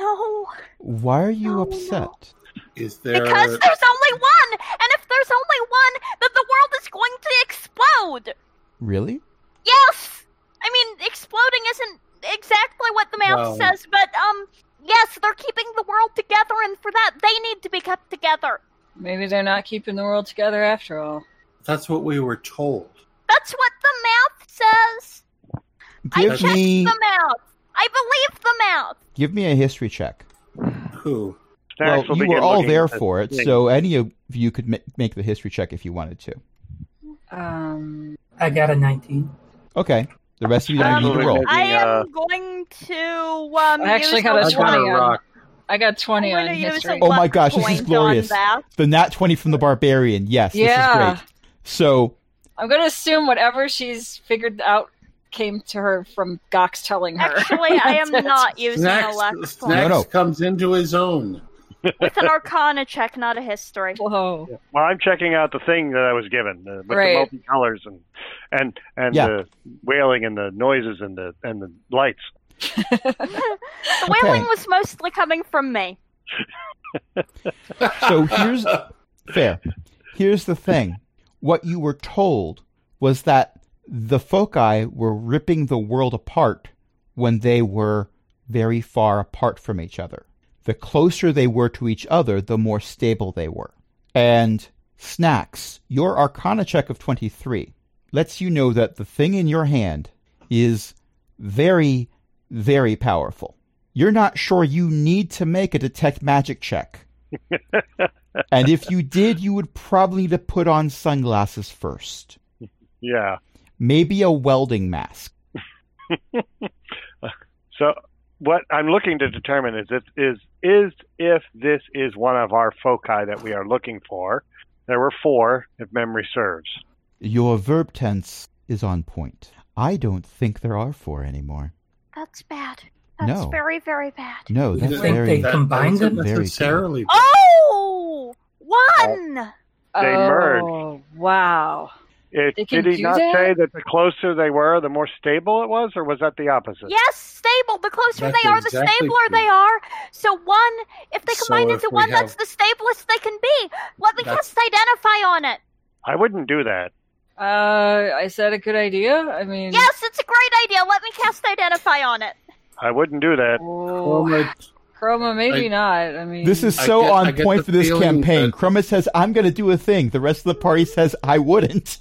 Speaker 4: no.
Speaker 1: Why are you
Speaker 4: Oh,
Speaker 1: upset?
Speaker 3: Is there?
Speaker 4: Because there's only one, and if there's only one, then the world is going to explode.
Speaker 1: Really?
Speaker 4: Yes. I mean, exploding isn't exactly what the
Speaker 3: Well-
Speaker 4: mouth says, but um, yes, they're keeping the world together, and for that, they need to be kept together.
Speaker 6: maybe they're not keeping the world together after all
Speaker 3: (laughs) That's what we were told.
Speaker 4: That's what the mouth says. I
Speaker 1: Give
Speaker 4: checked
Speaker 1: me
Speaker 4: the mouth. I believe the mouth.
Speaker 1: give me a history check.
Speaker 3: Who?
Speaker 7: (laughs) Snacks
Speaker 1: well,
Speaker 7: will
Speaker 1: you
Speaker 7: begin
Speaker 1: were all
Speaker 7: looking
Speaker 1: there
Speaker 7: at
Speaker 1: for it,
Speaker 7: things.
Speaker 1: so any of you could ma- make the history check if you wanted to.
Speaker 6: um
Speaker 5: I got a 19.
Speaker 1: Okay. The rest of you don't need to
Speaker 7: Absolutely.
Speaker 1: roll.
Speaker 4: I am
Speaker 7: uh,
Speaker 4: going to. Um,
Speaker 6: I actually
Speaker 4: use
Speaker 6: got a
Speaker 4: a
Speaker 3: I got a
Speaker 6: twenty.
Speaker 4: one.
Speaker 6: on-
Speaker 3: rock.
Speaker 6: i got 20
Speaker 4: I'm
Speaker 6: on
Speaker 4: gonna use a
Speaker 6: history
Speaker 1: Oh my
Speaker 4: luck
Speaker 1: gosh, this is
Speaker 4: point on
Speaker 1: glorious.
Speaker 4: that.
Speaker 1: The nat twenty from the barbarian. Yes,
Speaker 6: Yeah.
Speaker 1: this is great. So
Speaker 6: I'm gonna assume whatever she's figured out came to her from Gox telling her.
Speaker 4: Actually, I
Speaker 6: (laughs)
Speaker 4: am
Speaker 6: That's-
Speaker 4: not using a
Speaker 3: Snacks,
Speaker 4: luck point.
Speaker 1: No,
Speaker 3: Snacks
Speaker 1: no.
Speaker 3: comes into his own.
Speaker 4: It's an Arcana check, not a history.
Speaker 6: Whoa.
Speaker 7: Well, I'm checking out the thing that I was given uh, with
Speaker 6: Right.
Speaker 7: the multicolors and and and
Speaker 1: Yeah.
Speaker 7: the wailing and the noises and the and the lights.
Speaker 4: The wailing was mostly coming from me.
Speaker 1: So here's fair. Here's the thing. What you were told was that the foci were ripping the world apart when they were very far apart from each other. The closer they were to each other, the more stable they were. And snacks, your arcana check of 23 lets you know that the thing in your hand is very, very powerful. You're not sure you need to make a detect magic check. and if you did, you would probably need to put on sunglasses first.
Speaker 7: Yeah.
Speaker 1: Maybe a welding mask.
Speaker 7: So what I'm looking to determine is if, is is if this is one of our foci that we are looking for. There were four, if memory serves.
Speaker 1: Your verb tense is on point. I don't think there are four anymore.
Speaker 4: That's bad. That's
Speaker 1: No.
Speaker 4: very, very bad.
Speaker 1: No, Oh, that's
Speaker 5: think
Speaker 1: very.
Speaker 5: they- combined
Speaker 3: that wasn't
Speaker 1: them? Very
Speaker 3: necessarily.
Speaker 4: Oh, one.
Speaker 7: They
Speaker 6: oh,
Speaker 7: merged.
Speaker 6: Wow.
Speaker 7: It,
Speaker 6: They can
Speaker 7: did he
Speaker 6: do
Speaker 7: not
Speaker 6: that?
Speaker 7: say that the closer they were, the more stable it was, or was that the opposite?
Speaker 4: Yes, stable. The closer
Speaker 3: That's
Speaker 4: they are, the
Speaker 3: exactly
Speaker 4: stabler
Speaker 3: true.
Speaker 4: they are. So one, if they
Speaker 3: So
Speaker 4: combine
Speaker 3: if
Speaker 4: into
Speaker 3: we
Speaker 4: one,
Speaker 3: have-
Speaker 4: that's the stablest they can be. Let me
Speaker 3: That's-
Speaker 4: cast identify on it.
Speaker 7: I wouldn't do that.
Speaker 6: Uh, is that a good idea? I mean,
Speaker 4: Yes, it's a great idea. Let me cast identify on it.
Speaker 7: I wouldn't do that.
Speaker 3: Oh,
Speaker 6: oh,
Speaker 3: my-
Speaker 6: Chroma, maybe
Speaker 3: I-
Speaker 6: not. I mean,
Speaker 1: This is
Speaker 3: I
Speaker 1: so
Speaker 3: get- I
Speaker 1: on
Speaker 3: get
Speaker 1: point
Speaker 3: the
Speaker 1: for this
Speaker 3: feeling
Speaker 1: campaign.
Speaker 3: that-
Speaker 1: Chroma says, I'm going to do a thing. The rest of the party says, I wouldn't.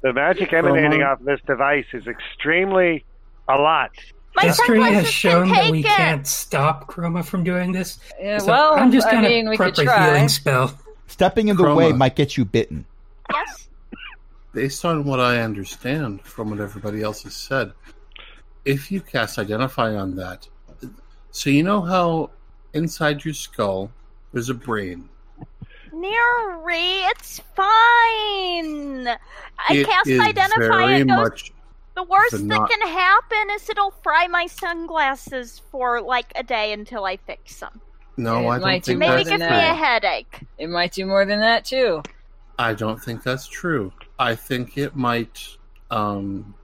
Speaker 7: The magic emanating
Speaker 3: Roman.
Speaker 7: off this device is extremely a lot.
Speaker 4: My
Speaker 5: History
Speaker 4: sunglasses
Speaker 5: has shown
Speaker 4: can
Speaker 5: that
Speaker 4: take
Speaker 5: we
Speaker 4: it.
Speaker 5: can't stop Chroma from doing this.
Speaker 6: Yeah,
Speaker 5: So
Speaker 6: well,
Speaker 5: I'm just
Speaker 6: I
Speaker 5: gonna
Speaker 6: mean, we could
Speaker 5: prep a
Speaker 6: try.
Speaker 5: healing spell.
Speaker 1: Stepping in the
Speaker 3: Chroma.
Speaker 1: way might get you bitten.
Speaker 4: Yes.
Speaker 3: Based on what I understand from what everybody else has said, if you cast identify on that, so you know how inside your skull there's a brain.
Speaker 4: Neri, it's fine. I
Speaker 3: It
Speaker 4: cast
Speaker 3: is
Speaker 4: identify.
Speaker 3: very
Speaker 4: It goes.
Speaker 3: much
Speaker 4: The worst
Speaker 3: the
Speaker 4: that
Speaker 3: not-
Speaker 4: can happen is it'll fry my sunglasses for like a day until I fix them.
Speaker 3: no.
Speaker 6: It
Speaker 3: I don't
Speaker 6: might do
Speaker 3: think
Speaker 6: more
Speaker 4: Maybe
Speaker 3: that's
Speaker 6: than
Speaker 4: give
Speaker 3: true.
Speaker 4: me
Speaker 6: that.
Speaker 4: a headache.
Speaker 6: it might do more than that too.
Speaker 3: I don't think that's true. I think it might. Um,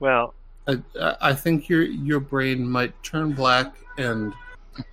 Speaker 7: Well,
Speaker 3: I, I think your your brain might turn black and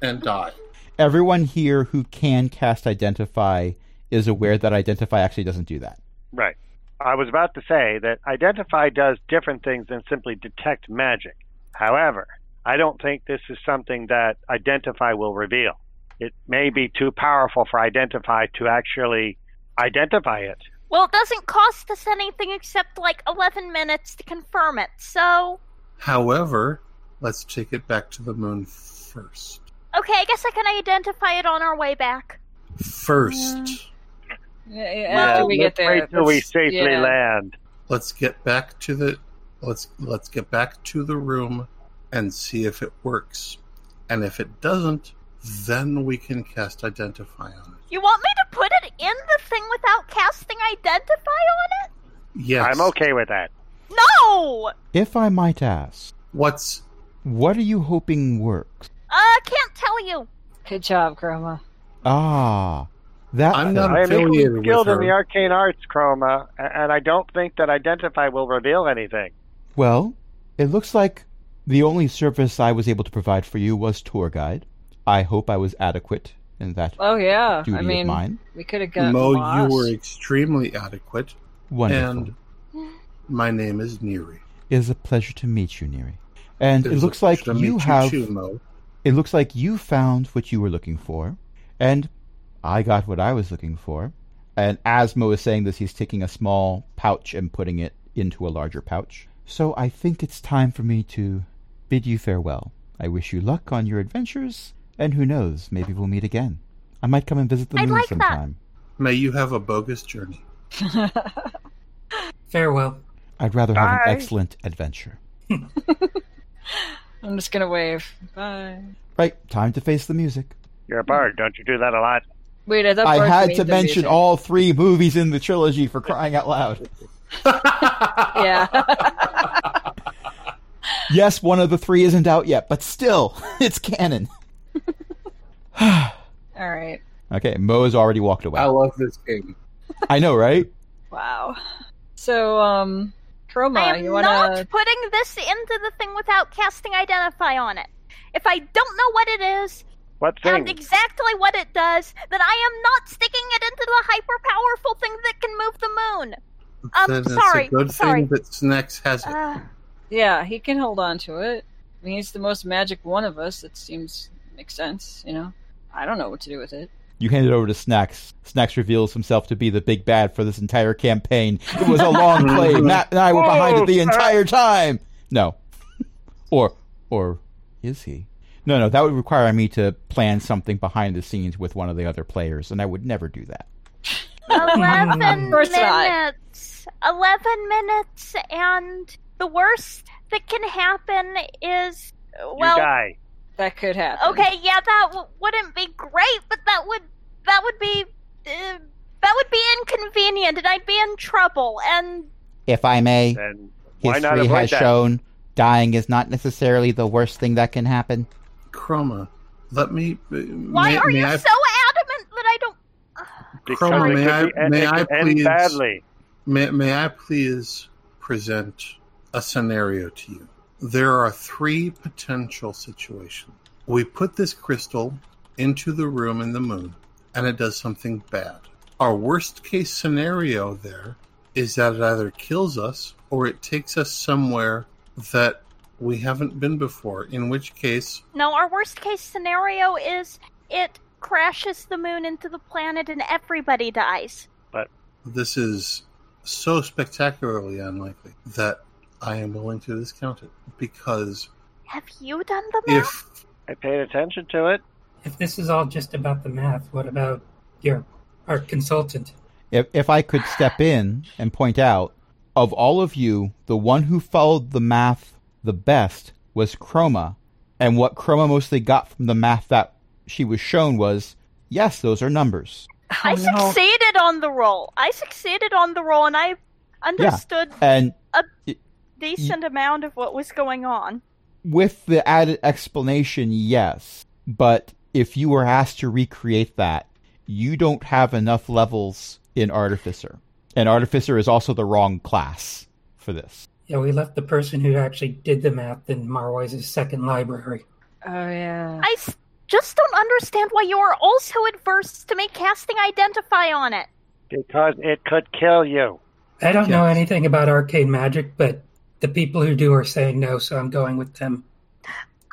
Speaker 3: and die.
Speaker 1: Everyone here who can cast Identify is aware that Identify actually doesn't do that.
Speaker 7: right. I was about to say that identify does different things than simply detect magic. However, I don't think this is something that identify will reveal. It may be too powerful for identify to actually identify it.
Speaker 4: Well, it doesn't cost us anything except like 11 minutes to confirm it. So,
Speaker 3: However, let's take it back to the moon first.
Speaker 4: okay, I guess I can identify it on our way back.
Speaker 3: First,
Speaker 6: Yeah, yeah, after we get
Speaker 7: let's
Speaker 6: there,
Speaker 7: wait till we
Speaker 6: let's-
Speaker 7: safely
Speaker 6: yeah.
Speaker 7: land.
Speaker 3: let's get back to the let's let's get back to the room and see if it works. And if it doesn't, then we can cast identify on it.
Speaker 4: You want me to put it in the thing without casting identify on it?
Speaker 3: Yes,
Speaker 7: I'm okay with that.
Speaker 4: No!
Speaker 1: If I might ask,
Speaker 3: What's
Speaker 1: what are you hoping works?
Speaker 4: Uh, can't tell you.
Speaker 6: Good job, Chroma.
Speaker 1: Ah, that
Speaker 3: I'm
Speaker 1: thing.
Speaker 3: not
Speaker 7: I am
Speaker 3: affiliated
Speaker 7: equally
Speaker 3: with
Speaker 7: skilled in
Speaker 3: her.
Speaker 7: the arcane arts, Chroma, a- and I don't think that identify will reveal anything.
Speaker 1: Well, it looks like the only service I was able to provide for you was tour guide. I hope I was adequate in that
Speaker 6: Oh yeah,
Speaker 1: duty
Speaker 6: I mean,
Speaker 1: of mine.
Speaker 6: we could have gotten
Speaker 3: Mo?
Speaker 6: lost.
Speaker 3: You were extremely adequate.
Speaker 1: Wonderful.
Speaker 3: And my name is Neri.
Speaker 1: It is a pleasure to meet you, Neri. And it
Speaker 3: was a
Speaker 1: looks like
Speaker 3: pleasure to
Speaker 1: you
Speaker 3: meet
Speaker 1: have
Speaker 3: too, Mo.
Speaker 1: it looks like you found what you were looking for, and I got what I was looking for. And as Mo is saying this, he's taking a small pouch and putting it into a larger pouch. So I think it's time for me to bid you farewell. I wish you luck on your adventures, and who knows, maybe we'll meet again. I might come and visit the
Speaker 4: I'd
Speaker 1: moon
Speaker 4: like that.
Speaker 1: sometime.
Speaker 3: May you have a bogus journey.
Speaker 5: Farewell.
Speaker 1: I'd rather have
Speaker 7: Bye.
Speaker 1: an excellent adventure.
Speaker 6: I'm just gonna wave. Bye.
Speaker 1: Right, time to face the music.
Speaker 7: You're a bard,
Speaker 3: Hmm.
Speaker 7: don't you do that a lot?
Speaker 6: Wait, I thought
Speaker 1: I
Speaker 6: Barb
Speaker 1: had
Speaker 6: made
Speaker 1: to
Speaker 6: the
Speaker 1: mention
Speaker 6: music.
Speaker 1: all three movies in the trilogy for crying out loud.
Speaker 6: (laughs)
Speaker 1: (laughs)
Speaker 6: Yeah.
Speaker 1: Yes, one of the three isn't out yet, but still, (laughs) it's canon. (sighs)
Speaker 6: all right.
Speaker 1: Okay, Mo has already
Speaker 7: Oh.
Speaker 1: walked away.
Speaker 3: I love this game.
Speaker 1: I know, right?
Speaker 6: Wow. So, um,
Speaker 4: I
Speaker 6: Troma,
Speaker 4: am
Speaker 6: you want to?
Speaker 4: not putting this into the thing without casting Identify on it. If I don't know what it is
Speaker 7: What thing?
Speaker 4: and exactly what it does, then I am not sticking it into the hyper powerful thing that can move the moon. Um,
Speaker 3: Then it's
Speaker 4: sorry,
Speaker 3: a good
Speaker 4: sorry.
Speaker 3: thing that Snex has it.
Speaker 4: Uh,
Speaker 6: Yeah, he can hold on to it. I mean, he's the most magic one of us. It seems makes sense. You know, I don't know what to do with it.
Speaker 1: You hand it over to Snacks. Snacks reveals himself to be the big bad for this entire campaign. It was a
Speaker 7: (laughs)
Speaker 1: long play. Matt and I were behind it the entire time. No. Or or is he? No, no, that would require me to plan something behind the scenes with one of the other players, and I would never do that.
Speaker 4: 11
Speaker 6: Of course not.
Speaker 4: minutes. 11 minutes, and the worst that can happen is, well,
Speaker 7: you die.
Speaker 6: That could happen. (laughs)
Speaker 4: okay, yeah, that w- wouldn't be great, but that would, that would be, uh, that would be inconvenient, and I'd be in trouble, and
Speaker 1: If I may,
Speaker 7: Then why not
Speaker 1: history
Speaker 7: avoid
Speaker 1: has
Speaker 7: that?
Speaker 1: shown dying is not necessarily the worst thing that can happen.
Speaker 3: Chroma, let me.
Speaker 4: why
Speaker 3: may,
Speaker 4: are
Speaker 3: may
Speaker 4: you
Speaker 3: I,
Speaker 4: so adamant that I don't,
Speaker 7: Because
Speaker 3: Chroma,
Speaker 7: it
Speaker 3: may
Speaker 7: could
Speaker 3: I-
Speaker 7: be- it
Speaker 3: may I
Speaker 7: could end
Speaker 3: please-
Speaker 7: badly.
Speaker 3: may, may I please present a scenario to you? There are three potential situations. We put this crystal into the room in the moon, and it does something bad. Our worst case scenario there is that it either kills us or it takes us somewhere that we haven't been before, in which case
Speaker 4: no, our worst case scenario is it crashes the moon into the planet and everybody dies.
Speaker 3: this is so spectacularly unlikely that I am willing to discount it because
Speaker 4: Have you done the math?
Speaker 3: if
Speaker 7: I paid attention to it.
Speaker 5: If this is all just about the math, what about your art consultant?
Speaker 1: If, if I could step in and point out, of all of you, the one who followed the math the best was Chroma. And what Chroma mostly got from the math that she was shown was yes, those are numbers.
Speaker 6: Oh,
Speaker 4: I succeeded on the roll. I succeeded on the roll, and I understood
Speaker 1: And
Speaker 4: decent amount of what was going on.
Speaker 1: with the added explanation, yes. But if you were asked to recreate that, you don't have enough levels in Artificer. And Artificer is also the wrong class for this.
Speaker 5: Yeah, we left the person who actually did the math in Marwise's second library.
Speaker 6: Oh yeah.
Speaker 4: I s- just don't understand why you are also adverse to me casting identify on it.
Speaker 7: Because it could kill you.
Speaker 5: I don't know
Speaker 3: Yes.
Speaker 5: anything about arcane magic, but the people who do are saying no, so I'm going with them.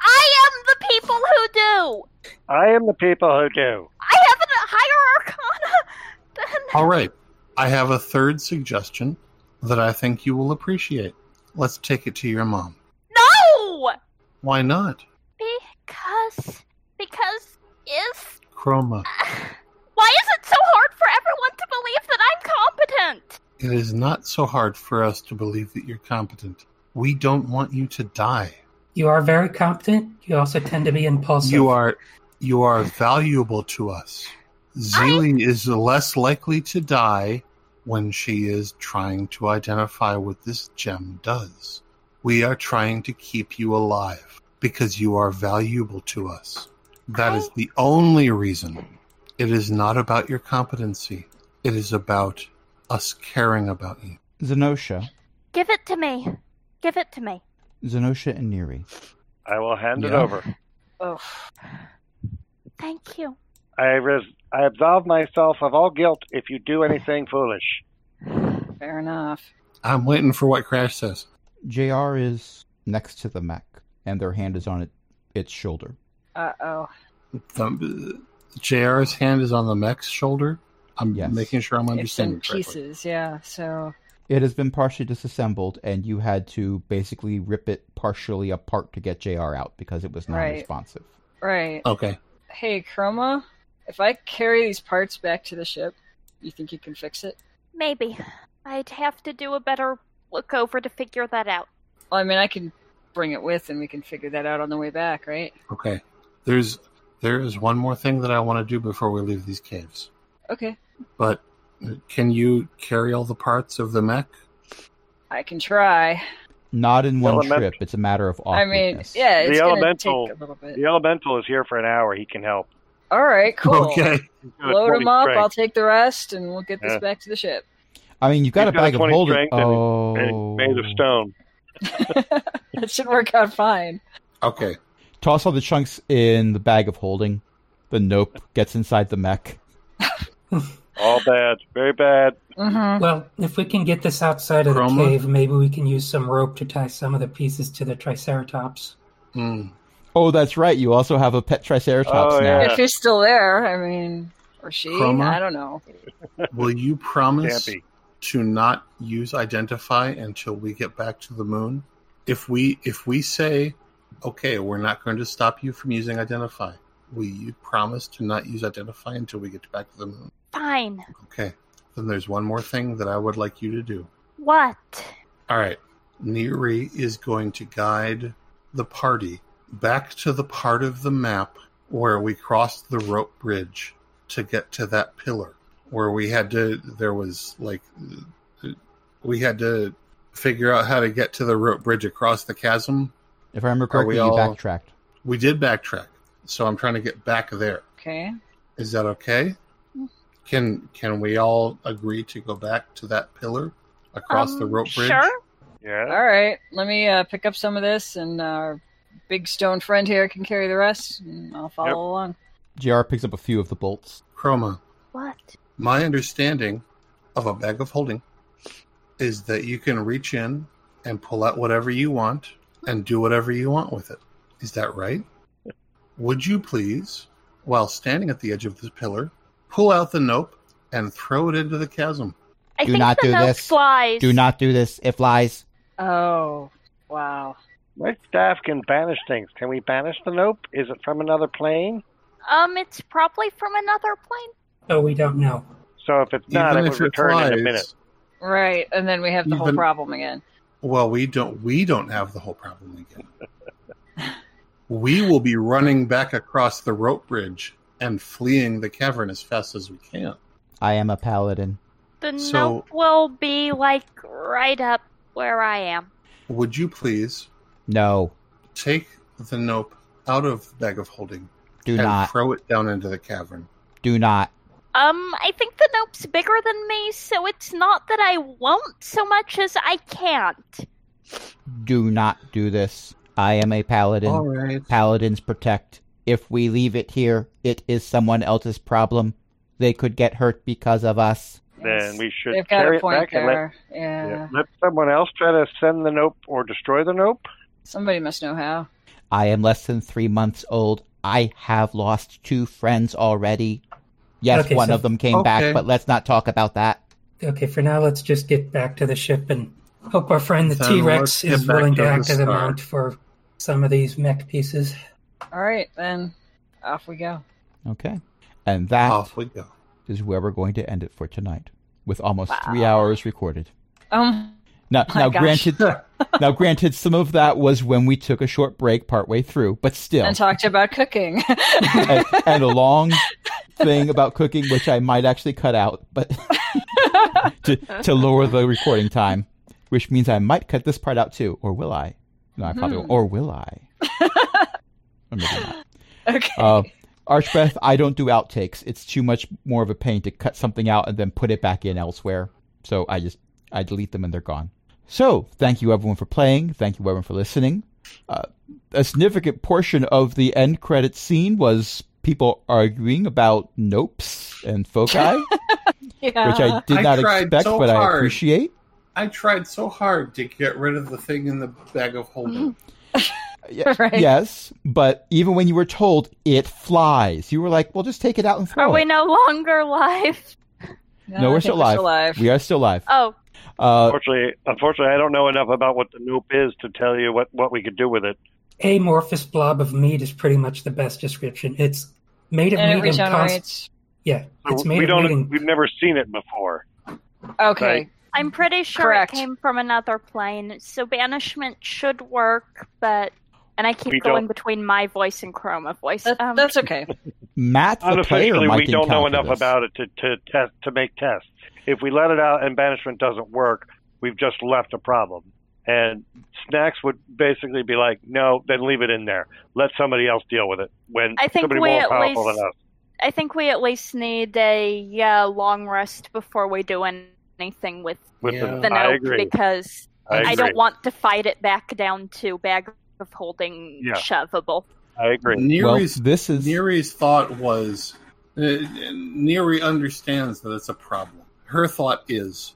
Speaker 4: I am the people who do.
Speaker 7: I am the people who do.
Speaker 4: I have a higher arcana than.
Speaker 3: All right. I have a third suggestion that I think you will appreciate. Let's take it to your mom.
Speaker 4: No,
Speaker 3: Why not?
Speaker 4: because because is
Speaker 3: Chroma,
Speaker 4: (sighs) why is it so hard for everyone to believe that I'm competent?
Speaker 3: it is not so hard for us to believe that you're competent. We don't want you to die.
Speaker 5: You are very competent. You also tend to be impulsive.
Speaker 3: You are you are valuable to us. Zelie is less likely to die when she is trying to identify what this gem does. We are trying to keep you alive because you are valuable to us. That is
Speaker 4: I-
Speaker 3: the only reason. It is not about your competency. It is about us caring about you.
Speaker 1: Zenosha.
Speaker 4: Give it to me. Give it to me.
Speaker 1: Zenosha and Neri.
Speaker 7: I will hand it
Speaker 3: Yeah.
Speaker 7: over.
Speaker 6: Oh,
Speaker 4: Thank you.
Speaker 7: I res- I absolve myself of all guilt if you do anything foolish.
Speaker 6: fair enough.
Speaker 3: I'm waiting for what Crash says.
Speaker 1: JR is next to the mech, and their hand is on it, its shoulder.
Speaker 6: Uh oh.
Speaker 3: The, JR's hand is on the mech's shoulder. I'm
Speaker 1: Yes.
Speaker 3: making sure I'm
Speaker 6: It's in
Speaker 3: understanding correctly.
Speaker 6: pieces. Yeah. So
Speaker 1: It has been partially disassembled, and you had to basically rip it partially apart to get JR out because it was non
Speaker 6: Right.
Speaker 1: responsive.
Speaker 6: right.
Speaker 3: Okay.
Speaker 6: Hey Chroma, if I carry these parts back to the ship, you think you can fix it?
Speaker 4: Maybe. I'd have to do a better look over to figure that out.
Speaker 6: Well, I mean, I can bring it with, and we can figure that out on the way back, right?
Speaker 3: Okay. There's there is one more thing that I want to do before we leave these caves.
Speaker 6: Okay.
Speaker 3: But can you carry all the parts of the mech?
Speaker 6: I can try.
Speaker 1: Not in one
Speaker 7: Element-
Speaker 1: trip, it's a matter of
Speaker 6: I mean,
Speaker 1: awkwardness.
Speaker 6: yeah, it's
Speaker 7: The
Speaker 6: gonna
Speaker 7: elemental-
Speaker 6: take a little bit.
Speaker 7: The elemental is here for an hour. He can help.
Speaker 6: All right, cool.
Speaker 3: (laughs) Okay.
Speaker 7: He's got
Speaker 6: Load
Speaker 7: 40
Speaker 6: them up.
Speaker 7: strength.
Speaker 6: I'll take the rest, and we'll get this
Speaker 7: Yeah.
Speaker 6: back to the ship. (laughs)
Speaker 1: I mean, you've got
Speaker 7: He's
Speaker 1: a bag of
Speaker 7: 20
Speaker 1: holding.
Speaker 7: strength and-
Speaker 1: Oh,
Speaker 7: and made of stone.
Speaker 6: That should work out fine.
Speaker 3: Okay.
Speaker 1: toss all the chunks in the bag of holding. The nope gets inside the mech.
Speaker 7: All bad, very bad.
Speaker 6: Mm-hmm.
Speaker 5: Well, if we can get this outside of the
Speaker 3: Chroma?
Speaker 5: cave, maybe we can use some rope to tie some of the pieces to the Triceratops.
Speaker 3: Hmm.
Speaker 1: Oh, that's right. You also have a pet Triceratops
Speaker 7: Oh,
Speaker 1: now.
Speaker 7: yeah.
Speaker 6: If he's still there, I mean, or she,
Speaker 3: Chroma?
Speaker 6: I don't know.
Speaker 3: Will you promise
Speaker 7: Campy.
Speaker 3: to not use identify until we get back to the moon? If we if we say, okay, we're not going to stop you from using identify, will you promise to not use identify until we get back to the moon?
Speaker 4: Fine.
Speaker 3: Okay. Then there's one more thing that I would like you to do.
Speaker 4: What?
Speaker 3: All right. Neri is going to guide the party back to the part of the map where we crossed the rope bridge to get to that pillar where we had to there was like we had to figure out how to get to the rope bridge across the chasm.
Speaker 1: If I remember
Speaker 3: Are
Speaker 1: correctly,
Speaker 3: we
Speaker 1: you
Speaker 3: all-
Speaker 1: backtracked.
Speaker 3: We did backtrack. So I'm trying to get back there.
Speaker 6: Okay.
Speaker 3: Is that okay? Can can we all agree to go back to that pillar across the
Speaker 4: Um,
Speaker 3: rope bridge?
Speaker 4: Sure.
Speaker 7: Yeah.
Speaker 6: All right. Let me uh, pick up some of this, and our big stone friend here can carry the rest, and I'll follow
Speaker 7: Yep.
Speaker 6: along.
Speaker 1: JR picks up a few of the bolts.
Speaker 3: Chroma.
Speaker 4: What?
Speaker 3: My understanding of a bag of holding is that you can reach in and pull out whatever you want and do whatever you want with it. Is that right? Would you please, while standing at the edge of this pillar, pull out the nope and throw it into the chasm?
Speaker 4: I
Speaker 1: Do
Speaker 4: think
Speaker 1: not
Speaker 4: the
Speaker 1: do
Speaker 4: note
Speaker 1: this.
Speaker 4: flies.
Speaker 1: Do not do this. It flies.
Speaker 6: Oh, wow.
Speaker 7: My staff can banish things. Can we banish the nope? Is it from another plane?
Speaker 4: Um, it's probably from another plane.
Speaker 5: So Oh, we don't know.
Speaker 7: So if it's not, it would return in a minute.
Speaker 6: Right. And then we have the whole
Speaker 3: Even-
Speaker 6: problem again.
Speaker 3: Well, we don't we don't have the whole problem again. (laughs) we will be running back across the rope bridge and fleeing the cavern as fast as we can.
Speaker 1: I am a paladin.
Speaker 4: The
Speaker 3: So-
Speaker 4: note will be like right up where I am.
Speaker 3: Would you please
Speaker 1: No,
Speaker 3: take the nope out of the bag of holding
Speaker 1: do
Speaker 3: and
Speaker 1: not.
Speaker 3: throw it down into the cavern.
Speaker 1: Do not.
Speaker 4: Um, I think the nope's bigger than me, so it's not that I won't so much as I can't.
Speaker 1: Do not do this. I am a paladin.
Speaker 5: Oh.
Speaker 3: All right.
Speaker 1: Paladins protect. If we leave it here, it is someone else's problem. They could get hurt because of us.
Speaker 7: Then we should
Speaker 6: They've got
Speaker 7: carry
Speaker 6: a
Speaker 7: it back
Speaker 6: point
Speaker 7: and let,
Speaker 6: there. Yeah.
Speaker 7: yeah, let someone else try to send the nope or destroy the nope.
Speaker 6: Somebody must know how.
Speaker 1: I am less than three months old. I have lost two friends already. Yes,
Speaker 5: Okay,
Speaker 1: one
Speaker 5: so-
Speaker 1: of them came
Speaker 3: okay.
Speaker 1: back, but let's not talk about that.
Speaker 5: Okay, for now, let's just get back to the ship and hope our friend the
Speaker 3: Then
Speaker 5: T
Speaker 3: let's
Speaker 5: Rex
Speaker 3: get
Speaker 5: is
Speaker 3: back
Speaker 5: willing
Speaker 3: to
Speaker 5: to
Speaker 3: the
Speaker 5: act as a
Speaker 3: star.
Speaker 5: mount for some of these mech pieces.
Speaker 6: All right. Then off we go.
Speaker 1: Okay. And that is
Speaker 3: Off we go.
Speaker 1: where we're going to end it for tonight, with almost three hours recorded.
Speaker 6: Um,
Speaker 1: Now,
Speaker 6: my
Speaker 1: now
Speaker 6: gosh. (laughs)
Speaker 1: granted, now granted, some of that was when we took a short break partway through, but still,
Speaker 6: and talked about cooking. (laughs)
Speaker 1: and, and a long thing about cooking, which I might actually cut out, but (laughs) to, to lower the recording time, which means I might cut this part out too, or will I? No, I probably
Speaker 6: Hmm.
Speaker 1: won't. Or will
Speaker 6: (laughs)
Speaker 1: I? Or maybe not.
Speaker 6: okay.
Speaker 1: Uh, Archbeth, I don't do outtakes. It's too much more of a pain to cut something out and then put it back in elsewhere. So I just I delete them and they're gone. So thank you everyone for playing. Thank you everyone for listening. Uh, a significant portion of the end credit scene was people arguing about nopes and foci, which
Speaker 6: yeah.
Speaker 1: I did
Speaker 3: I
Speaker 1: not
Speaker 3: tried
Speaker 1: expect,
Speaker 3: so
Speaker 1: but I
Speaker 3: hard.
Speaker 1: appreciate.
Speaker 3: I tried so hard to get rid of the thing in the bag of holding.
Speaker 1: Y-
Speaker 6: (laughs) Right.
Speaker 1: Yes, but even when you were told it flies, you were like, "Well, just take it out and throw
Speaker 4: Are we
Speaker 1: it."
Speaker 4: no longer live?
Speaker 1: no,
Speaker 6: I
Speaker 1: we're
Speaker 6: think
Speaker 1: still alive. We are still live.
Speaker 4: Oh,
Speaker 1: Uh,
Speaker 7: Unfortunately, unfortunately, I don't know enough about what the nope is to tell you what, what we could do with it.
Speaker 5: Amorphous blob of meat is pretty much the best description. It's made of
Speaker 6: And it
Speaker 5: meat and cons-
Speaker 6: regenerates.
Speaker 5: yeah,
Speaker 7: So
Speaker 5: it's made
Speaker 7: we
Speaker 5: of
Speaker 7: don't.
Speaker 5: meat and
Speaker 7: We've never seen it before.
Speaker 6: Okay.
Speaker 7: Right.
Speaker 4: I'm pretty sure
Speaker 6: Correct.
Speaker 4: it came from another plane, so banishment should work, but and I keep
Speaker 7: We
Speaker 4: going
Speaker 7: don't-
Speaker 4: between my voice and Chroma voice.
Speaker 6: That,
Speaker 4: um,
Speaker 6: that's okay. (laughs)
Speaker 1: Matt, the player,
Speaker 7: Unofficially,
Speaker 1: might
Speaker 7: we don't
Speaker 1: encounter
Speaker 7: know enough
Speaker 1: this.
Speaker 7: about it to, to test to make tests. If we let it out and banishment doesn't work, we've just left a problem. And snacks would basically be like, no, then leave it in there. Let somebody else deal with it when
Speaker 4: I think
Speaker 7: somebody
Speaker 4: we
Speaker 7: more
Speaker 4: at
Speaker 7: powerful
Speaker 4: least-
Speaker 7: than us.
Speaker 4: I think we at least need a yeah, long rest before we do an anything with
Speaker 7: With
Speaker 3: Yeah.
Speaker 4: the
Speaker 7: Uh, I
Speaker 4: note
Speaker 7: agree.
Speaker 4: because
Speaker 7: I
Speaker 4: I,
Speaker 7: agree.
Speaker 4: don't want to fight it back down to bag of holding
Speaker 7: Yeah.
Speaker 4: shovable.
Speaker 7: I agree.
Speaker 1: Well,
Speaker 3: Neri's
Speaker 1: this is
Speaker 3: Neri's thought was uh, Neri understands that it's a problem. Her thought is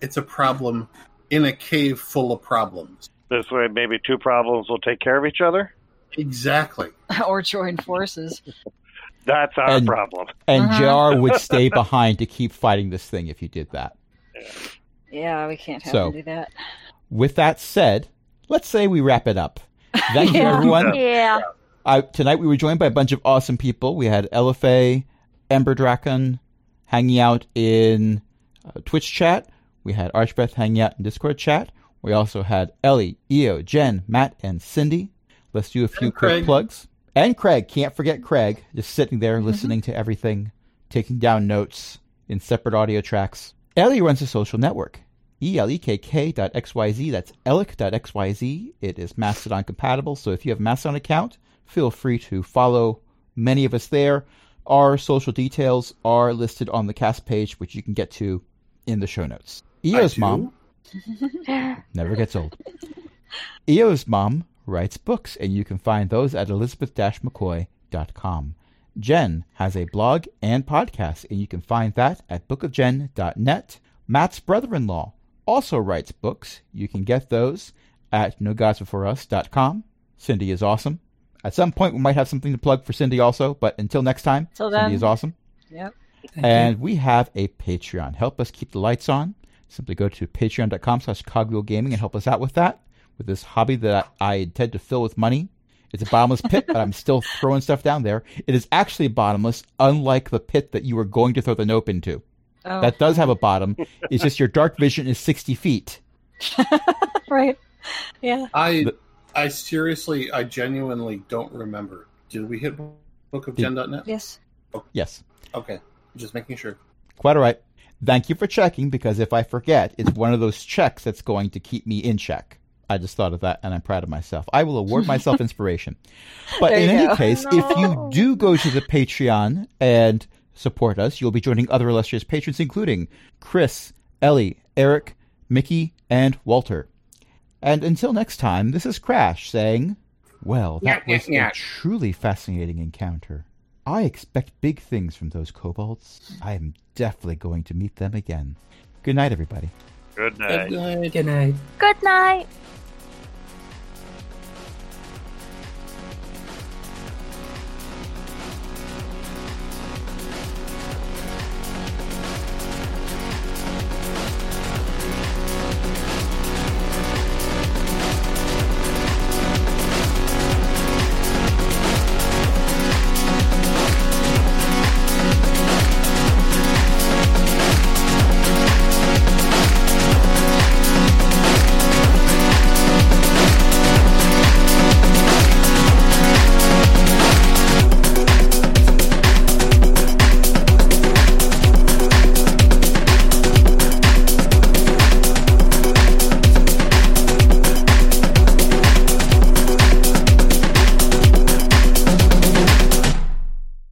Speaker 3: it's a problem in a cave full of problems.
Speaker 7: This way, maybe two problems will take care of each other.
Speaker 3: Exactly.
Speaker 6: or join forces.
Speaker 7: That's our
Speaker 1: And-
Speaker 7: problem.
Speaker 1: and
Speaker 6: Uh-huh.
Speaker 1: Jar
Speaker 6: (laughs)
Speaker 1: would stay behind to keep fighting this thing if you did that.
Speaker 6: Yeah, we can't have
Speaker 1: So.
Speaker 6: to do that.
Speaker 1: With that said, let's say we wrap it up. Thank you,
Speaker 6: Yeah.
Speaker 1: everyone.
Speaker 4: Yeah.
Speaker 1: I, tonight we were joined by a bunch of awesome people. We had LFA, Ember Draken hanging out in uh, Twitch chat. We had Archbeth hanging out in Discord chat. We also had Ellie, Eo, Jen, Matt, and Cindy. Let's do a few
Speaker 3: And
Speaker 1: quick
Speaker 3: Craig.
Speaker 1: plugs. And Craig, can't forget Craig, just sitting there
Speaker 3: Mm-hmm.
Speaker 1: listening to everything, taking down notes in separate audio tracks. Ellie runs a social network. E E-L-E-K-K dot X-Y-Z. That's E Elk dot X-Y-Z. It is Mastodon compatible, so if you have a Mastodon account, feel free to follow many of us there. Our social details are listed on the cast page, which you can get to in the show notes. Eo's
Speaker 3: do?
Speaker 6: (laughs)
Speaker 1: mom never gets old. Eo's mom writes books, and you can find those at elizabeth-mccoy.com. Jen has a blog and podcast, and you can find that at bookofjen.net. Matt's brother-in-law also writes books. You can get those at nogodsbeforeus.com. Cindy is awesome. At some point, we might have something to plug for Cindy also, but until next time,
Speaker 6: Till
Speaker 1: Cindy
Speaker 6: then.
Speaker 1: is awesome.
Speaker 6: Yep.
Speaker 5: Thank
Speaker 1: And we have a Patreon. Help us keep the lights on. Simply go to patreon.com slash cogwheelgaming and help us out with that, with this hobby that I intend to fill with money. It's a bottomless pit, but I'm still throwing stuff down there. It is actually bottomless, unlike the pit that you were going to throw the nope into.
Speaker 6: Oh,
Speaker 1: That does have a bottom. It's just your dark vision is 60 feet.
Speaker 6: right. Yeah.
Speaker 3: I
Speaker 1: The-
Speaker 3: I seriously I genuinely don't remember. Did we hit bookofgen.net?
Speaker 6: Yes.
Speaker 1: Yes,
Speaker 3: Okay. Just making sure.
Speaker 1: quite all right. Thank you for checking, because if I forget, it's one of those checks that's going to keep me in check. I just thought of that, and I'm proud of myself. I will award
Speaker 6: (laughs)
Speaker 1: myself inspiration. But
Speaker 6: There
Speaker 1: in
Speaker 6: you
Speaker 1: any
Speaker 6: go.
Speaker 1: case, if you
Speaker 4: No.
Speaker 1: do go to the Patreon and support us, you'll be joining other illustrious patrons, including Chris, Ellie, Eric, Mickey, and Walter. And until next time, this is Crash saying, Well, that
Speaker 3: Yeah, yeah,
Speaker 1: was
Speaker 3: yeah.
Speaker 1: a truly fascinating encounter. I expect big things from those kobolds. I am definitely going to meet them again. Good night, everybody.
Speaker 7: Good night.
Speaker 3: Good night.
Speaker 5: Good night.
Speaker 4: Good night.